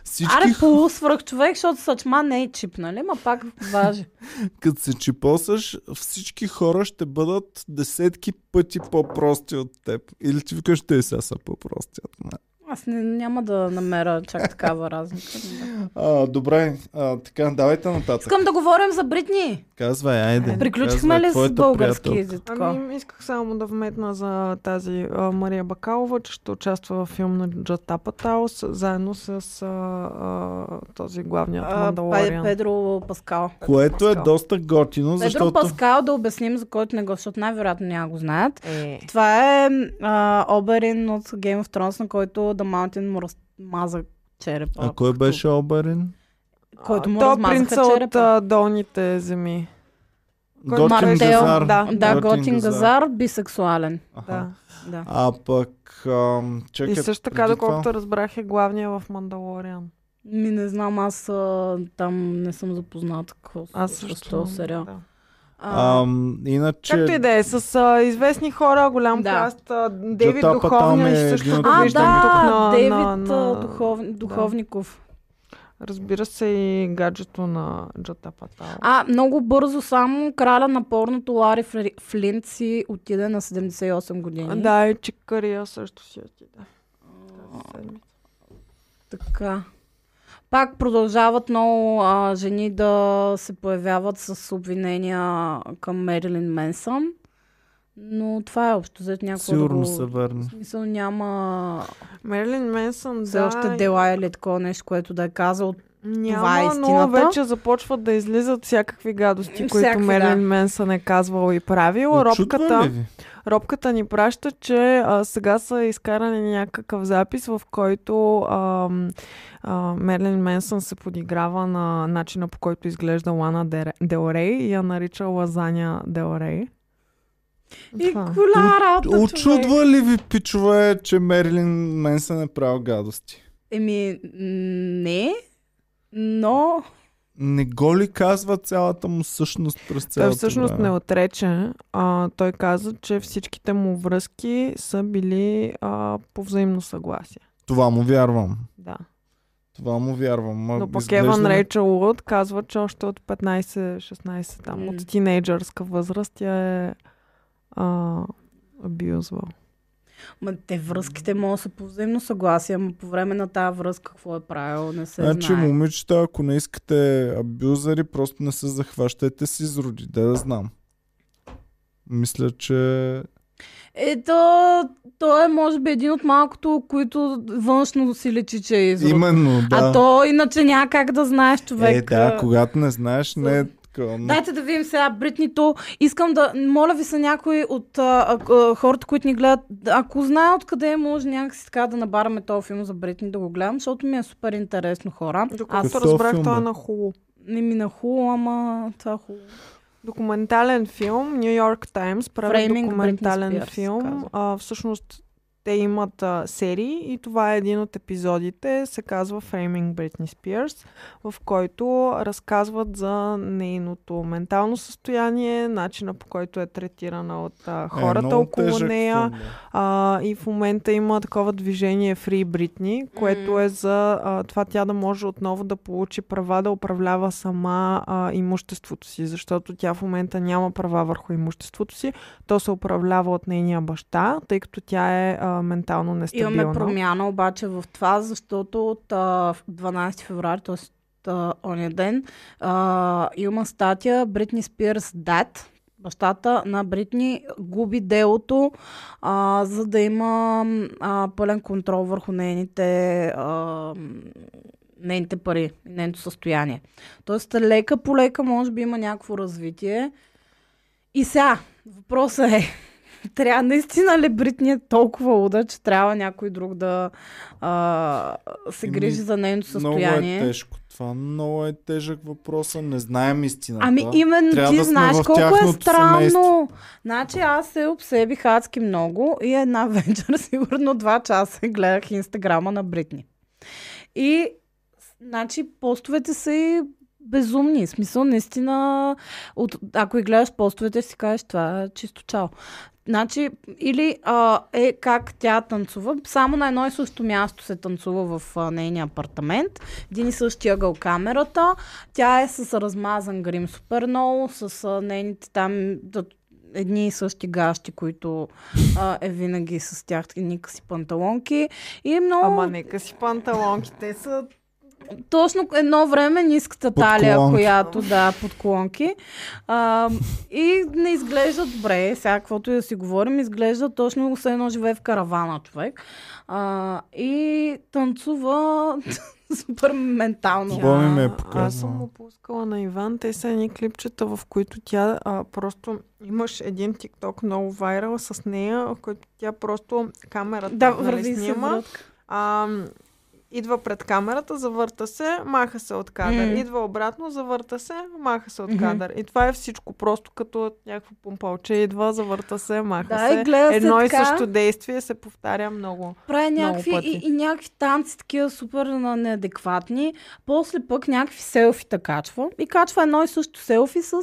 [SPEAKER 1] Всички
[SPEAKER 2] Аре,
[SPEAKER 1] х-
[SPEAKER 2] полусвръхчовек, защото съчма не е чип, нали? Ма пак важи.
[SPEAKER 1] като се чипосаш, всички хора ще бъдат десетки пъти по-прости от теб. Или ти викаш, те сега са по-прости от мен.
[SPEAKER 2] Аз не, няма да намеря чак такава разлика.
[SPEAKER 1] А, добре, а, така, давайте нататък.
[SPEAKER 2] Искам да говорим за Бритни.
[SPEAKER 1] Казвай, айде.
[SPEAKER 2] Приключихме
[SPEAKER 1] Казвай,
[SPEAKER 2] ли с
[SPEAKER 1] Е, твоята
[SPEAKER 2] български
[SPEAKER 1] приятелка.
[SPEAKER 2] език? Ами...
[SPEAKER 3] Ами, исках само да вметна за тази а, Мария Бакалова, че ще участва в филм на Джатапа Таус, заедно с а, а, този главният Мандалориан.
[SPEAKER 2] Педро Паскал.
[SPEAKER 1] Което е
[SPEAKER 3] Паскал.
[SPEAKER 1] доста готино,
[SPEAKER 2] Педро
[SPEAKER 1] защото...
[SPEAKER 2] Паскал, да обясним за който не го, защото най-вероятно няма го знаят.
[SPEAKER 3] Е.
[SPEAKER 2] Това е а, Оберин от Game of Thrones, на който The Mountain му размаза черепа.
[SPEAKER 1] А кой беше Оберин?
[SPEAKER 2] Който му
[SPEAKER 3] Той е
[SPEAKER 2] размазаха
[SPEAKER 3] принца от
[SPEAKER 2] черепа.
[SPEAKER 3] а, долните земи. Кой-
[SPEAKER 1] Готин
[SPEAKER 2] Мартел,
[SPEAKER 1] Газар.
[SPEAKER 3] да.
[SPEAKER 2] Да, Готин Газар, бисексуален.
[SPEAKER 1] Аха.
[SPEAKER 3] Да.
[SPEAKER 2] Да.
[SPEAKER 1] А пък... Ам, чакай,
[SPEAKER 3] И също така,
[SPEAKER 1] преди
[SPEAKER 3] доколкото разбрах, е главния в Мандалориан.
[SPEAKER 2] Ми не знам, аз а, там не съм запозната какво се
[SPEAKER 3] Аз
[SPEAKER 2] случва с
[SPEAKER 3] също.
[SPEAKER 2] този сериал.
[SPEAKER 3] Да.
[SPEAKER 2] А,
[SPEAKER 1] Ам, иначе...
[SPEAKER 3] Както и да е, с а, известни хора, голям
[SPEAKER 2] Да.
[SPEAKER 3] каст, а, Дейвид
[SPEAKER 1] Джатапа там
[SPEAKER 3] Духовния
[SPEAKER 1] е
[SPEAKER 3] също
[SPEAKER 1] един от
[SPEAKER 3] го
[SPEAKER 2] а
[SPEAKER 3] виждам
[SPEAKER 2] да,
[SPEAKER 3] тук на,
[SPEAKER 2] Дейвид
[SPEAKER 3] на,
[SPEAKER 2] а,
[SPEAKER 3] на...
[SPEAKER 2] Духов... Духовников.
[SPEAKER 3] Разбира се и гаджето на Джата Патал.
[SPEAKER 2] А, много бързо само краля на порното Лари Фри- Флинт си отиде на 78 години.
[SPEAKER 3] Да, и Чикария също си отиде. Тази седмица.
[SPEAKER 2] Така. Пак продължават много а, жени да се появяват с обвинения към Мерилин Менсън. Но това е общо взето някакво
[SPEAKER 1] Сигурно
[SPEAKER 2] друго-
[SPEAKER 1] са верни.
[SPEAKER 2] В
[SPEAKER 3] Е
[SPEAKER 2] смисъл няма
[SPEAKER 3] Мерлин Менсън,
[SPEAKER 2] все
[SPEAKER 3] да.
[SPEAKER 2] още
[SPEAKER 3] и-
[SPEAKER 2] дела или такова нещо, което да е казал.
[SPEAKER 3] Няма,
[SPEAKER 2] Това е
[SPEAKER 3] но
[SPEAKER 2] истината.
[SPEAKER 3] вече започват да излизат всякакви гадости, които
[SPEAKER 2] Всякакви,
[SPEAKER 3] Мерлин
[SPEAKER 2] да.
[SPEAKER 3] Менсън е казвал и правил.
[SPEAKER 1] Очудва
[SPEAKER 3] Робката...
[SPEAKER 1] ли ви?
[SPEAKER 3] Робката ни праща, че а, сега са изкарани някакъв запис, в който а, а, Мерлин Менсън се подиграва на начина по който изглежда Лана Дере- Дел Рей и я нарича Лазаня Дел Рей.
[SPEAKER 2] И
[SPEAKER 3] Това.
[SPEAKER 2] кола работа, човек.
[SPEAKER 1] Очудва ли ви, пичове, че Мерлин Менсън е правил гадости?
[SPEAKER 2] Еми, м, не, но
[SPEAKER 1] Не го ли казва цялата му същност през
[SPEAKER 3] Той
[SPEAKER 1] цялото
[SPEAKER 3] всъщност
[SPEAKER 1] време?
[SPEAKER 3] не отрече. А, той каза, че всичките му връзки са били а, по взаимно съгласие.
[SPEAKER 1] Това му вярвам.
[SPEAKER 3] Да.
[SPEAKER 1] Това му вярвам. Ма,
[SPEAKER 3] Но пък
[SPEAKER 1] изглежда-
[SPEAKER 3] Еван Рейчел Луд казва, че още от 15-16, там,
[SPEAKER 2] М.
[SPEAKER 3] от тинейджърска възраст я е а, абюзвал.
[SPEAKER 2] ма, те връзките могат да са по взаимно съгласие, но по време на тази връзка какво е правил, не се
[SPEAKER 1] Значи,
[SPEAKER 2] знае.
[SPEAKER 1] момичета, ако не искате абюзери, просто не се захващайте си с роди, да да знам. Мисля, че
[SPEAKER 2] Ето, той е може би един от малкото, които външно си личи, че е изрод.
[SPEAKER 1] Именно, да.
[SPEAKER 2] А то иначе няма как да знаеш човек.
[SPEAKER 1] Е, да, когато не знаеш, не е такова. но-
[SPEAKER 2] Дайте да видим сега Бритнито. Искам да... Моля ви се някой от а, а, а, хората, които ни гледат, да- ако знае откъде е, може някакси така да набараме този филм за Бритни да го гледам, защото ми е супер интересно хора. Аз
[SPEAKER 3] Доколкото
[SPEAKER 1] Като
[SPEAKER 3] разбрах,
[SPEAKER 1] филм,
[SPEAKER 3] той е
[SPEAKER 1] бе.
[SPEAKER 3] на хубаво.
[SPEAKER 2] не мина хубаво, ама това е хубаво.
[SPEAKER 3] Документален филм. Нью Йорк Таймс прави
[SPEAKER 2] Framing
[SPEAKER 3] документален
[SPEAKER 2] Britney Spears, се
[SPEAKER 3] филм.
[SPEAKER 2] казва.
[SPEAKER 3] А, всъщност те имат а, серии и това е един от епизодите. Се казва Framing Britney Spears, в който разказват за нейното ментално състояние, начина по който е третирана от а, хората
[SPEAKER 1] Е, много
[SPEAKER 3] около
[SPEAKER 1] тежък
[SPEAKER 3] нея.
[SPEAKER 1] филм, да.
[SPEAKER 3] А, и в момента има такова движение Free Britney, което
[SPEAKER 2] М.
[SPEAKER 3] е за а, това тя да може отново да получи права да управлява сама а, имуществото си, защото тя в момента няма права върху имуществото си. То се управлява от нейния баща, тъй като тя е а, ментално нестабилна.
[SPEAKER 2] Имаме промяна обаче в това, защото от а, 12 февруари, т.е. а, оня ден, а, има статия Бритни Спирс Дат. Бащата на Бритни губи делото, а, за да има м, а, пълен контрол върху нейните, а, м, нейните пари, нейното състояние. Тоест, лека по лека може би има някакво развитие. И сега, въпросът е, [laughs] трябва наистина ли Бритни е толкова луда, че трябва някой друг да а, се
[SPEAKER 1] Еми,
[SPEAKER 2] грижи за нейното състояние?
[SPEAKER 1] Ами, Много е тежко. Това много е тежък въпрос. а Не знаем истината.
[SPEAKER 2] Ами именно
[SPEAKER 1] Трябва
[SPEAKER 2] ти
[SPEAKER 1] да сме
[SPEAKER 2] знаеш
[SPEAKER 1] в
[SPEAKER 2] колко е
[SPEAKER 1] тяхното
[SPEAKER 2] странно.
[SPEAKER 1] семейство.
[SPEAKER 2] Значи аз се обсебих адски много и една [laughs] вечер, сигурно два часа гледах инстаграма на Бритни. И значи постовете са и безумни. В Смисъл, наистина, от, ако и гледаш постовете, си кажеш това е чисто чао. Значи, или а, е как тя танцува. Само на едно и също място се танцува в а, нейния апартамент. Един и същи ъгъл камерата. Тя е с размазан грим супер много, с а, нейните там да, едни и същи гащи, които а, е винаги с тях едни къси панталонки. И е много...
[SPEAKER 3] Ама нека си панталонките са...
[SPEAKER 2] Точно едно време ниската
[SPEAKER 1] Под
[SPEAKER 2] талия,
[SPEAKER 1] колонки.
[SPEAKER 2] която да, под колонки. А, и не изглежда добре, сега каквото и да си говорим, изглежда точно все едно живее в каравана човек. А, и танцува [laughs] супер ментално.
[SPEAKER 1] Боми ме е
[SPEAKER 3] Тя-
[SPEAKER 1] показала.
[SPEAKER 3] Аз съм му пускала на Иван. Те са едни клипчета, в които тя а, просто имаш един тикток много вайрал с нея, в който тя просто камерата
[SPEAKER 2] Да,
[SPEAKER 3] да,
[SPEAKER 2] върви
[SPEAKER 3] нали,
[SPEAKER 2] се
[SPEAKER 3] снима.
[SPEAKER 2] врътка.
[SPEAKER 3] А, м, идва пред камерата, завърта се, маха се от кадър.
[SPEAKER 2] Мм.
[SPEAKER 3] Идва обратно, завърта се, маха се от
[SPEAKER 2] Мгм.
[SPEAKER 3] кадър. И това е всичко. Просто като някакво помпалче. Идва, завърта се, маха
[SPEAKER 2] Да, и
[SPEAKER 3] се.
[SPEAKER 2] гледа се
[SPEAKER 3] Едно и
[SPEAKER 2] така.
[SPEAKER 3] също действие се повтаря много.
[SPEAKER 2] прави
[SPEAKER 3] Много
[SPEAKER 2] някакви
[SPEAKER 3] пъти.
[SPEAKER 2] и, и някакви танци такива супер на- неадекватни. После пък някакви селфита качва. И качва едно и също селфи с...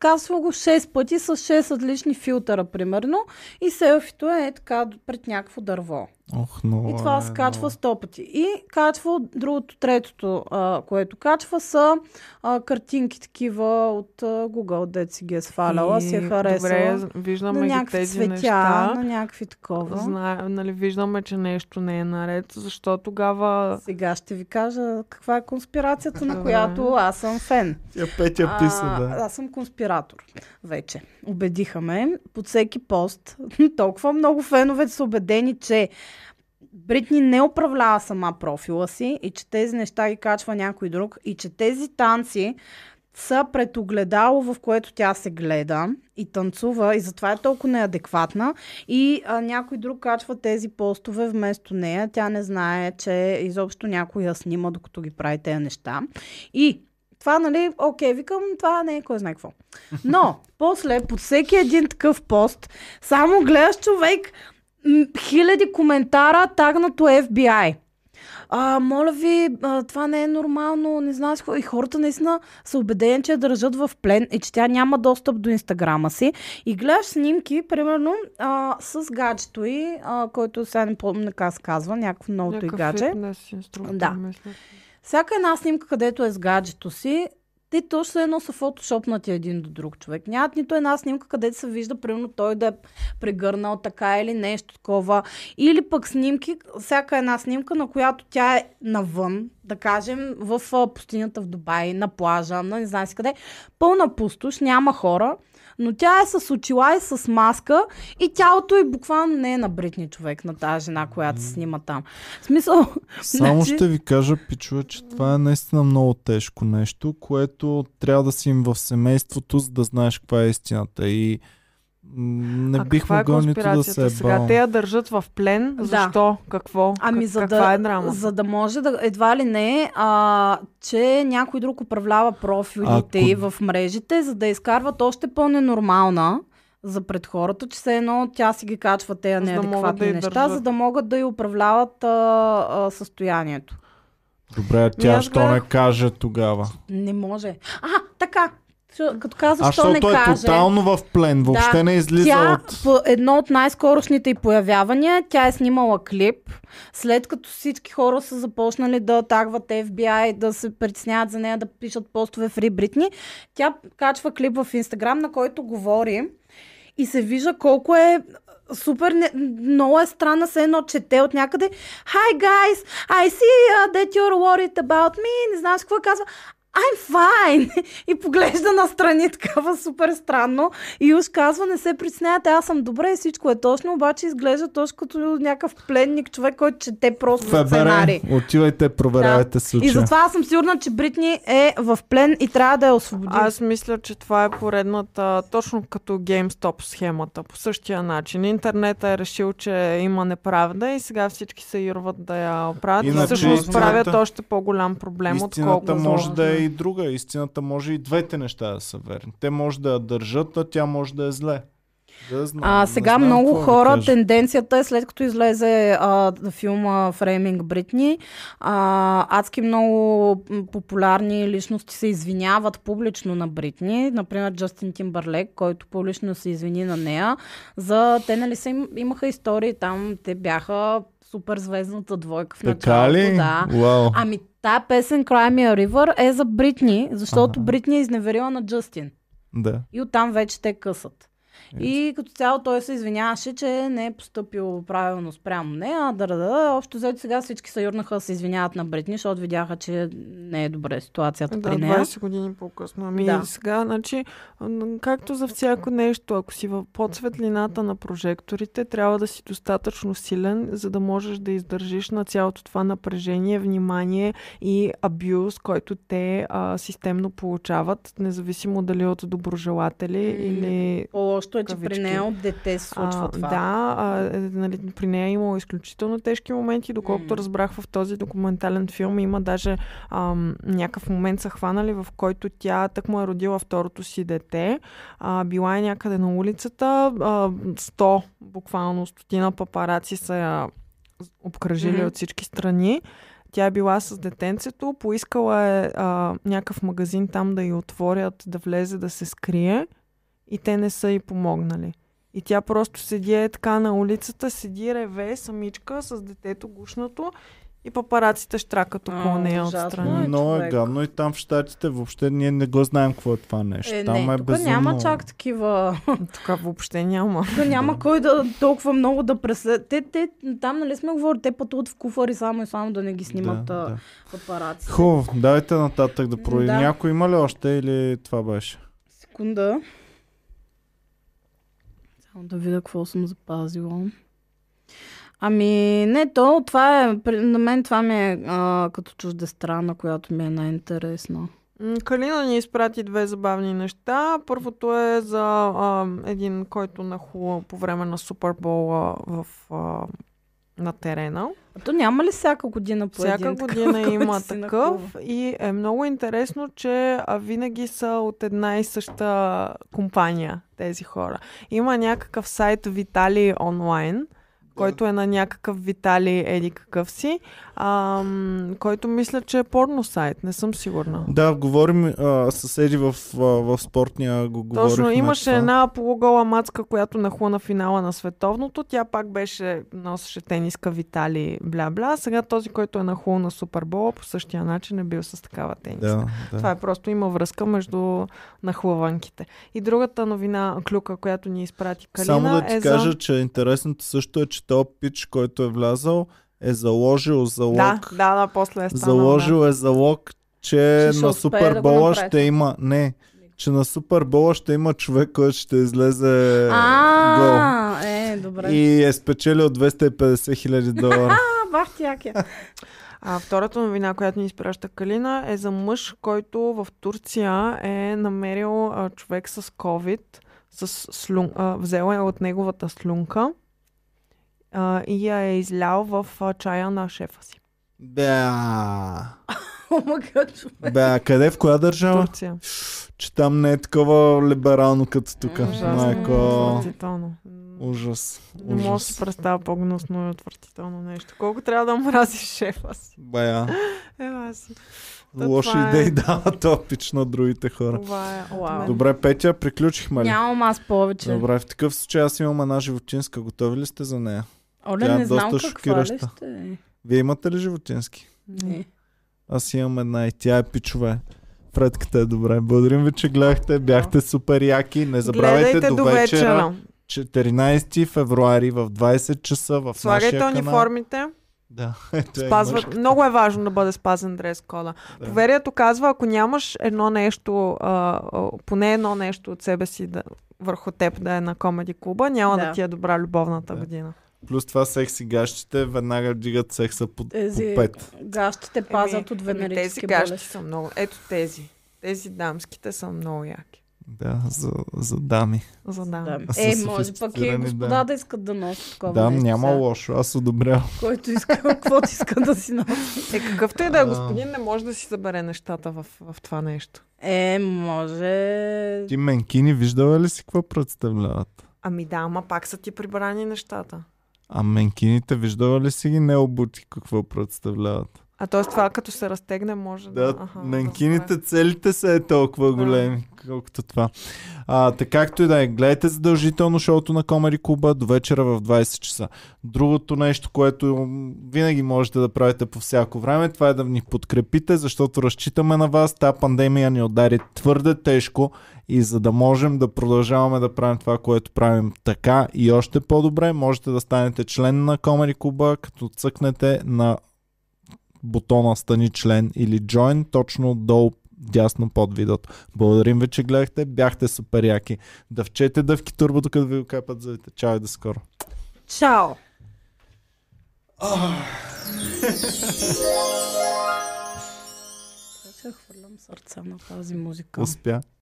[SPEAKER 2] Качва го 6 пъти с 6 различни филтъра, примерно. И селфито е така пред някакво дърво.
[SPEAKER 1] Ох, много
[SPEAKER 2] И това
[SPEAKER 1] е,
[SPEAKER 2] се качва
[SPEAKER 1] много.
[SPEAKER 2] сто пъти. И качва другото, третото, а, което качва са а, картинки такива от а, Google, дет си ги е сваляла, си е харесала.
[SPEAKER 3] Добре, виждаме
[SPEAKER 2] на
[SPEAKER 3] ги
[SPEAKER 2] някакви
[SPEAKER 3] тези
[SPEAKER 2] цветя,
[SPEAKER 3] неща.
[SPEAKER 2] на някакви такова.
[SPEAKER 3] Зна, нали, виждаме, че нещо не е наред. Защо тогава...
[SPEAKER 2] Сега ще ви кажа каква е конспирацията, на
[SPEAKER 3] Добре.
[SPEAKER 2] която аз съм фен.
[SPEAKER 1] Тя Петя писа, Е, да.
[SPEAKER 2] Аз съм конспиратор вече. Убедиха ме под всеки пост. [laughs] Толкова много фенове са убедени, че Бритни не управлява сама профила си и че тези неща ги качва някой друг и че тези танци са пред огледало, в което тя се гледа и танцува и затова е толкова неадекватна и а, някой друг качва тези постове вместо нея. Тя не знае, че изобщо някой я снима, докато ги прави тези неща. И това, нали, окей, викам, това не е кой знае какво. Но, после, под всеки един такъв пост, само гледаш човек м, хиляди коментара, тагнато FBI. А, моля ви, а, това не е нормално, не знам си какво. И хората наистина са убедени, че я държат в плен и че тя няма достъп до инстаграма си. И гледаш снимки, примерно, а, с гаджето и, а, който сега не помня как се казва, някакво новото и
[SPEAKER 3] някакъв
[SPEAKER 2] гадже.
[SPEAKER 3] фитнес инструктор,
[SPEAKER 2] Да.
[SPEAKER 3] мисля.
[SPEAKER 2] Всяка една снимка, където е с гаджето си, те точно едно са фотошопнати един до друг човек. Нямат нито една снимка, където се вижда, примерно, той да е прегърнал така или нещо такова. Или пък снимки, всяка една снимка, на която тя е навън, да кажем, в а, пустинята в Дубай, на плажа, на не знам си къде. Пълна пустош, няма хора, но тя е с очила и с маска и тялото й буквално не е на бритни човек, на тази жена, която се снима там. В смисъл,
[SPEAKER 5] Само
[SPEAKER 2] Значи-
[SPEAKER 5] ще ви кажа, пичува, че това е наистина много тежко нещо, което трябва да си им в семейството, за да знаеш каква е истината. И м, не
[SPEAKER 3] а
[SPEAKER 5] бих
[SPEAKER 3] каква е
[SPEAKER 5] могъл нито да се
[SPEAKER 3] конспирацията
[SPEAKER 5] е
[SPEAKER 3] сега? Те я държат в плен.
[SPEAKER 2] Да.
[SPEAKER 3] Защо? Какво?
[SPEAKER 2] Ами
[SPEAKER 3] как,
[SPEAKER 2] за
[SPEAKER 3] каква
[SPEAKER 2] да,
[SPEAKER 3] е драма?
[SPEAKER 2] за да може да едва ли не, а, че някой друг управлява профилите
[SPEAKER 5] Ако-
[SPEAKER 2] и в мрежите, за да изкарват още по-ненормална за пред хората, че все едно тя си ги качва тези
[SPEAKER 3] За да могат
[SPEAKER 2] неадекватни
[SPEAKER 3] да я
[SPEAKER 2] неща,
[SPEAKER 3] държат.
[SPEAKER 2] за да могат да и управляват а, а, състоянието.
[SPEAKER 5] Добре, а
[SPEAKER 3] Ми
[SPEAKER 5] тя
[SPEAKER 3] аз
[SPEAKER 5] що не
[SPEAKER 3] гледах-
[SPEAKER 5] каже тогава?
[SPEAKER 2] Не може. А, така. Що- Като каза,
[SPEAKER 5] А
[SPEAKER 2] що не
[SPEAKER 5] защото е
[SPEAKER 2] каже.
[SPEAKER 5] тотално в плен, въобще не излиза
[SPEAKER 2] Тя,
[SPEAKER 5] от...
[SPEAKER 2] по едно от най-скорошните й появявания, тя е снимала клип, след като всички хора са започнали да тагват FBI, да се притесняват за нея, да пишат постове в Free Britney, тя качва клип в Инстаграм, на който говори и се вижда колко е супер, не, много е странна, се едно чете от някъде. Hi guys, I see uh, that you're worried about me. Не знаеш какво казва. I'm fine. [laughs] И поглежда настрани такава супер странно. И уж казва, не се притеснявате, аз съм добре и всичко е точно, обаче изглежда точно като някакъв пленник, човек, който чете просто
[SPEAKER 1] Фебере,
[SPEAKER 2] сценарий.
[SPEAKER 1] отивайте, проверявайте случая.
[SPEAKER 2] И затова аз съм сигурна, че Бритни е в плен и трябва да я освободи.
[SPEAKER 3] Аз мисля, че това е поредната, точно като GameStop схемата, по същия начин. Интернет е решил, че има неправда и сега всички се юрват да я оправят. И
[SPEAKER 5] Иначе
[SPEAKER 3] всъщност
[SPEAKER 5] истината-
[SPEAKER 3] правят още по-голям проблем,
[SPEAKER 5] Истината
[SPEAKER 3] отколкото...
[SPEAKER 5] може да е
[SPEAKER 2] заложена.
[SPEAKER 5] и друга. Истината може и двете неща да са верни. Те може да я държат, а тя може да е зле. Да знам,
[SPEAKER 2] А
[SPEAKER 5] не
[SPEAKER 2] сега
[SPEAKER 5] знам
[SPEAKER 2] много
[SPEAKER 5] какво да
[SPEAKER 2] хора,
[SPEAKER 5] кажа.
[SPEAKER 2] тенденцията е след като излезе а, филма Фрейминг Бритни, а, адски много м, популярни личности се извиняват публично на Бритни. Например, Джастин Тимбърлек, който публично се извини на нея. За те, нали, са, им, имаха истории там, те бяха суперзвездната двойка в
[SPEAKER 5] Така
[SPEAKER 2] началото.
[SPEAKER 5] ли?
[SPEAKER 2] Да.
[SPEAKER 5] Вау.
[SPEAKER 2] Ами тая песен Cry Me a River е за Бритни, защото Бритни е изневерила на Джастин.
[SPEAKER 5] Да.
[SPEAKER 2] И оттам вече те късат.
[SPEAKER 1] Е,
[SPEAKER 2] И като цяло той се извиняваше, че не е поступил правилно спрямо нея. Да, да, да. Общо взето сега всички се юрнаха да се извиняват на Бритни, защото видяха, че не е добре ситуацията
[SPEAKER 3] Да,
[SPEAKER 2] при нея.
[SPEAKER 3] 20 години по-късно. Ами
[SPEAKER 2] Да.
[SPEAKER 3] да. сега, значи, м, както за всяко нещо, ако си в под светлината на прожекторите, трябва да си достатъчно силен, за да можеш да издържиш на цялото това напрежение, внимание и абюз, който те а, системно получават, независимо дали от доброжелатели
[SPEAKER 2] М,
[SPEAKER 3] или
[SPEAKER 2] По-лошо е, че при
[SPEAKER 3] Кавички.
[SPEAKER 2] нея от дете се случва
[SPEAKER 3] а,
[SPEAKER 2] това.
[SPEAKER 3] Да, а, е, нали, при нея е имало изключително тежки моменти. Доколкото
[SPEAKER 2] М.
[SPEAKER 3] разбрах в този документален филм, има даже ам, някакъв момент са хванали, в който тя так му е родила второто си дете. А, била е някъде на улицата. А, 100, буквално стотина папараци са я обкръжили
[SPEAKER 2] Мгм.
[SPEAKER 3] от всички страни. Тя е била с детенцето, поискала е а, някакъв магазин там да я отворят, да влезе, да се скрие и те не са й помогнали. И И тя просто седи е така на улицата, седи реве самичка с детето гушнато и папараците штракат около
[SPEAKER 2] А,
[SPEAKER 3] нея
[SPEAKER 2] ужасно.
[SPEAKER 3] отстрани.
[SPEAKER 2] Ай,
[SPEAKER 1] Много е
[SPEAKER 2] човек.
[SPEAKER 1] гадно и там в Штатите въобще ние не го знаем какво е това нещо.
[SPEAKER 2] Е,
[SPEAKER 1] там
[SPEAKER 2] не,
[SPEAKER 1] е
[SPEAKER 2] тук
[SPEAKER 1] безумно.
[SPEAKER 2] няма
[SPEAKER 1] [laughs]
[SPEAKER 2] чак такива.
[SPEAKER 3] Тук въобще няма.
[SPEAKER 2] Тук няма кой да толкова много да преслед. Те, те, там нали сме говорили, те пътуват в куфари само и само да не ги снимат
[SPEAKER 1] Да, да.
[SPEAKER 2] да. папараци.
[SPEAKER 1] Хубаво, дайте нататък да прои.
[SPEAKER 2] Да.
[SPEAKER 1] Някой има ли още или това беше?
[SPEAKER 2] Секунда. Само да видя какво съм запазила. Ами, не, то, това е, при- на мен това ми е а, като чуждестрана, която ми е най-интересна.
[SPEAKER 3] М, Калина ни изпрати две забавни неща. Първото е за а, един, който нахула по време на Супербола в, а, на терена.
[SPEAKER 2] А то няма ли всяка година по
[SPEAKER 3] Всяка
[SPEAKER 2] един такъв,
[SPEAKER 3] година
[SPEAKER 2] който
[SPEAKER 3] има
[SPEAKER 2] си
[SPEAKER 3] такъв
[SPEAKER 2] нахува?
[SPEAKER 3] и е много интересно, че а, винаги са от една и съща компания тези хора. Има някакъв сайт Витали онлайн, който е на някакъв Витали еди какъв си, ам, който мисля, че е порно сайт, не съм сигурна.
[SPEAKER 1] Да, говорим а, съседи в, а, в спортния го говорихме.
[SPEAKER 3] Точно, имаше
[SPEAKER 1] това.
[SPEAKER 3] една полугола мацка, която нахлуна финала на световното. Тя пак беше, носеше тениска Витали, бла-бла. Сега този, който е нахлул на Супербола, по същия начин е бил с такава тениска.
[SPEAKER 1] Да, да.
[SPEAKER 3] Това е просто има връзка между нахлуванките. И другата новина, клюка, която ни изпрати Калина,
[SPEAKER 1] Само да ти
[SPEAKER 3] е
[SPEAKER 1] кажа,
[SPEAKER 3] за...
[SPEAKER 1] че интересното също е, че този пич, който е влязал, е заложил залог.
[SPEAKER 3] Да, да, да, после е станало.
[SPEAKER 1] заложил е залог, че
[SPEAKER 2] Че ще
[SPEAKER 1] на
[SPEAKER 2] успее
[SPEAKER 1] Супербола
[SPEAKER 2] да го направи.
[SPEAKER 1] ще има... Не, че на Супербола ще има човек, който ще излезе гол.
[SPEAKER 2] А, е, добре.
[SPEAKER 1] Е, И е спечелил 250 хиляди
[SPEAKER 2] [laughs]
[SPEAKER 1] долара.
[SPEAKER 2] А, бах е.
[SPEAKER 1] [laughs]
[SPEAKER 2] ти яке.
[SPEAKER 3] А втората новина, която ни изпраща Калина, е за мъж, който в Турция е намерил а, човек с COVID, с слюн... а, взел е от неговата слюнка а, и я е излял в а, чая на шефа си.
[SPEAKER 1] Да.
[SPEAKER 2] Омага, човек.
[SPEAKER 1] Бе, къде в коя държава?
[SPEAKER 3] Турция.
[SPEAKER 1] Че там не е такова либерално като тук.
[SPEAKER 2] Ужасно.
[SPEAKER 1] Майко.
[SPEAKER 3] Отвратително.
[SPEAKER 1] Ужас.
[SPEAKER 3] Не мога да си
[SPEAKER 1] Ужас.
[SPEAKER 3] представя по-гнусно и отвратително нещо. Колко трябва да мразиш шефа си.
[SPEAKER 1] Бая.
[SPEAKER 3] Ева Е, си. Та
[SPEAKER 1] Лоши
[SPEAKER 3] това е.
[SPEAKER 1] идеи [laughs] дава този пич на другите хора.
[SPEAKER 3] Това е.
[SPEAKER 2] Уау.
[SPEAKER 3] от мен.
[SPEAKER 1] Добре, Петя, приключихме ли?
[SPEAKER 2] [laughs] Нямам аз повече.
[SPEAKER 1] Добре, в такъв случай аз имам една животинска. Готови ли сте за нея? тя
[SPEAKER 2] Оле,
[SPEAKER 1] е
[SPEAKER 2] не знам
[SPEAKER 1] доста
[SPEAKER 2] каква ли
[SPEAKER 1] шокираща.
[SPEAKER 2] ще е.
[SPEAKER 1] Вие имате ли животински?
[SPEAKER 2] Не.
[SPEAKER 1] Аз имам една и тя е пичове. Предката е добре. Благодарим ви, че гледахте. Бяхте супер яки. Не забравяйте
[SPEAKER 3] Гледайте
[SPEAKER 1] до вечера. 14 февруари в 20 часа в
[SPEAKER 3] Слагайте
[SPEAKER 1] нашия канал.
[SPEAKER 3] униформите.
[SPEAKER 1] Да, [laughs] ето я имаш.
[SPEAKER 3] Спазват. Много е важно да бъде спазен дрес кода.
[SPEAKER 1] Да.
[SPEAKER 3] Поверието казва, ако нямаш едно нещо, а, а, поне едно нещо от себе си да, върху теб да е на комеди клуба, няма да,
[SPEAKER 2] Да.
[SPEAKER 3] ти е добра любовната
[SPEAKER 1] Да.
[SPEAKER 3] година.
[SPEAKER 1] Плюс това секси гащите веднага вдигат секса по, по
[SPEAKER 3] Е.
[SPEAKER 2] Тези-
[SPEAKER 1] 5.
[SPEAKER 2] Гащите пазят от
[SPEAKER 3] Еми, тези
[SPEAKER 2] венерически
[SPEAKER 3] гащи
[SPEAKER 2] болести.
[SPEAKER 3] са много. Ето тези. Тези дамските са много яки.
[SPEAKER 1] Да, за, за дами.
[SPEAKER 3] За дам.
[SPEAKER 2] Да.
[SPEAKER 1] Са
[SPEAKER 2] Е, може пък и
[SPEAKER 1] софистицирани,
[SPEAKER 2] господа
[SPEAKER 1] да.
[SPEAKER 2] да, искат да носят такова.
[SPEAKER 1] Да,
[SPEAKER 2] нещо
[SPEAKER 1] няма
[SPEAKER 2] сега.
[SPEAKER 1] лошо. Аз одобрявам.
[SPEAKER 2] Който иска, [laughs] каквото иска да си носи.
[SPEAKER 3] Е, какъвто и да е
[SPEAKER 1] А.
[SPEAKER 3] господин, не може да си забере нещата в, в това нещо.
[SPEAKER 2] Е, може.
[SPEAKER 1] Ти менкини виждала ли си какво представляват?
[SPEAKER 3] Ами да, ама пак са ти прибрани нещата.
[SPEAKER 1] А менкините виждала ли си ги необути какво представляват?
[SPEAKER 3] А т.е. това като се разтегне може да...
[SPEAKER 1] Да,
[SPEAKER 3] аха,
[SPEAKER 1] менкините
[SPEAKER 3] разбрах.
[SPEAKER 1] целите са е толкова големи, колкото това. А, така както и да е, гледайте задължително шоуто на Комери Куба до вечера в 20 часа. Другото нещо, което м, винаги можете да правите по всяко време, това е да ни подкрепите, защото разчитаме на вас. Та пандемия ни удари твърде тежко и за да можем да продължаваме да правим това, което правим така и още по-добре, можете да станете член на Комери Куба, като цъкнете на бутона Стани член или Join, точно долу дясно под видеото. Благодарим ви, че гледахте. Бяхте супер яки. Дъвчете дъвки турбо, докато ви окапат зъбите. Чао и до скоро.
[SPEAKER 2] Чао! Сега Ще хвърлям сърца на тази музика.
[SPEAKER 1] Успя.